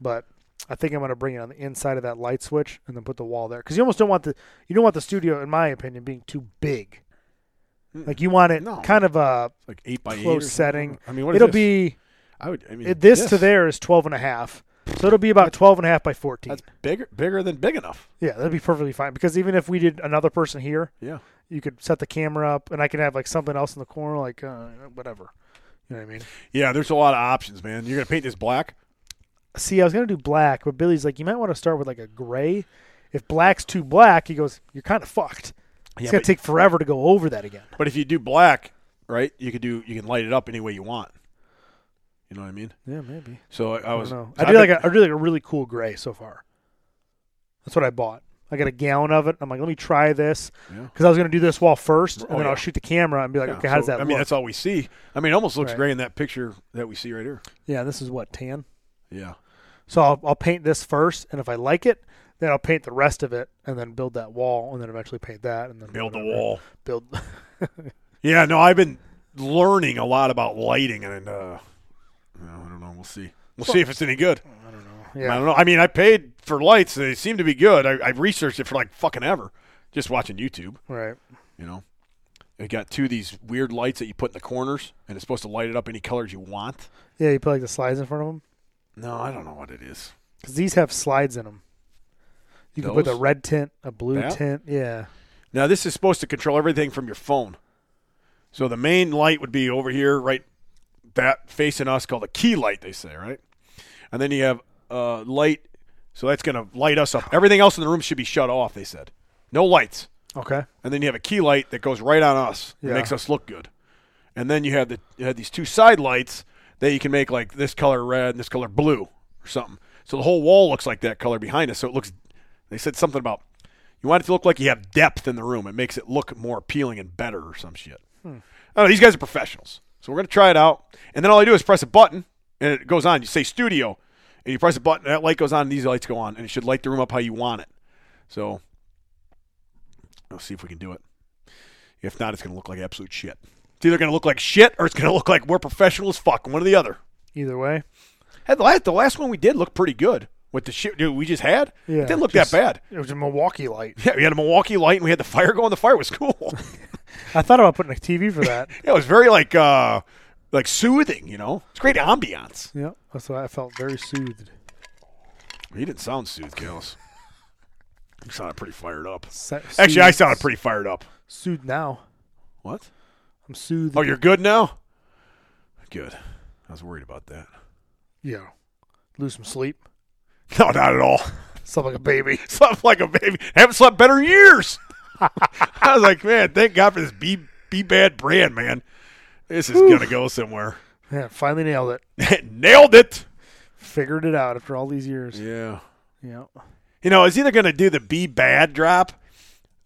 Speaker 2: but I think I'm gonna bring it on the inside of that light switch and then put the wall there because you almost don't want the you don't want the studio, in my opinion, being too big. Like you want it
Speaker 4: No.
Speaker 2: kind of a
Speaker 4: like eight by eight or
Speaker 2: close
Speaker 4: something.
Speaker 2: setting.
Speaker 4: I mean, what is
Speaker 2: It'll
Speaker 4: this?
Speaker 2: be.
Speaker 4: I would. I mean,
Speaker 2: It, this to there is 12 and a half. So it'll be about 12 and a half by 14.
Speaker 4: That's bigger, bigger than big enough.
Speaker 2: yeah, that'd be perfectly fine because even if we did another person here,
Speaker 4: Yeah.
Speaker 2: you could set the camera up and I could have like something else in the corner like uh, whatever. You know what I mean?
Speaker 4: Yeah, there's a lot of options, man. You're gonna paint this black.
Speaker 2: See, I was going to do black, but Billy's like you might want to start with like a gray. If black's too black, he goes, you're kind of fucked.
Speaker 4: Yeah,
Speaker 2: it's going
Speaker 4: but-
Speaker 2: to take forever to go over that again.
Speaker 4: But if you do black, right, you could do you can light it up any way you want. You know what I mean?
Speaker 2: Yeah, maybe.
Speaker 4: So I, I
Speaker 2: I
Speaker 4: was.
Speaker 2: don't know.
Speaker 4: so
Speaker 2: I
Speaker 4: I've
Speaker 2: did like
Speaker 4: been-
Speaker 2: a, I did like a really cool gray so far. That's what I bought. I got a gallon of it. I'm like, let me try this
Speaker 4: Yeah.
Speaker 2: because I was going to do this wall first, and
Speaker 4: Oh,
Speaker 2: then
Speaker 4: yeah.
Speaker 2: I'll shoot the camera and be like,
Speaker 4: yeah,
Speaker 2: okay, how does
Speaker 4: so,
Speaker 2: that
Speaker 4: I
Speaker 2: look?
Speaker 4: mean, that's all we see. I mean, it almost looks
Speaker 2: Right.
Speaker 4: gray in that picture that we see right here.
Speaker 2: yeah, this is what tan.
Speaker 4: Yeah.
Speaker 2: So I'll, I'll paint this first, and if I like it, then I'll paint the rest of it, and then build that wall, and then eventually paint that, and then
Speaker 4: Build the
Speaker 2: whatever.
Speaker 4: wall.
Speaker 2: Build.
Speaker 4: Yeah. No, I've been learning a lot about lighting, and uh, well, I don't know. We'll see. We'll see if it's any good. I
Speaker 2: yeah,
Speaker 4: don't know. I mean, I paid for lights. They seem to be good. I, I researched it for like fucking ever, just watching YouTube.
Speaker 2: right.
Speaker 4: You know, It got two of these weird lights that you put in the corners, and it's supposed to light it up any colors you want.
Speaker 2: Yeah, you put like the slides in front of them
Speaker 4: No, I don't know what it is.
Speaker 2: because these have slides in them. You can put a
Speaker 4: Those?
Speaker 2: red tint, a blue
Speaker 4: That?
Speaker 2: tint. Yeah,
Speaker 4: Now this is supposed to control everything from your phone. So the main light would be over here, right? That facing us, called a key light, they say, right? And then you have uh, light, so that's going to light us up. Everything else in the room should be shut off. They said, no lights.
Speaker 2: okay.
Speaker 4: And then you have a key light that goes right on us, and
Speaker 2: Yeah.
Speaker 4: makes us look good. And then you have the you have these two side lights that you can make like this color red and this color blue or something. So the whole wall looks like that color behind us. So it looks. They said something about you want it to look like you have depth in the room. It makes it look more appealing and better or some shit. I don't know, these guys are professionals, so we're gonna try it out. And then all I do is press a button, and it goes on. You say studio, and you press a button, that light goes on, and these lights go on, and it should light the room up how you want it. So I'll see if we can do it. If not, it's going to look like absolute shit. It's either going to look like shit or it's going to look like we're professional as fuck. One or the other.
Speaker 2: Either way,
Speaker 4: Had the last, the last one we did looked pretty good with the shit dude, we just had.
Speaker 2: yeah.
Speaker 4: it didn't look
Speaker 2: just-
Speaker 4: that bad.
Speaker 2: It was a Milwaukee light.
Speaker 4: Yeah, we had a Milwaukee light and we had the fire going. The fire was cool.
Speaker 2: I thought about putting a TV for that.
Speaker 4: yeah, it was very like uh like soothing. You know, it's great ambiance.
Speaker 2: yeah, that's why I felt very soothed.
Speaker 4: He didn't sound soothed, Gales. He sounded pretty fired up.
Speaker 2: Se-
Speaker 4: Actually, I
Speaker 2: soothed-
Speaker 4: sounded pretty fired up.
Speaker 2: soothed now.
Speaker 4: What?
Speaker 2: I'm soothed.
Speaker 4: Oh, you're good now. Good. I was worried about that.
Speaker 2: yeah. Lose some sleep.
Speaker 4: No, not at all.
Speaker 2: Slept like a baby.
Speaker 4: slept like a baby. Haven't slept better in years. I was like, man, thank God for this B B bad brand, man. This is gonna go somewhere.
Speaker 2: Yeah, finally nailed it.
Speaker 4: Nailed it.
Speaker 2: Figured it out after all these years.
Speaker 4: Yeah.
Speaker 2: Yeah.
Speaker 4: You know, I was either gonna do the B bad drop,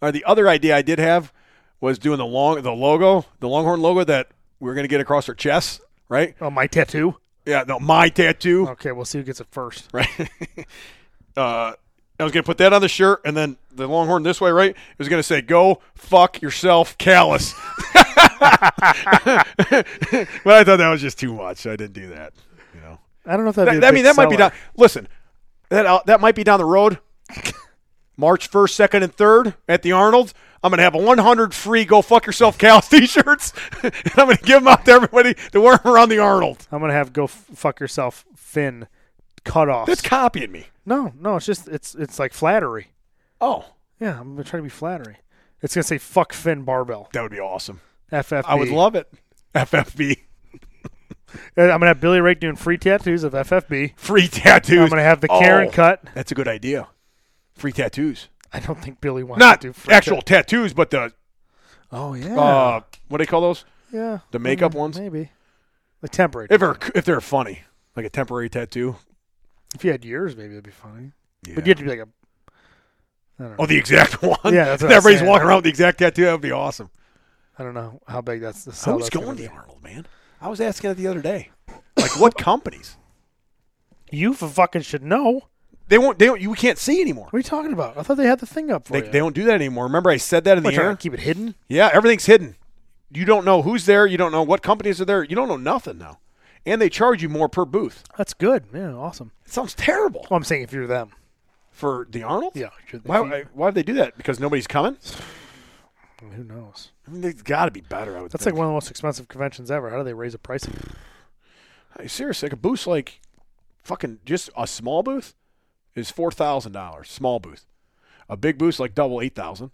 Speaker 4: or the other idea I did have was doing the long the logo, the Longhorn logo that we are gonna get across our chests, right?
Speaker 2: Oh, my tattoo.
Speaker 4: Yeah, no, my tattoo,
Speaker 2: Okay, we'll see who gets it first.
Speaker 4: right? uh, I was gonna put that on the shirt, and then the Longhorn this way, right? It was gonna say, "Go fuck yourself, callous." but I thought that was just too much. so I didn't do that. You know,
Speaker 2: I don't know if that'd
Speaker 4: that,
Speaker 2: be. a
Speaker 4: I mean,
Speaker 2: big
Speaker 4: that might be
Speaker 2: seller.
Speaker 4: down. Listen, that uh, that might be down the road. March first, second, and third at the Arnold. I'm gonna have a 100 free "Go Fuck Yourself" Cal T-shirts, and I'm gonna give them out to everybody to wear 'em around the Arnold.
Speaker 2: I'm gonna have go f- fuck yourself, Finn. Cut off.
Speaker 4: That's copying me.
Speaker 2: no, no. It's just it's it's like flattery.
Speaker 4: Oh,
Speaker 2: Yeah, I'm trying to be flattery. It's gonna say fuck Finn Barbell.
Speaker 4: that would be awesome.
Speaker 2: FFB.
Speaker 4: I would love it. FFB
Speaker 2: And I'm gonna have Billy Rake doing free tattoos of FFB.
Speaker 4: free tattoos.
Speaker 2: I'm gonna have the Karen
Speaker 4: Oh,
Speaker 2: cut.
Speaker 4: That's a good idea. Free tattoos,
Speaker 2: I don't think Billy wants
Speaker 4: not
Speaker 2: to do free
Speaker 4: actual
Speaker 2: tat-
Speaker 4: tattoos, but the
Speaker 2: oh yeah.
Speaker 4: uh, what do they call those?
Speaker 2: yeah.
Speaker 4: the makeup
Speaker 2: Mm,
Speaker 4: ones?
Speaker 2: Maybe. Like temporary.
Speaker 4: If they're if they're funny, like a temporary tattoo.
Speaker 2: If you had yours, maybe it'd be funny.
Speaker 4: Yeah.
Speaker 2: But you have to be like a. I don't know.
Speaker 4: Oh, the exact one.
Speaker 2: Yeah, that's what I'm
Speaker 4: everybody's
Speaker 2: saying.
Speaker 4: walking around with the exact tattoo. That would be awesome.
Speaker 2: I don't know how big that's the sell.
Speaker 4: Who's
Speaker 2: Oh, that's gonna
Speaker 4: going to
Speaker 2: be.
Speaker 4: the Arnold, man? I was asking that the other day. Like what companies?
Speaker 2: You f- fucking should know. What
Speaker 4: They won't. They don't. You can't see anymore.
Speaker 2: are you talking about? I thought they had the thing up for
Speaker 4: They,
Speaker 2: you.
Speaker 4: they don't do that anymore. Remember, I said that in
Speaker 2: What,
Speaker 4: the
Speaker 2: trying
Speaker 4: air.
Speaker 2: to keep it hidden.
Speaker 4: Yeah, everything's hidden. You don't know who's there. You don't know what companies are there. You don't know nothing now. And they charge you more per booth.
Speaker 2: That's good. Yeah, awesome.
Speaker 4: It sounds terrible
Speaker 2: Well, I'm saying if you're them.
Speaker 4: for the Arnold.
Speaker 2: Yeah. if you're-
Speaker 4: Why,
Speaker 2: if you-
Speaker 4: I- why would they do that? Because nobody's coming?
Speaker 2: who knows?
Speaker 4: I mean, they've got to be better, I would
Speaker 2: That's like
Speaker 4: think.
Speaker 2: one of the most expensive conventions ever. How do they raise the price?
Speaker 4: Hey, seriously, like a booth like fucking just a small booth is $4,000, small booth. A big booth like double 8000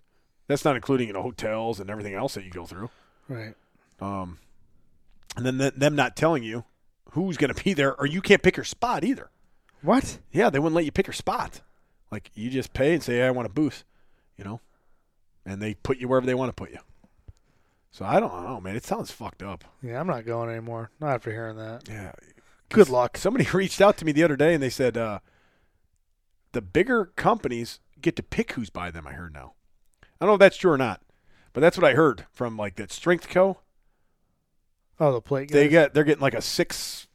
Speaker 4: That's not including, you know, hotels and everything else that you go through.
Speaker 2: Right.
Speaker 4: Um, and then th- them not telling you who's going to be there or you can't pick your spot either.
Speaker 2: What?
Speaker 4: Yeah, they wouldn't let you pick your spot. Like you just pay and say, "I want a booth," you know, and they put you wherever they want to put you. So I don't know, man. It sounds fucked up.
Speaker 2: Yeah, I'm not going anymore. Not after hearing that.
Speaker 4: Yeah.
Speaker 2: Good luck.
Speaker 4: Somebody reached out to me the other day and they said, uh, "The bigger companies get to pick who's by them." I heard now. I don't know if that's true or not, but that's what I heard from like that Strength Co.
Speaker 2: Oh, the plate.
Speaker 4: They
Speaker 2: guys.
Speaker 4: get they're getting like a six,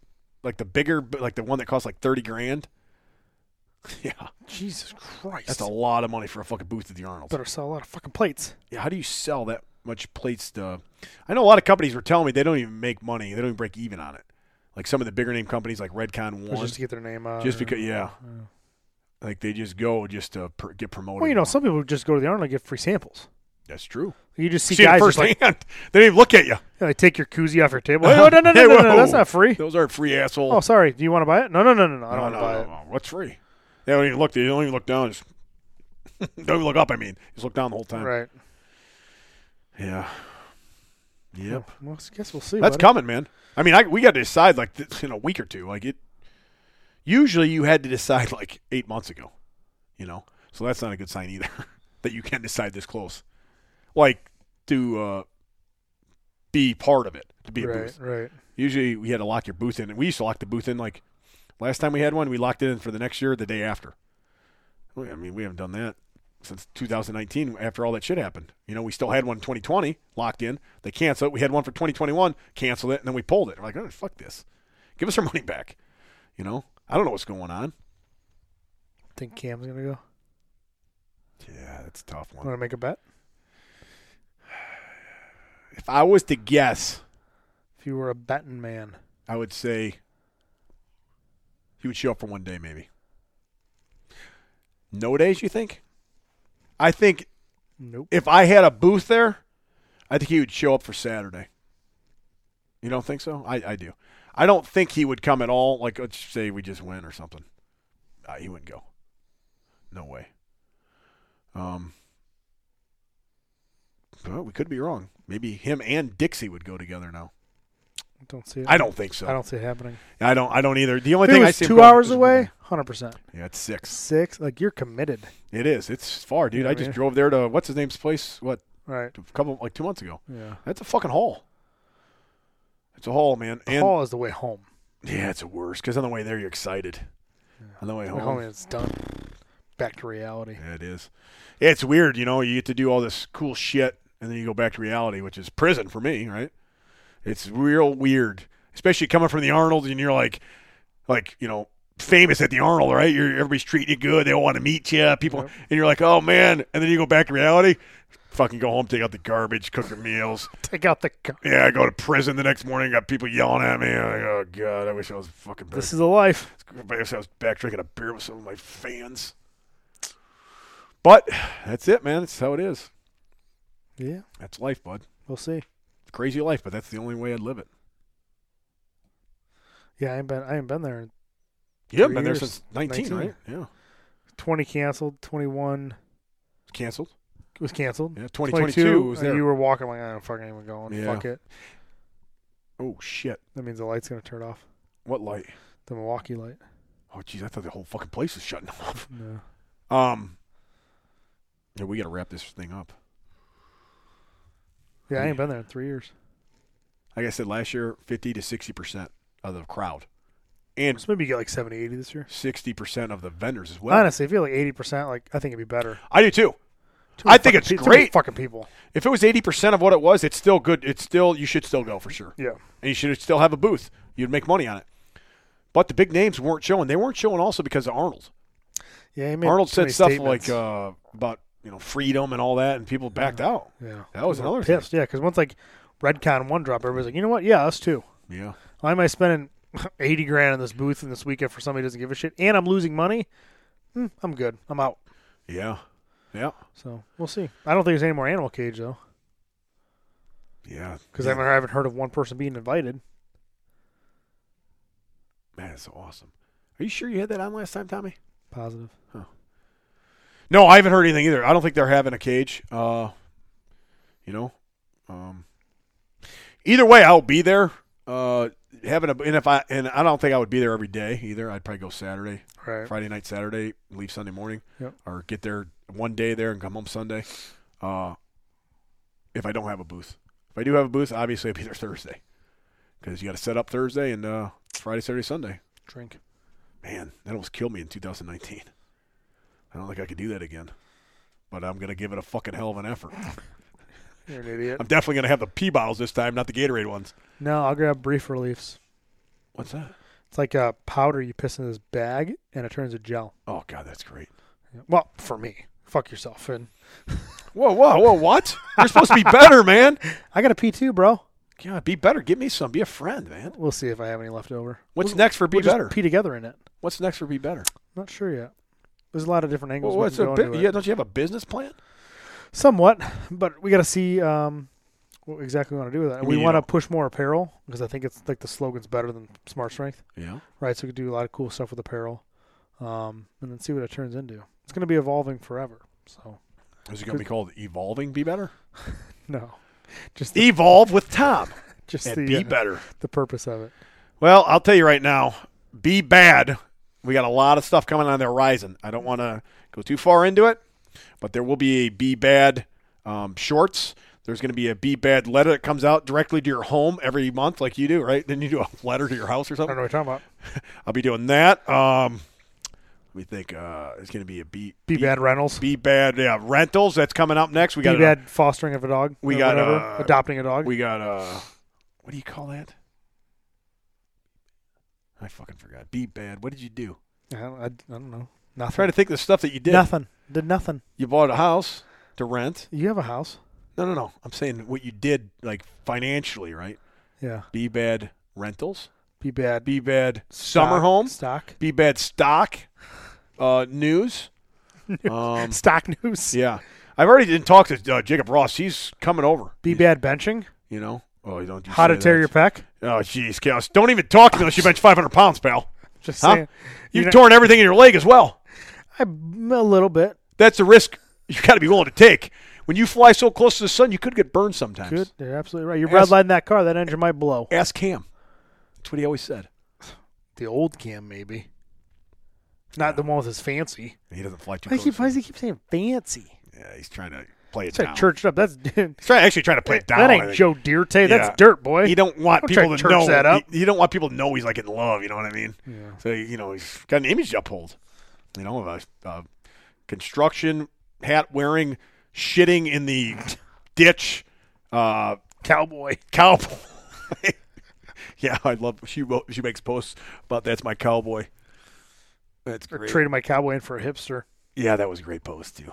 Speaker 4: like the bigger, like the one that costs like thirty grand. Yeah,
Speaker 2: Jesus Christ.
Speaker 4: that's a lot of money for a fucking booth at the Arnold.
Speaker 2: Better sell a lot of fucking plates.
Speaker 4: yeah, how do you sell that much plates to I know a lot of companies were telling me they don't even make money. They don't even break even on it. Like some of the bigger name companies like Redcon
Speaker 2: Or
Speaker 4: One.
Speaker 2: Just to get their name out.
Speaker 4: Just
Speaker 2: or-
Speaker 4: because- yeah.
Speaker 2: Oh.
Speaker 4: like they just go just to pr- get promoted.
Speaker 2: Well, you know, some people just go to the Arnold and get free samples.
Speaker 4: That's true.
Speaker 2: You just see,
Speaker 4: See it
Speaker 2: guys just
Speaker 4: firsthand.
Speaker 2: like,
Speaker 4: they didn't even look at you.
Speaker 2: you know, they take your koozie off your table. Oh, no, no, no,
Speaker 4: Hey,
Speaker 2: no, no,
Speaker 4: whoa.
Speaker 2: no, that's not free.
Speaker 4: Those aren't free, asshole.
Speaker 2: Oh, sorry. Do you want to buy it? No, no, no, no, no. I
Speaker 4: No,
Speaker 2: don't want
Speaker 4: no,
Speaker 2: to buy
Speaker 4: no,
Speaker 2: it.
Speaker 4: no. What's free? They don't even look. They don't even look down. Just don't even look up. I mean, just look down the whole time.
Speaker 2: Right.
Speaker 4: Yeah. Yep.
Speaker 2: Well, I guess we'll see.
Speaker 4: That's
Speaker 2: buddy.
Speaker 4: coming, man. I mean, I, we got to decide like th- in a week or two. Like it. Usually, you had to decide like eight months ago. You know, so that's not a good sign either that you can decide this close. Like to uh, be part of it to be a
Speaker 2: Right,
Speaker 4: booth.
Speaker 2: right.
Speaker 4: Usually we had to lock your booth in, and we used to lock the booth in. Like last time we had one, we locked it in for the next year, the day after. Well, I mean, we haven't done that since 2019. After all that shit happened, you know, we still had one in 2020 locked in. They canceled it. We had one for 2021, canceled it, and then we pulled it. We're like, oh fuck this, give us our money back. You know, I don't know what's going on.
Speaker 2: Think Cam's gonna go.
Speaker 4: Yeah, that's a tough one.
Speaker 2: Want to make a bet?
Speaker 4: If I was to guess,
Speaker 2: If you were a betting man,
Speaker 4: I would say he would show up for one day, maybe. No days, you think? I think
Speaker 2: nope.
Speaker 4: if I had a booth there, I think he would show up for Saturday. You don't think so? I, I do. I don't think he would come at all. Like, let's say we just win or something. Uh, he wouldn't go. No way. Um, but we could be wrong. Maybe him and Dixie would go together now.
Speaker 2: Don't see it.
Speaker 4: I don't think so.
Speaker 2: I don't see it happening.
Speaker 4: I don't. I don't either. The only
Speaker 2: If it
Speaker 4: thing I
Speaker 2: was
Speaker 4: see him
Speaker 2: two
Speaker 4: going
Speaker 2: hours
Speaker 4: is-
Speaker 2: away, hundred percent.
Speaker 4: Yeah, it's six.
Speaker 2: Six. Like you're committed.
Speaker 4: It is. It's far, dude.
Speaker 2: Yeah,
Speaker 4: I just
Speaker 2: man.
Speaker 4: drove there to what's his name's place. What
Speaker 2: Right.
Speaker 4: a couple like two months ago.
Speaker 2: Yeah.
Speaker 4: That's a fucking haul. It's a haul, man.
Speaker 2: The
Speaker 4: and
Speaker 2: hall is the way home.
Speaker 4: yeah, it's a worse because on the way there you're excited. On the way
Speaker 2: The way
Speaker 4: home,
Speaker 2: home is done. Back to reality.
Speaker 4: yeah, it is. Yeah, it's weird, you know. You get to do all this cool shit, and then you go back to reality, which is prison for me, right? It's real weird, especially coming from the Arnold, and you're like, like you know, famous at the Arnold, right? You're everybody's treating you good, they want to meet you, people, and you're like, oh man, and then you go back to reality, fucking go home, take out the garbage, cook your meals,
Speaker 2: Take out the. Gu-
Speaker 4: Yeah, I go to prison the next morning. Got people yelling at me. I'm like, oh god, I wish I was fucking. Back,
Speaker 2: this is the life.
Speaker 4: I wish I was back drinking a beer with some of my fans. But that's it, man. That's how it is.
Speaker 2: Yeah.
Speaker 4: That's life, bud.
Speaker 2: We'll see.
Speaker 4: Crazy life, but that's the only way I'd live it.
Speaker 2: Yeah, I ain't been. I ain't been there.
Speaker 4: Yeah,
Speaker 2: Three
Speaker 4: been there
Speaker 2: years.
Speaker 4: since 19,
Speaker 2: 19.
Speaker 4: right? Yeah,
Speaker 2: Twenty canceled. Twenty-one
Speaker 4: It's canceled.
Speaker 2: was canceled.
Speaker 4: Yeah,
Speaker 2: 22,
Speaker 4: 2022 was
Speaker 2: and
Speaker 4: there.
Speaker 2: you were walking like I'm fucking even going.
Speaker 4: Yeah.
Speaker 2: Fuck it.
Speaker 4: oh shit,
Speaker 2: That means the light's gonna turn off.
Speaker 4: what light?
Speaker 2: The Milwaukee light.
Speaker 4: Oh jeez, I thought the whole fucking place was shutting off.
Speaker 2: No.
Speaker 4: Um, yeah, we got to wrap this thing up.
Speaker 2: Yeah, I ain't been there in three years.
Speaker 4: Like I said last year, 50 to 60 percent of the crowd, and
Speaker 2: So maybe you get like 70, 80 this year.
Speaker 4: sixty percent of the vendors as well.
Speaker 2: Honestly, if you're like eighty percent, like I think it'd be better.
Speaker 4: I do too.
Speaker 2: Too many
Speaker 4: I think
Speaker 2: fucking
Speaker 4: it's
Speaker 2: pe- too many
Speaker 4: great.
Speaker 2: Fucking people.
Speaker 4: If it was eighty percent of what it was, it's still good. It's still you should still go for sure,
Speaker 2: Yeah.
Speaker 4: and you should still have a booth. You'd make money on it. But the big names weren't showing. They weren't showing also because of Arnold.
Speaker 2: Yeah. he made
Speaker 4: Arnold
Speaker 2: too
Speaker 4: said
Speaker 2: many
Speaker 4: stuff
Speaker 2: statements.
Speaker 4: like uh, about you know freedom and all that, and people backed out.
Speaker 2: yeah.
Speaker 4: that was
Speaker 2: People were
Speaker 4: another thing.
Speaker 2: pissed. Yeah, because once like Redcon one drop, everybody's like, you know what? Yeah, us too.
Speaker 4: Yeah,
Speaker 2: Why am I spending eighty grand on this booth and this weekend for somebody who doesn't give a shit, and I'm losing money? Hmm, I'm good. I'm out.
Speaker 4: yeah, yeah,
Speaker 2: So we'll see. I don't think there's any more animal cage though,
Speaker 4: yeah.
Speaker 2: because I, haven't- I haven't heard of one person being invited.
Speaker 4: man, that's awesome. Are you sure you had that on last time, Tommy?
Speaker 2: Positive.
Speaker 4: No, I haven't heard anything either. I don't think they're having a cage. Uh, you know, um, either way, I'll be there. Uh, having a and if I and I don't think I would be there every day either. I'd probably go Saturday,
Speaker 2: Right.
Speaker 4: Friday night, Saturday, leave Sunday morning,
Speaker 2: Yep.
Speaker 4: or get there one day there and come home Sunday. Uh, if I don't have a booth, if I do have a booth, obviously I'll be there Thursday because you got to set up Thursday and uh, Friday, Saturday, Sunday.
Speaker 2: Drink.
Speaker 4: Man, that almost killed me in 2019. I don't think I could do that again. But I'm going to give it a fucking hell of an effort.
Speaker 2: You're an idiot.
Speaker 4: I'm definitely going to have the pee bottles this time, not the Gatorade ones.
Speaker 2: No, I'll grab brief reliefs.
Speaker 4: What's that?
Speaker 2: It's like a powder you piss in this bag and it turns to gel.
Speaker 4: Oh, God, that's great.
Speaker 2: Well, for me, fuck yourself. And
Speaker 4: Whoa, whoa, whoa, what? You're supposed to be better, man.
Speaker 2: I got a P two, bro.
Speaker 4: God, be better. Give me some. Be a friend, man.
Speaker 2: We'll see if I have any left over.
Speaker 4: What's next for be
Speaker 2: We'll just
Speaker 4: better?
Speaker 2: Pee together in it.
Speaker 4: What's next for be better?
Speaker 2: Not sure yet. There's a lot of different angles.
Speaker 4: Well,
Speaker 2: we
Speaker 4: what's
Speaker 2: can
Speaker 4: a
Speaker 2: go
Speaker 4: bu-
Speaker 2: into it.
Speaker 4: yeah, don't you have a business plan?
Speaker 2: Somewhat, but we got to see um, what exactly we want to do with that.
Speaker 4: mean,
Speaker 2: we
Speaker 4: you
Speaker 2: want to
Speaker 4: know-
Speaker 2: push more apparel because I think it's like the slogan's better than Smart Strength,
Speaker 4: Yeah.
Speaker 2: right? So we could do a lot of cool stuff with apparel, um, and then see what it turns into. It's going to be evolving forever. So
Speaker 4: Is it going to be called Evolving Be Better?
Speaker 2: no, just the,
Speaker 4: Evolve with Tom
Speaker 2: just
Speaker 4: and
Speaker 2: the
Speaker 4: E Be Oh.
Speaker 2: uh,
Speaker 4: Better.
Speaker 2: the purpose of it.
Speaker 4: Well, I'll tell you right now, Be Bad. We got a lot of stuff coming on the horizon. I don't want to go too far into it, but there will be a Be Bad um, shorts. There's going to be a Be Bad letter that comes out directly to your home every month, like you do, right? Then you do a letter to your house or
Speaker 2: I don't
Speaker 4: something.
Speaker 2: know what you're talking about.
Speaker 4: I'll be doing that. Um, let me think. Uh, it's going to be a Be
Speaker 2: Be, bad Reynolds.
Speaker 4: Be
Speaker 2: Be,
Speaker 4: Bad yeah, rentals. That's coming up next. We got an-
Speaker 2: bad fostering of a dog.
Speaker 4: we
Speaker 2: or
Speaker 4: got,
Speaker 2: whatever,
Speaker 4: uh,
Speaker 2: adopting a dog.
Speaker 4: We got uh what do you call that? I fucking forgot. Be bad. What did you do?
Speaker 2: I, don't, I, I don't know.
Speaker 4: I
Speaker 2: Nothing.
Speaker 4: try to think of the stuff that you did.
Speaker 2: nothing. Did nothing.
Speaker 4: You bought a house to rent.
Speaker 2: You have a house.
Speaker 4: No, no, no. I'm saying what you did like financially, right?
Speaker 2: Yeah.
Speaker 4: Be bad rentals.
Speaker 2: Be bad.
Speaker 4: Be bad summer home.
Speaker 2: Stock.
Speaker 4: Be bad stock. Uh, news. um,
Speaker 2: Stock news.
Speaker 4: yeah. I've already didn't talk to uh, Jacob Ross. He's coming over.
Speaker 2: Be bad benching.
Speaker 4: You know. Oh, you don't. you
Speaker 2: How to
Speaker 4: say
Speaker 2: tear
Speaker 4: that.
Speaker 2: your pec.
Speaker 4: Oh, jeez, Kels. Don't even talk to me unless you bench 500 pounds, pal.
Speaker 2: Just
Speaker 4: Huh?
Speaker 2: saying.
Speaker 4: You've
Speaker 2: know-
Speaker 4: torn everything in your leg as well.
Speaker 2: I, a little bit.
Speaker 4: That's the risk you got to be willing to take. When you fly so close to the sun, you could get burned sometimes.
Speaker 2: Good. You're absolutely right. You're
Speaker 4: Ask-
Speaker 2: redlining that car. That engine might blow.
Speaker 4: Ask Cam. That's what he always said.
Speaker 2: The old cam, maybe. Not the one with his fancy.
Speaker 4: He doesn't fly too
Speaker 2: Why
Speaker 4: close.
Speaker 2: does he, why does he keep saying fancy?
Speaker 4: yeah, he's trying to play it
Speaker 2: It's
Speaker 4: down.
Speaker 2: like churched up. That's
Speaker 4: He's trying, actually trying to play it down.
Speaker 2: that
Speaker 4: I
Speaker 2: ain't
Speaker 4: think.
Speaker 2: Joe Dirte. That's
Speaker 4: Yeah.
Speaker 2: dirt, boy.
Speaker 4: He don't want
Speaker 2: Don't try
Speaker 4: people to
Speaker 2: to church
Speaker 4: know.
Speaker 2: that up.
Speaker 4: He, he don't want people to know he's like in love. You know what I mean?
Speaker 2: Yeah.
Speaker 4: So you know he's got an image to uphold. You know, of a, a construction hat wearing, shitting in the ditch. Uh,
Speaker 2: Cowboy.
Speaker 4: cowboy. yeah, I love. She wrote. She makes posts about that's my cowboy. That's
Speaker 2: Or
Speaker 4: great.
Speaker 2: traded my cowboy in for a hipster.
Speaker 4: yeah, that was a great post too.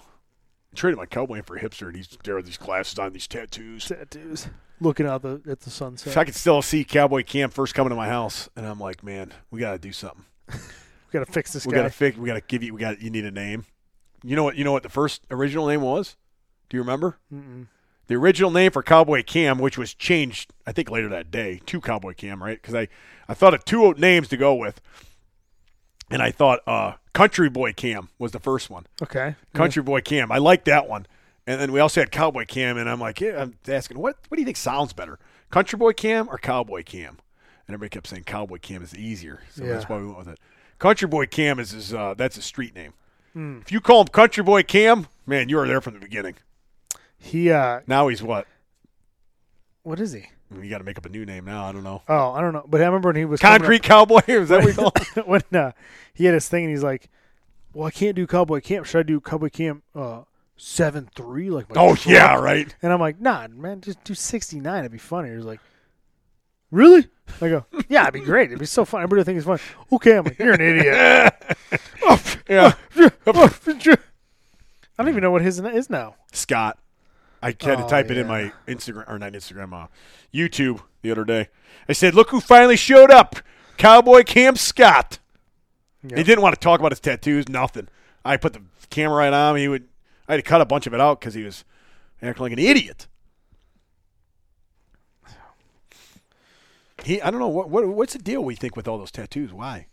Speaker 4: Traded my cowboy in for a hipster, and he's there with these glasses on, these tattoos.
Speaker 2: Tattoos. Looking out the, at the sunset.
Speaker 4: If I could still see Cowboy Cam first coming to my house, and I'm like, man, we gotta do something.
Speaker 2: we got to fix this
Speaker 4: We
Speaker 2: guy.
Speaker 4: gotta fix. We gotta give you. We got. to You need a name. You know what? You know what the first original name was? Do you remember?
Speaker 2: Mm-mm.
Speaker 4: the original name for Cowboy Cam, which was changed, I think, later that day to Cowboy Cam, right? Because I, I thought of two names to go with, and I thought uh, Country Boy Cam was the first one.
Speaker 2: Okay.
Speaker 4: Country Boy Cam, I like that one. And then we also had Cowboy Cam, and I'm like, yeah, I'm asking, what, what do you think sounds better, Country Boy Cam or Cowboy Cam? And everybody kept saying Cowboy Cam is easier, so that's
Speaker 2: Yeah.
Speaker 4: why we went with it. Country Boy Cam is his, uh, that's a street name. If you call him Country Boy Cam, man, you are there from the beginning.
Speaker 2: He, uh,
Speaker 4: Now he's what?
Speaker 2: what is he?
Speaker 4: You got to make up a new name now. I don't know.
Speaker 2: Oh, I don't know. But I remember when he was coming up-
Speaker 4: Concrete Cowboy? Is that what we call it?
Speaker 2: when uh, he had his thing and he's like, "Well, I can't do cowboy camp. Should I do cowboy camp uh, seven three? Like, my
Speaker 4: Oh,
Speaker 2: truck?"
Speaker 4: yeah, right.
Speaker 2: And I'm like, "Nah, man, just do sixty nine. It'd be funny." He's like, "Really?" I go, "Yeah, it'd be great. It'd be so fun. Everybody thinks it's funny." Okay, I'm like, "You're an idiot."
Speaker 4: Yeah.
Speaker 2: I don't even know what his na- is now.
Speaker 4: Scott. I had to
Speaker 2: Oh,
Speaker 4: type it in
Speaker 2: yeah.
Speaker 4: my Instagram, or not Instagram, uh, YouTube the other day. I said, look who finally showed up Cowboy Cam Scott.
Speaker 2: Yeah.
Speaker 4: He didn't want to talk about his tattoos, nothing. I put the camera right on him. He would, I had to cut a bunch of it out because he was acting like an idiot. He, I don't know what, what what's the deal we think with all those tattoos. Why?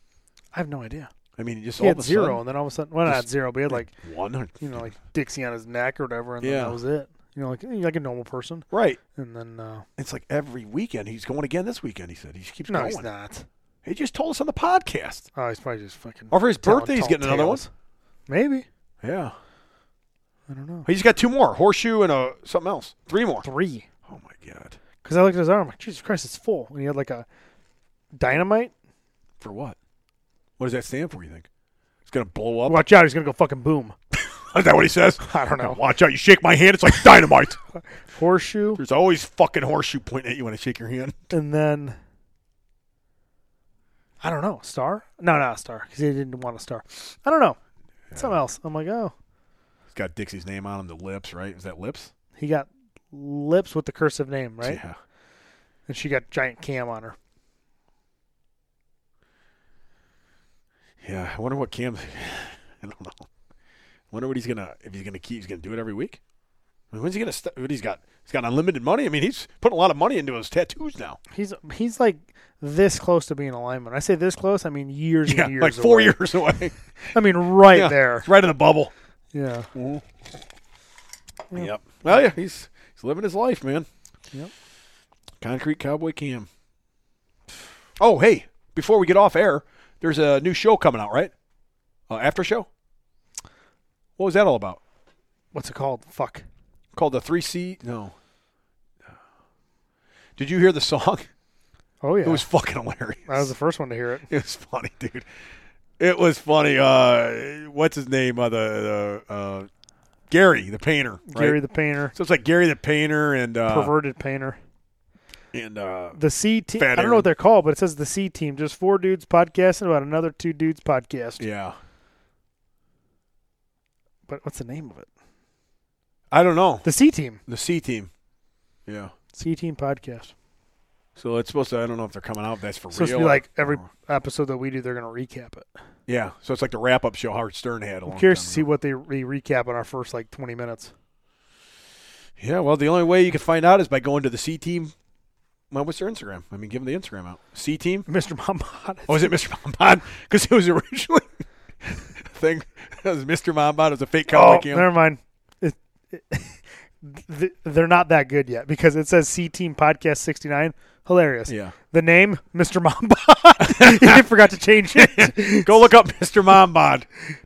Speaker 2: I have no idea.
Speaker 4: I mean, just
Speaker 2: He
Speaker 4: all
Speaker 2: had
Speaker 4: the
Speaker 2: zero,
Speaker 4: sudden,
Speaker 2: and then all of a sudden, well, not
Speaker 4: Just-
Speaker 2: zero, but he had like
Speaker 4: one or-
Speaker 2: you know, like Dixie on his neck or whatever, and
Speaker 4: Yeah.
Speaker 2: then that was it. You know, like eh, like a normal person,
Speaker 4: right.
Speaker 2: and then uh,
Speaker 4: It's like every weekend he's going again this weekend. He said he just keeps
Speaker 2: no,
Speaker 4: going.
Speaker 2: he's not.
Speaker 4: He just told us on the podcast.
Speaker 2: Oh, he's probably just fucking.
Speaker 4: Or for his
Speaker 2: telling
Speaker 4: birthday, he's
Speaker 2: tall
Speaker 4: getting another one.
Speaker 2: tales. Maybe.
Speaker 4: Yeah,
Speaker 2: I don't know.
Speaker 4: he's got two more horseshoe and a something else. Three more.
Speaker 2: Three.
Speaker 4: Oh my god!
Speaker 2: Because I looked at his arm, like, Jesus Christ, it's full. And he had like a dynamite.
Speaker 4: For what? What does that stand for? You think it's gonna blow up?
Speaker 2: Watch out, he's going to go fucking boom.
Speaker 4: Is that what he says?
Speaker 2: I don't know.
Speaker 4: Watch out! You shake my hand, it's like dynamite.
Speaker 2: Horseshoe.
Speaker 4: There's always fucking horseshoe pointing at you when I shake your hand.
Speaker 2: And then. I don't know. Star? No, not a star. Because he didn't want a star. I don't know. Something else. I'm like, oh.
Speaker 4: It's got Dixie's name on him. The lips, right? Is that lips?
Speaker 2: He got lips with the cursive name, right?
Speaker 4: Yeah.
Speaker 2: And she got giant cam on her.
Speaker 4: Yeah. I wonder what Cam. I don't know. I wonder what he's gonna if he's gonna keep. He's gonna do it every week. I mean, when's he gonna? St- what he's got? He's got unlimited money. I mean, he's putting a lot of money into his tattoos now.
Speaker 2: He's he's like this close to being a lineman. I say this close, I mean years
Speaker 4: Yeah,
Speaker 2: and years.
Speaker 4: like four
Speaker 2: away.
Speaker 4: years away.
Speaker 2: I mean right
Speaker 4: Yeah,
Speaker 2: there.
Speaker 4: it's right in the bubble.
Speaker 2: Yeah.
Speaker 4: Yep. Well, yeah, he's he's living his life, man.
Speaker 2: Yep.
Speaker 4: Concrete Cowboy Cam. Oh, hey! Before we get off air, there's a new show coming out, right? Uh, after show. What was that all about?
Speaker 2: What's it called? Fuck.
Speaker 4: Called the Three C? No. Did you hear the song?
Speaker 2: Oh yeah.
Speaker 4: It was fucking hilarious.
Speaker 2: I was the first one to hear it.
Speaker 4: It was funny, dude. It was funny. Uh, what's his name? Uh, the the uh, Gary, the painter. right?
Speaker 2: Gary the painter,
Speaker 4: So it's like Gary the painter and uh,
Speaker 2: perverted painter.
Speaker 4: and uh,
Speaker 2: The C team.
Speaker 4: Fat
Speaker 2: I don't know
Speaker 4: Aaron.
Speaker 2: what they're called, but it says the C team. Just four dudes podcasting about another two dudes podcast.
Speaker 4: yeah.
Speaker 2: But what's the name of it?
Speaker 4: I don't know
Speaker 2: The C team.
Speaker 4: the C team. Yeah.
Speaker 2: C team podcast.
Speaker 4: So it's supposed to. I don't know if they're coming out. If that's for
Speaker 2: So it's supposed
Speaker 4: real. uh-huh.
Speaker 2: to be
Speaker 4: or-
Speaker 2: like every episode that we do, they're going to recap it.
Speaker 4: Yeah. So it's like the wrap up show Howard Stern had. A
Speaker 2: I'm
Speaker 4: long
Speaker 2: curious
Speaker 4: time
Speaker 2: to see
Speaker 4: ago.
Speaker 2: what they re- recap in our first like 20 minutes.
Speaker 4: Yeah. Well, the only way you can find out is by going to the C team. Well, what's their Instagram? I mean, give them the Instagram out. C team.
Speaker 2: Mr. Mamad.
Speaker 4: Oh, is it Mr. Mombad? Because it was originally a thing. It was Mr. Mombad. It was a fake
Speaker 2: Oh,
Speaker 4: comic. you know?
Speaker 2: never mind. It, it, th- they're not that good yet because it says C Team Podcast 69. Hilarious.
Speaker 4: Yeah.
Speaker 2: The name, Mr. Mamad. I forgot to change it.
Speaker 4: Go look up Mr. Mombad.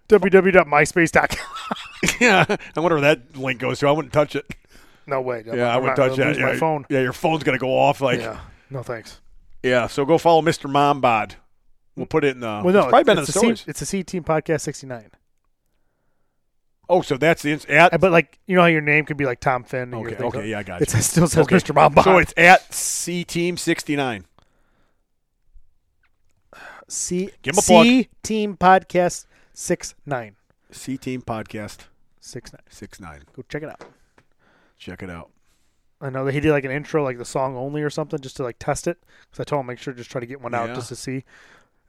Speaker 2: www.myspace.com.
Speaker 4: yeah. I wonder where that link goes to. I wouldn't touch it.
Speaker 2: No way.
Speaker 4: Yeah, I wouldn't touch that.
Speaker 2: Lose
Speaker 4: Yeah,
Speaker 2: my phone.
Speaker 4: yeah, your phone's gonna go off. Like, yeah.
Speaker 2: Yeah. No thanks.
Speaker 4: so go follow Mr. Mombad. We'll put it in the.
Speaker 2: Well, no,
Speaker 4: Oh, it's probably been in
Speaker 2: it's,
Speaker 4: the
Speaker 2: a C,
Speaker 4: stories.
Speaker 2: it's a C Team Podcast 69.
Speaker 4: oh, so that's the ins- at.
Speaker 2: Uh, But like, you know how your name could be like Tom Finn. and your
Speaker 4: Okay,
Speaker 2: things
Speaker 4: okay,
Speaker 2: are-
Speaker 4: yeah, I got
Speaker 2: It
Speaker 4: you.
Speaker 2: says- still says
Speaker 4: Okay.
Speaker 2: Mr. Mamad.
Speaker 4: So it's at C Team sixty nine.
Speaker 2: C
Speaker 4: Give 'em a
Speaker 2: C Team Podcast six nine
Speaker 4: C Team Podcast
Speaker 2: six nine.
Speaker 4: six nine.
Speaker 2: Go check it out.
Speaker 4: Check it out.
Speaker 2: I know that he did like an intro, like the song only or something, just to like test it. Because I told him make sure just try to get one out
Speaker 4: Yeah.
Speaker 2: just to see.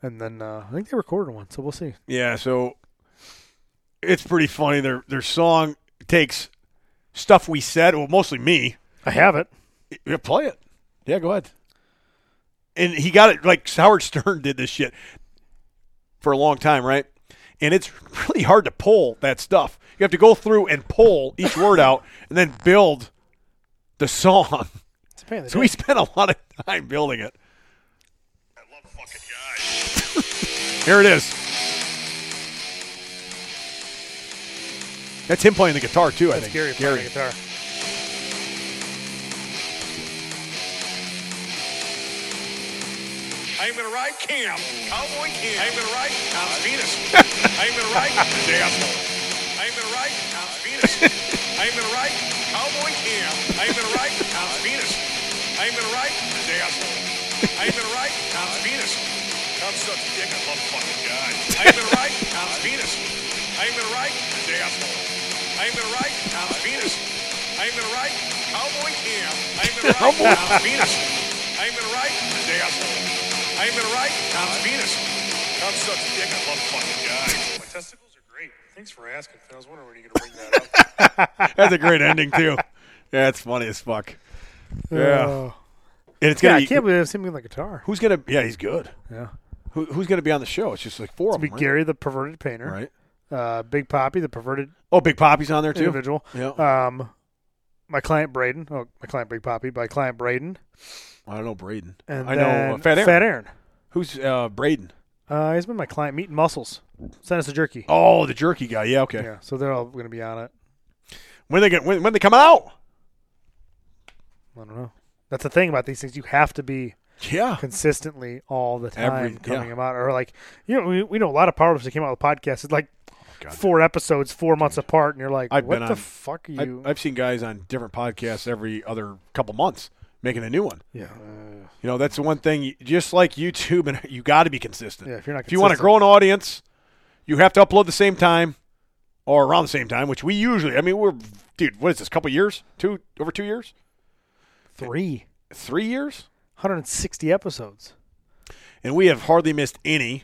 Speaker 2: And then uh, I think they recorded one, so we'll see.
Speaker 4: Yeah, so it's pretty funny. Their their song takes stuff we said, well, mostly me.
Speaker 2: I have it.
Speaker 4: Yeah, play it. Yeah, go ahead. And he got it like Howard Stern did this shit for a long time, right? And it's really hard to pull that stuff. You have to go through and pull each word out, and then build the song.
Speaker 2: It's a pain in the
Speaker 4: So
Speaker 2: dick.
Speaker 4: we spent a lot of time building it. I love fucking guys. Here it is. That's him playing the guitar too. I
Speaker 2: That's
Speaker 4: think.
Speaker 2: Gary playing the guitar.
Speaker 7: I'm gonna ride Cam. Cowboy Cam. I'm gonna ride Tom's penis. I'm gonna ride Damn. I'm gonna ride Tom's penis. I'm gonna ride Cowboy Cam. I'm gonna ride Tom's penis. I'm gonna ride Damn. I'm gonna ride Tom's penis. Tom sucks dick. I love fucking God. I'm gonna ride Tom's penis. I'm gonna ride Damn. I'm gonna ride Tom's penis. I'm gonna ride Cowboy Cam. I'm gonna ride Tom's penis. I'm gonna ride Damn. I'm gonna ride Tom's penis. Tom sucks dick. I love fucking guys. My testicles are great. Thanks for asking. I was wondering when you're gonna bring that up.
Speaker 4: That's a great ending too. Yeah, it's funny as fuck. Yeah,
Speaker 2: Oh.
Speaker 4: and it's
Speaker 2: yeah,
Speaker 4: gonna.
Speaker 2: I
Speaker 4: be,
Speaker 2: can't believe I've seen him on the guitar.
Speaker 4: who's gonna? Yeah, he's good.
Speaker 2: Yeah,
Speaker 4: Who, who's gonna be on the show? It's just like four
Speaker 2: it'd
Speaker 4: of
Speaker 2: be
Speaker 4: them. right?
Speaker 2: Gary, the perverted painter,
Speaker 4: Right.
Speaker 2: Uh, Big Poppy, the perverted
Speaker 4: Oh, Big Poppy's on there too.
Speaker 2: individual.
Speaker 4: Yeah.
Speaker 2: Um, my client Braden. Oh, my client Big Poppy. My client Braden.
Speaker 4: I don't know Braden.
Speaker 2: And
Speaker 4: I know uh,
Speaker 2: then
Speaker 4: Fat Aaron.
Speaker 2: Fat Aaron.
Speaker 4: Who's uh, Braden?
Speaker 2: Uh, he's been my client, Meat and Muscles. Sent us a jerky.
Speaker 4: Oh, the jerky guy. Yeah. Okay.
Speaker 2: Yeah, so they're all going to be on it.
Speaker 4: When they get when, when they come out?
Speaker 2: I don't know. That's the thing about these things. You have to be
Speaker 4: Yeah.
Speaker 2: consistently all the time
Speaker 4: Every-
Speaker 2: coming
Speaker 4: yeah.
Speaker 2: them out. Or like, you know, we, we know a lot of powerlifters that came out with podcasts. It's like
Speaker 4: God.
Speaker 2: four episodes, four months apart, and you're like,
Speaker 4: I've
Speaker 2: what
Speaker 4: been
Speaker 2: the
Speaker 4: on-
Speaker 2: fuck are
Speaker 4: I,
Speaker 2: you?
Speaker 4: I've seen guys on different podcasts every other couple months making a new one.
Speaker 3: Yeah.
Speaker 4: You know, that's the one thing. you- Just like YouTube, and you got to be consistent.
Speaker 2: Yeah, if you're not
Speaker 4: if you want to
Speaker 2: consistent.
Speaker 4: grow an audience, you have to upload the same time or around the same time, which we usually. I mean, we're dude. What is this? Couple years? Two over two years?
Speaker 2: Three.
Speaker 4: Three years?
Speaker 2: 160 episodes.
Speaker 4: And we have hardly missed any.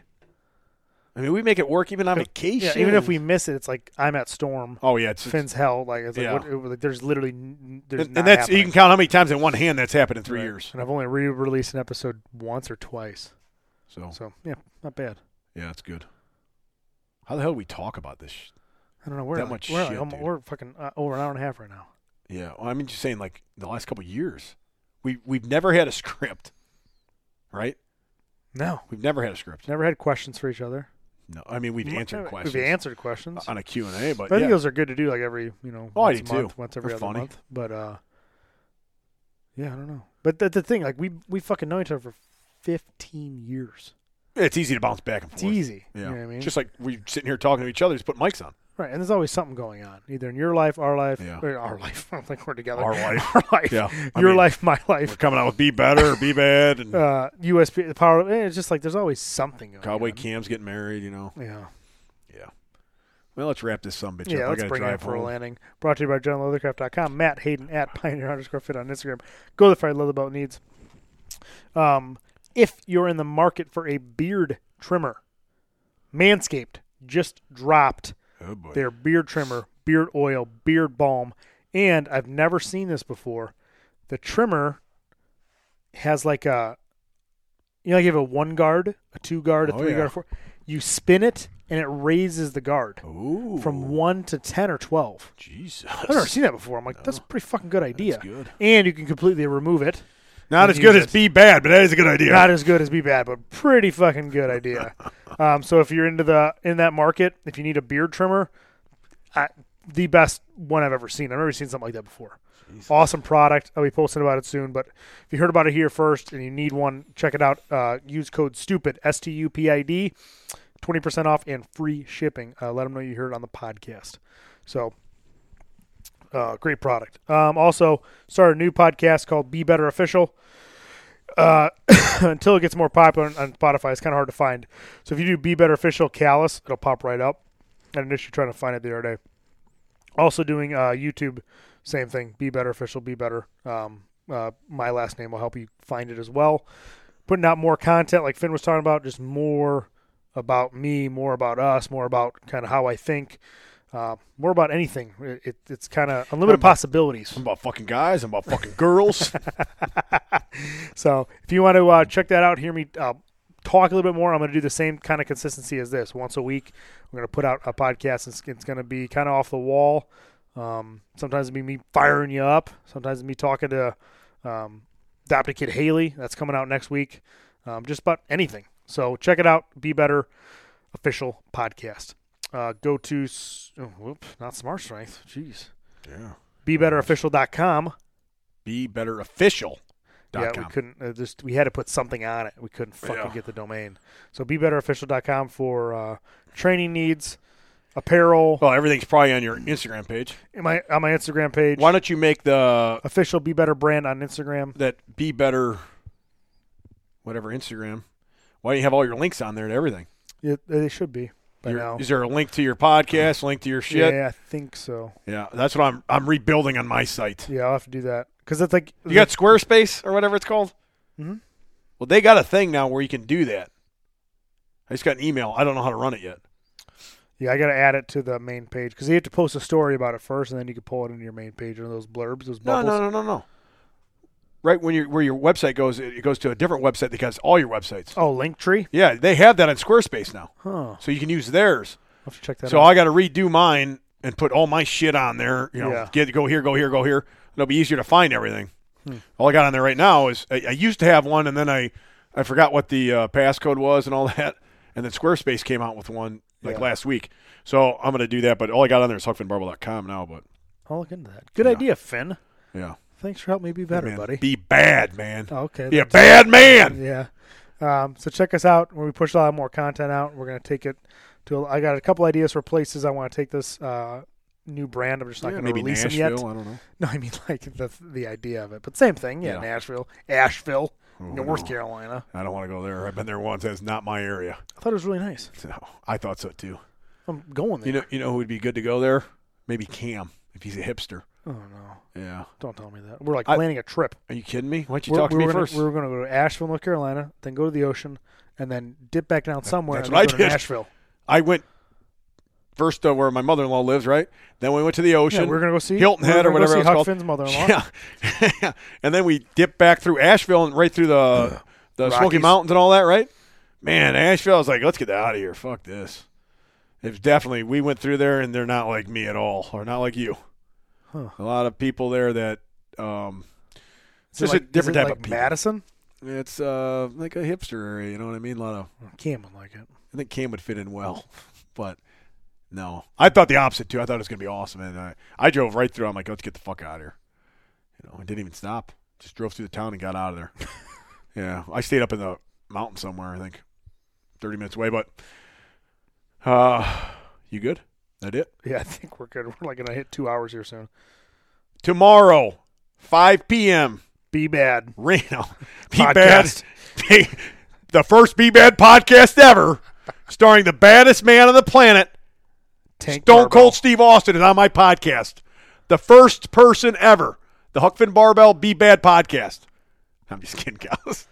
Speaker 4: I mean, we make it work even on vacation.
Speaker 2: Yeah, even if we miss it, it's like I'm at storm.
Speaker 4: Oh yeah, it's, it's-
Speaker 2: Finn's hell. Like, it's like,
Speaker 4: Yeah.
Speaker 2: what, it- like, there's literally n- there's
Speaker 4: and,
Speaker 2: not
Speaker 4: and that's you
Speaker 2: happening.
Speaker 4: can count how many times in one hand that's happened in three years.
Speaker 2: And I've only re-released an episode once or twice.
Speaker 4: So
Speaker 2: So yeah, not bad.
Speaker 4: yeah, it's good. How the hell do we talk about this? sh-
Speaker 2: I don't know. We're
Speaker 4: That
Speaker 2: like-
Speaker 4: much
Speaker 2: we're,
Speaker 4: shit,
Speaker 2: um,
Speaker 4: dude.
Speaker 2: we're fucking uh, over an hour and a half right now.
Speaker 4: Yeah, well, I mean, just saying, like the last couple of years, we we've never had a script, right?
Speaker 2: No,
Speaker 4: We've never had a script.
Speaker 2: never had questions for each other.
Speaker 4: No, I mean we've
Speaker 2: Mo-
Speaker 4: answered questions
Speaker 2: We've answered questions.
Speaker 4: on a Q and A,
Speaker 2: I
Speaker 4: but
Speaker 2: think
Speaker 4: yeah.
Speaker 2: those are good to do, like every you know
Speaker 4: Oh, I
Speaker 2: once
Speaker 4: do
Speaker 2: a
Speaker 4: too.
Speaker 2: month, once every
Speaker 4: They're
Speaker 2: other
Speaker 4: funny.
Speaker 2: month. But uh, yeah, I don't know. But that's the thing. Like we we fucking know each other for fifteen years.
Speaker 4: it's easy to bounce back and forth.
Speaker 2: It's easy.
Speaker 4: Yeah,
Speaker 2: You know what I mean?
Speaker 4: just like we're sitting here talking to each other, just put mics on.
Speaker 2: right. And there's always something going on, either in your life, our life,
Speaker 4: Yeah.
Speaker 2: or our life. I don't think we're together.
Speaker 4: Our life.
Speaker 2: our life.
Speaker 4: Yeah, I
Speaker 2: Your
Speaker 4: mean-
Speaker 2: life, my
Speaker 4: We're
Speaker 2: life.
Speaker 4: coming out with be better, be bad, and
Speaker 2: Uh, USP, the power. eh, It's just like there's always something going
Speaker 4: Cowboy
Speaker 2: on.
Speaker 4: Cam's getting married. You know,
Speaker 2: Yeah.
Speaker 4: well, let's wrap this some bitch
Speaker 2: Yeah,
Speaker 4: up.
Speaker 2: let's
Speaker 4: I gotta
Speaker 2: bring it
Speaker 4: drive
Speaker 2: up for a
Speaker 4: home.
Speaker 2: landing. Brought to you by JohnLeathercraft.com. Matt Hayden at Pioneer underscore Fit on Instagram. Go to the Fried Leather Belt Needs. Um, if you're in the market for a beard trimmer, Manscaped just dropped
Speaker 4: Oh boy,
Speaker 2: their beard trimmer, beard oil, beard balm, and I've never seen this before. The trimmer has like a, you know, like you have a one guard, a two guard, a
Speaker 4: Oh,
Speaker 2: three
Speaker 4: yeah.
Speaker 2: guard, a four. You spin it and it raises the guard
Speaker 4: Ooh,
Speaker 2: from one to ten or twelve.
Speaker 4: Jesus,
Speaker 2: I've never seen that before. I'm like, that's a pretty fucking good idea.
Speaker 4: good.
Speaker 2: And you can completely remove it.
Speaker 4: not as good as be bad, but that is a good idea.
Speaker 2: Not as good as be bad, but pretty fucking good idea. um, so if you're into the in that market, if you need a beard trimmer, I, the best one I've ever seen. I've never seen something like that before. Awesome product. I'll be posting about it soon. But if you heard about it here first and you need one, check it out. Uh, use code STUPID S T U P I D, twenty percent off and free shipping. Uh, let them know you heard it on the podcast. So uh, great product. Um, also, started a new podcast called Be Better Official. Uh, until it gets more popular on- on Spotify, it's kind of hard to find. So if you do Be Better Official Callus, it'll pop right up. I had an issue trying to find it the other day. Also doing uh, YouTube, same thing. Be Better Official, Be Better. Um, uh, my last name will help you find it as well. Putting out more content, like Finn was talking about, just more about me, more about us, more about kind of how I think, uh, more about anything. It, it, it's kind of unlimited possibilities.
Speaker 4: I'm about fucking guys. I'm about fucking girls.
Speaker 2: So if you want to uh, check that out, hear me uh, talk a little bit more. I'm going to do the same kind of consistency as this. Once a week, I'm going to put out a podcast. It's, it's going to be kind of off the wall. Um, sometimes it'll be me firing you up. Sometimes it'll be talking to um, Adopted Kid Haley. That's coming out next week. Um, just about anything. So check it out. Be Better official podcast. Uh, go to, s- oh, whoop, not Smart Strength. Jeez.
Speaker 4: yeah,
Speaker 2: BeBetterOfficial.com.
Speaker 4: be better official.
Speaker 2: Yeah, we couldn't uh, just we had to put something on it. We couldn't fucking
Speaker 4: Yeah.
Speaker 2: get the domain. So bebetterofficial.com for uh, training needs, apparel,
Speaker 4: Well, everything's probably on your Instagram page.
Speaker 2: in my on my Instagram page.
Speaker 4: Why don't you make the
Speaker 2: Official Be Better brand on Instagram.
Speaker 4: that be better, whatever Instagram? Why don't you have all your links on there to everything?
Speaker 2: It, they should be by
Speaker 4: Your-
Speaker 2: now.
Speaker 4: Is there a link to your podcast? Link to your shit?
Speaker 2: Yeah, I think so.
Speaker 4: Yeah, that's what I'm. I'm rebuilding on my site.
Speaker 2: Yeah, I'll have to do that because it's like
Speaker 4: You got Squarespace or whatever it's called. Mm-hmm.
Speaker 2: Mhm.
Speaker 4: Well, they got a thing now where you can do that. I just got an email. I don't know how to run it yet.
Speaker 2: yeah, I got to add it to the main page because you have to post a story about it first, and then you can pull it into your main page or those blurbs, those
Speaker 4: No,
Speaker 2: bubbles.
Speaker 4: no, no, no, no. Right when your where your website goes, it it goes to a different website that has all your websites.
Speaker 2: Oh, Linktree.
Speaker 4: Yeah, they have that on Squarespace now,
Speaker 2: Huh. I'll
Speaker 4: so you can use theirs.
Speaker 2: have to check that
Speaker 4: So
Speaker 2: out.
Speaker 4: I got to redo mine and put all my shit on there. You know,
Speaker 2: Yeah.
Speaker 4: get go here, go here, go here. It'll be easier to find everything.
Speaker 2: Hmm.
Speaker 4: All I got on there right now is I, I used to have one, and then I I forgot what the uh, passcode was and all that, and then Squarespace came out with one like
Speaker 2: Yeah.
Speaker 4: last week. So I'm gonna do that. But all I got on there is huckfinbarble.com now. But
Speaker 2: I'll look into that. Good
Speaker 4: Yeah.
Speaker 2: idea, Finn.
Speaker 4: yeah,
Speaker 2: Thanks for helping me be better,
Speaker 4: Man,
Speaker 2: buddy.
Speaker 4: be bad, man.
Speaker 2: Oh, okay.
Speaker 4: Be a bad man.
Speaker 2: Yeah. Um, so check us out when we push a lot more content out. We're gonna take it to. I got a couple ideas for places I want to take this uh, new brand. I'm just not
Speaker 4: Yeah,
Speaker 2: gonna
Speaker 4: maybe
Speaker 2: release
Speaker 4: Nashville.
Speaker 2: them yet.
Speaker 4: I don't know.
Speaker 2: No, I mean like the the idea of it, but same thing. Yeah,
Speaker 4: Yeah.
Speaker 2: Nashville, Asheville,
Speaker 4: Oh,
Speaker 2: North
Speaker 4: no.
Speaker 2: Carolina.
Speaker 4: I don't want to go there. I've been there once. That's not my area.
Speaker 2: I thought it was really nice.
Speaker 4: So I thought so too.
Speaker 2: I'm going there.
Speaker 4: You know, you know who would be good to go there? Maybe Cam if he's a hipster.
Speaker 2: oh no!
Speaker 4: Yeah.
Speaker 2: Don't tell me that. We're like
Speaker 4: I-
Speaker 2: planning a trip.
Speaker 4: Are you kidding me? Why don't you
Speaker 2: we're,
Speaker 4: talk to
Speaker 2: we're
Speaker 4: me
Speaker 2: gonna,
Speaker 4: first?
Speaker 2: We're gonna go to Asheville, North Carolina, then go to the ocean, and then dip back down somewhere
Speaker 4: that's
Speaker 2: and
Speaker 4: what
Speaker 2: then
Speaker 4: I did.
Speaker 2: go to Nashville.
Speaker 4: I went first to where my mother in law lives, right? Then we went to the ocean.
Speaker 2: Yeah, we're gonna go see-
Speaker 4: Hilton
Speaker 2: we're
Speaker 4: Head or
Speaker 2: gonna
Speaker 4: whatever
Speaker 2: go see
Speaker 4: it's
Speaker 2: Huck
Speaker 4: called.
Speaker 2: Finn's mother-in-law.
Speaker 4: Yeah, and then we dipped back through Asheville and right through the the Smoky
Speaker 2: Rockies.
Speaker 4: Mountains and all that, right? Man, Asheville, I was like, let's get out of here. Fuck this. It's definitely we went through there and they're not like me at all, or not like you. A lot of people there that um, it's
Speaker 2: Is
Speaker 4: just
Speaker 2: it like-
Speaker 4: a
Speaker 2: is
Speaker 4: different
Speaker 2: it
Speaker 4: type
Speaker 2: like
Speaker 4: of people.
Speaker 2: Madison.
Speaker 4: It's uh like a hipster area, you know what I mean? A lot of
Speaker 2: Cam would like it.
Speaker 4: I think Cam would fit in well, but no. I thought the opposite too. I thought it was gonna be awesome, and I I drove right through. I'm like, let's get the fuck out of here. You know, I didn't even stop. Just drove through the town and got out of there. yeah, I stayed up in the mountain somewhere. I think thirty minutes away, but uh, you good? That it?
Speaker 2: Yeah, I think we're good. We're like gonna hit two hours here soon.
Speaker 4: Tomorrow, five p.m.
Speaker 2: Be bad.
Speaker 4: Reno. Be
Speaker 2: Podcast.
Speaker 4: bad. the first Be Bad podcast ever, starring the baddest man on the planet,
Speaker 2: Tank
Speaker 4: Stone
Speaker 2: Barbell.
Speaker 4: Cold Steve Austin, is on my podcast. The first person ever. The Huck Finn Barbell Be Bad podcast. I'm just kidding, guys.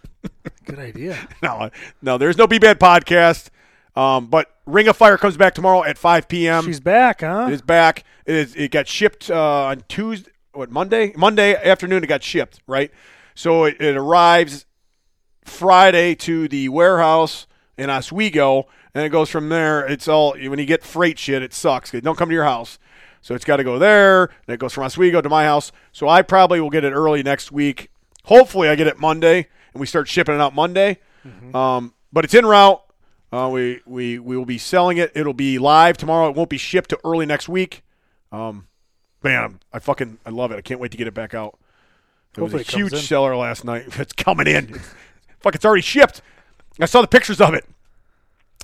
Speaker 2: Good idea.
Speaker 4: no, no, there's no Be Bad podcast. Um, but Ring of Fire comes back tomorrow at 5 p.m.
Speaker 2: She's back,
Speaker 4: It
Speaker 2: huh?
Speaker 4: is back. It, is, it got shipped uh, on Tuesday, what Monday? Monday afternoon. It got shipped, right? So it, it arrives Friday to the warehouse in Oswego, and it goes from there. It's all when you get freight shit, it sucks. It don't come to your house, so it's got to go there, and it goes from Oswego to my house. So I probably will get it early next week. Hopefully, I get it Monday, and we start shipping it out Monday. Um, but it's en route. Uh, we we we will be selling it. It'll be live tomorrow. It won't be shipped to early next week. Um, man, I fucking I love it. I can't wait to get it back out. It
Speaker 2: Hopefully it
Speaker 4: was a
Speaker 2: comes
Speaker 4: huge
Speaker 2: in.
Speaker 4: seller last night. It's coming in. Fuck, it's already shipped. I saw the pictures of it,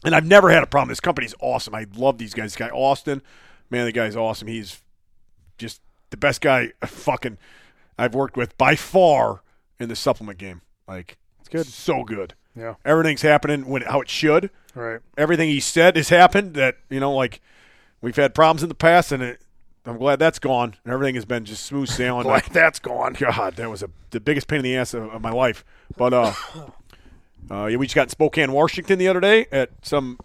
Speaker 4: and I've never had a problem. This company's awesome. I love these guys. This guy Austin, man, the guy's awesome. He's just the best guy fucking I've worked with by far in the supplement game. Like it's
Speaker 2: good.
Speaker 4: so good.
Speaker 2: Yeah.
Speaker 4: Everything's happening when how it should
Speaker 2: All right.
Speaker 4: everything he said has happened that you know like we've had problems in the past and it, i'm glad that's gone and everything has been just smooth sailing
Speaker 2: Glad that's gone.
Speaker 4: god that was a, the biggest pain in the ass of, of my life but uh, uh yeah, we just got in spokane washington the other day at some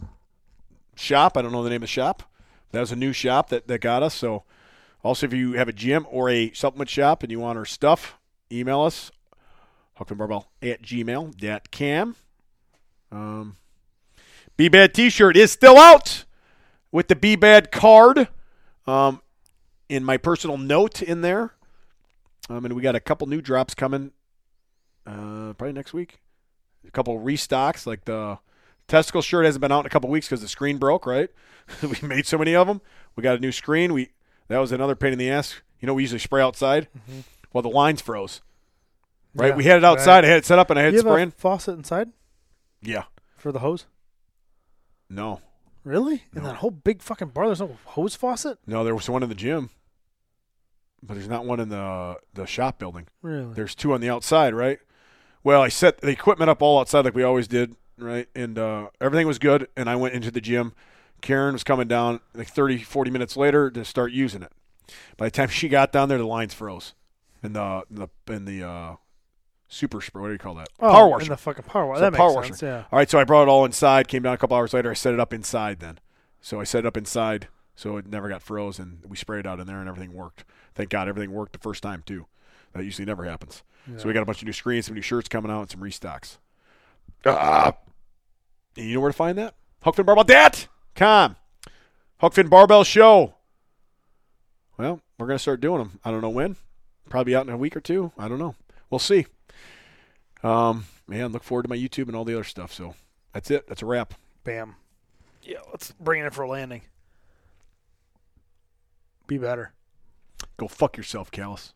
Speaker 4: shop i don't know the name of the shop that was a new shop that, that got us so also if you have a gym or a supplement shop and you want our stuff email us huckmanbarbell at gmail.com um B Bad t shirt is still out with the B Bad card. Um, in my personal note in there. Um, and we got a couple new drops coming uh, probably next week. A couple restocks, like the testicle shirt hasn't been out in a couple weeks because the screen broke, right? we made so many of them. We got a new screen. We That was another pain in the ass. You know, we usually spray outside. Well, the lines froze. Right,
Speaker 2: Mm-hmm.
Speaker 4: we
Speaker 2: Yeah,
Speaker 4: had it
Speaker 2: right.
Speaker 4: outside. I had it set up, and I had
Speaker 2: You
Speaker 4: it
Speaker 2: have
Speaker 4: spraying.
Speaker 2: a faucet inside
Speaker 4: yeah,
Speaker 2: for the hose?
Speaker 4: no,
Speaker 2: Really? In that whole big fucking bar, there's no hose faucet?
Speaker 4: No, there was one in the gym, but there's not one in the the shop building.
Speaker 2: Really?
Speaker 4: There's two on the outside, right? Well, I set the equipment up all outside like we always did, right? And uh, everything was good. And I went into the gym. Karen was coming down like 30, 40 minutes later to start using it. By the time she got down there, the lines froze, and the the and the uh, super spray. What do you call that?
Speaker 2: Oh,
Speaker 4: power washer.
Speaker 2: In the fucking power washer.
Speaker 4: So
Speaker 2: that makes
Speaker 4: power
Speaker 2: sense.
Speaker 4: washer.
Speaker 2: Yeah.
Speaker 4: All right, so I brought it all inside. Came down a couple hours later. I set it up inside then. So I set it up inside, so it never got frozen. We sprayed out in there, and everything worked. Thank God, everything worked the first time too. That usually never happens. So we got a bunch of new screens, some new shirts coming out, and some restocks. Ah. And you know where to find that? Huckfin Barbell Dat com. Huckfin Barbell Show. Well, we're gonna start doing them. I don't know when. Probably out in a week or two. I don't know. We'll see. Um, man, look forward to my YouTube and all the other stuff. So that's it. That's a wrap.
Speaker 2: Bam. Yeah, let's bring it in for a landing. Be better.
Speaker 4: Go fuck yourself, Callus.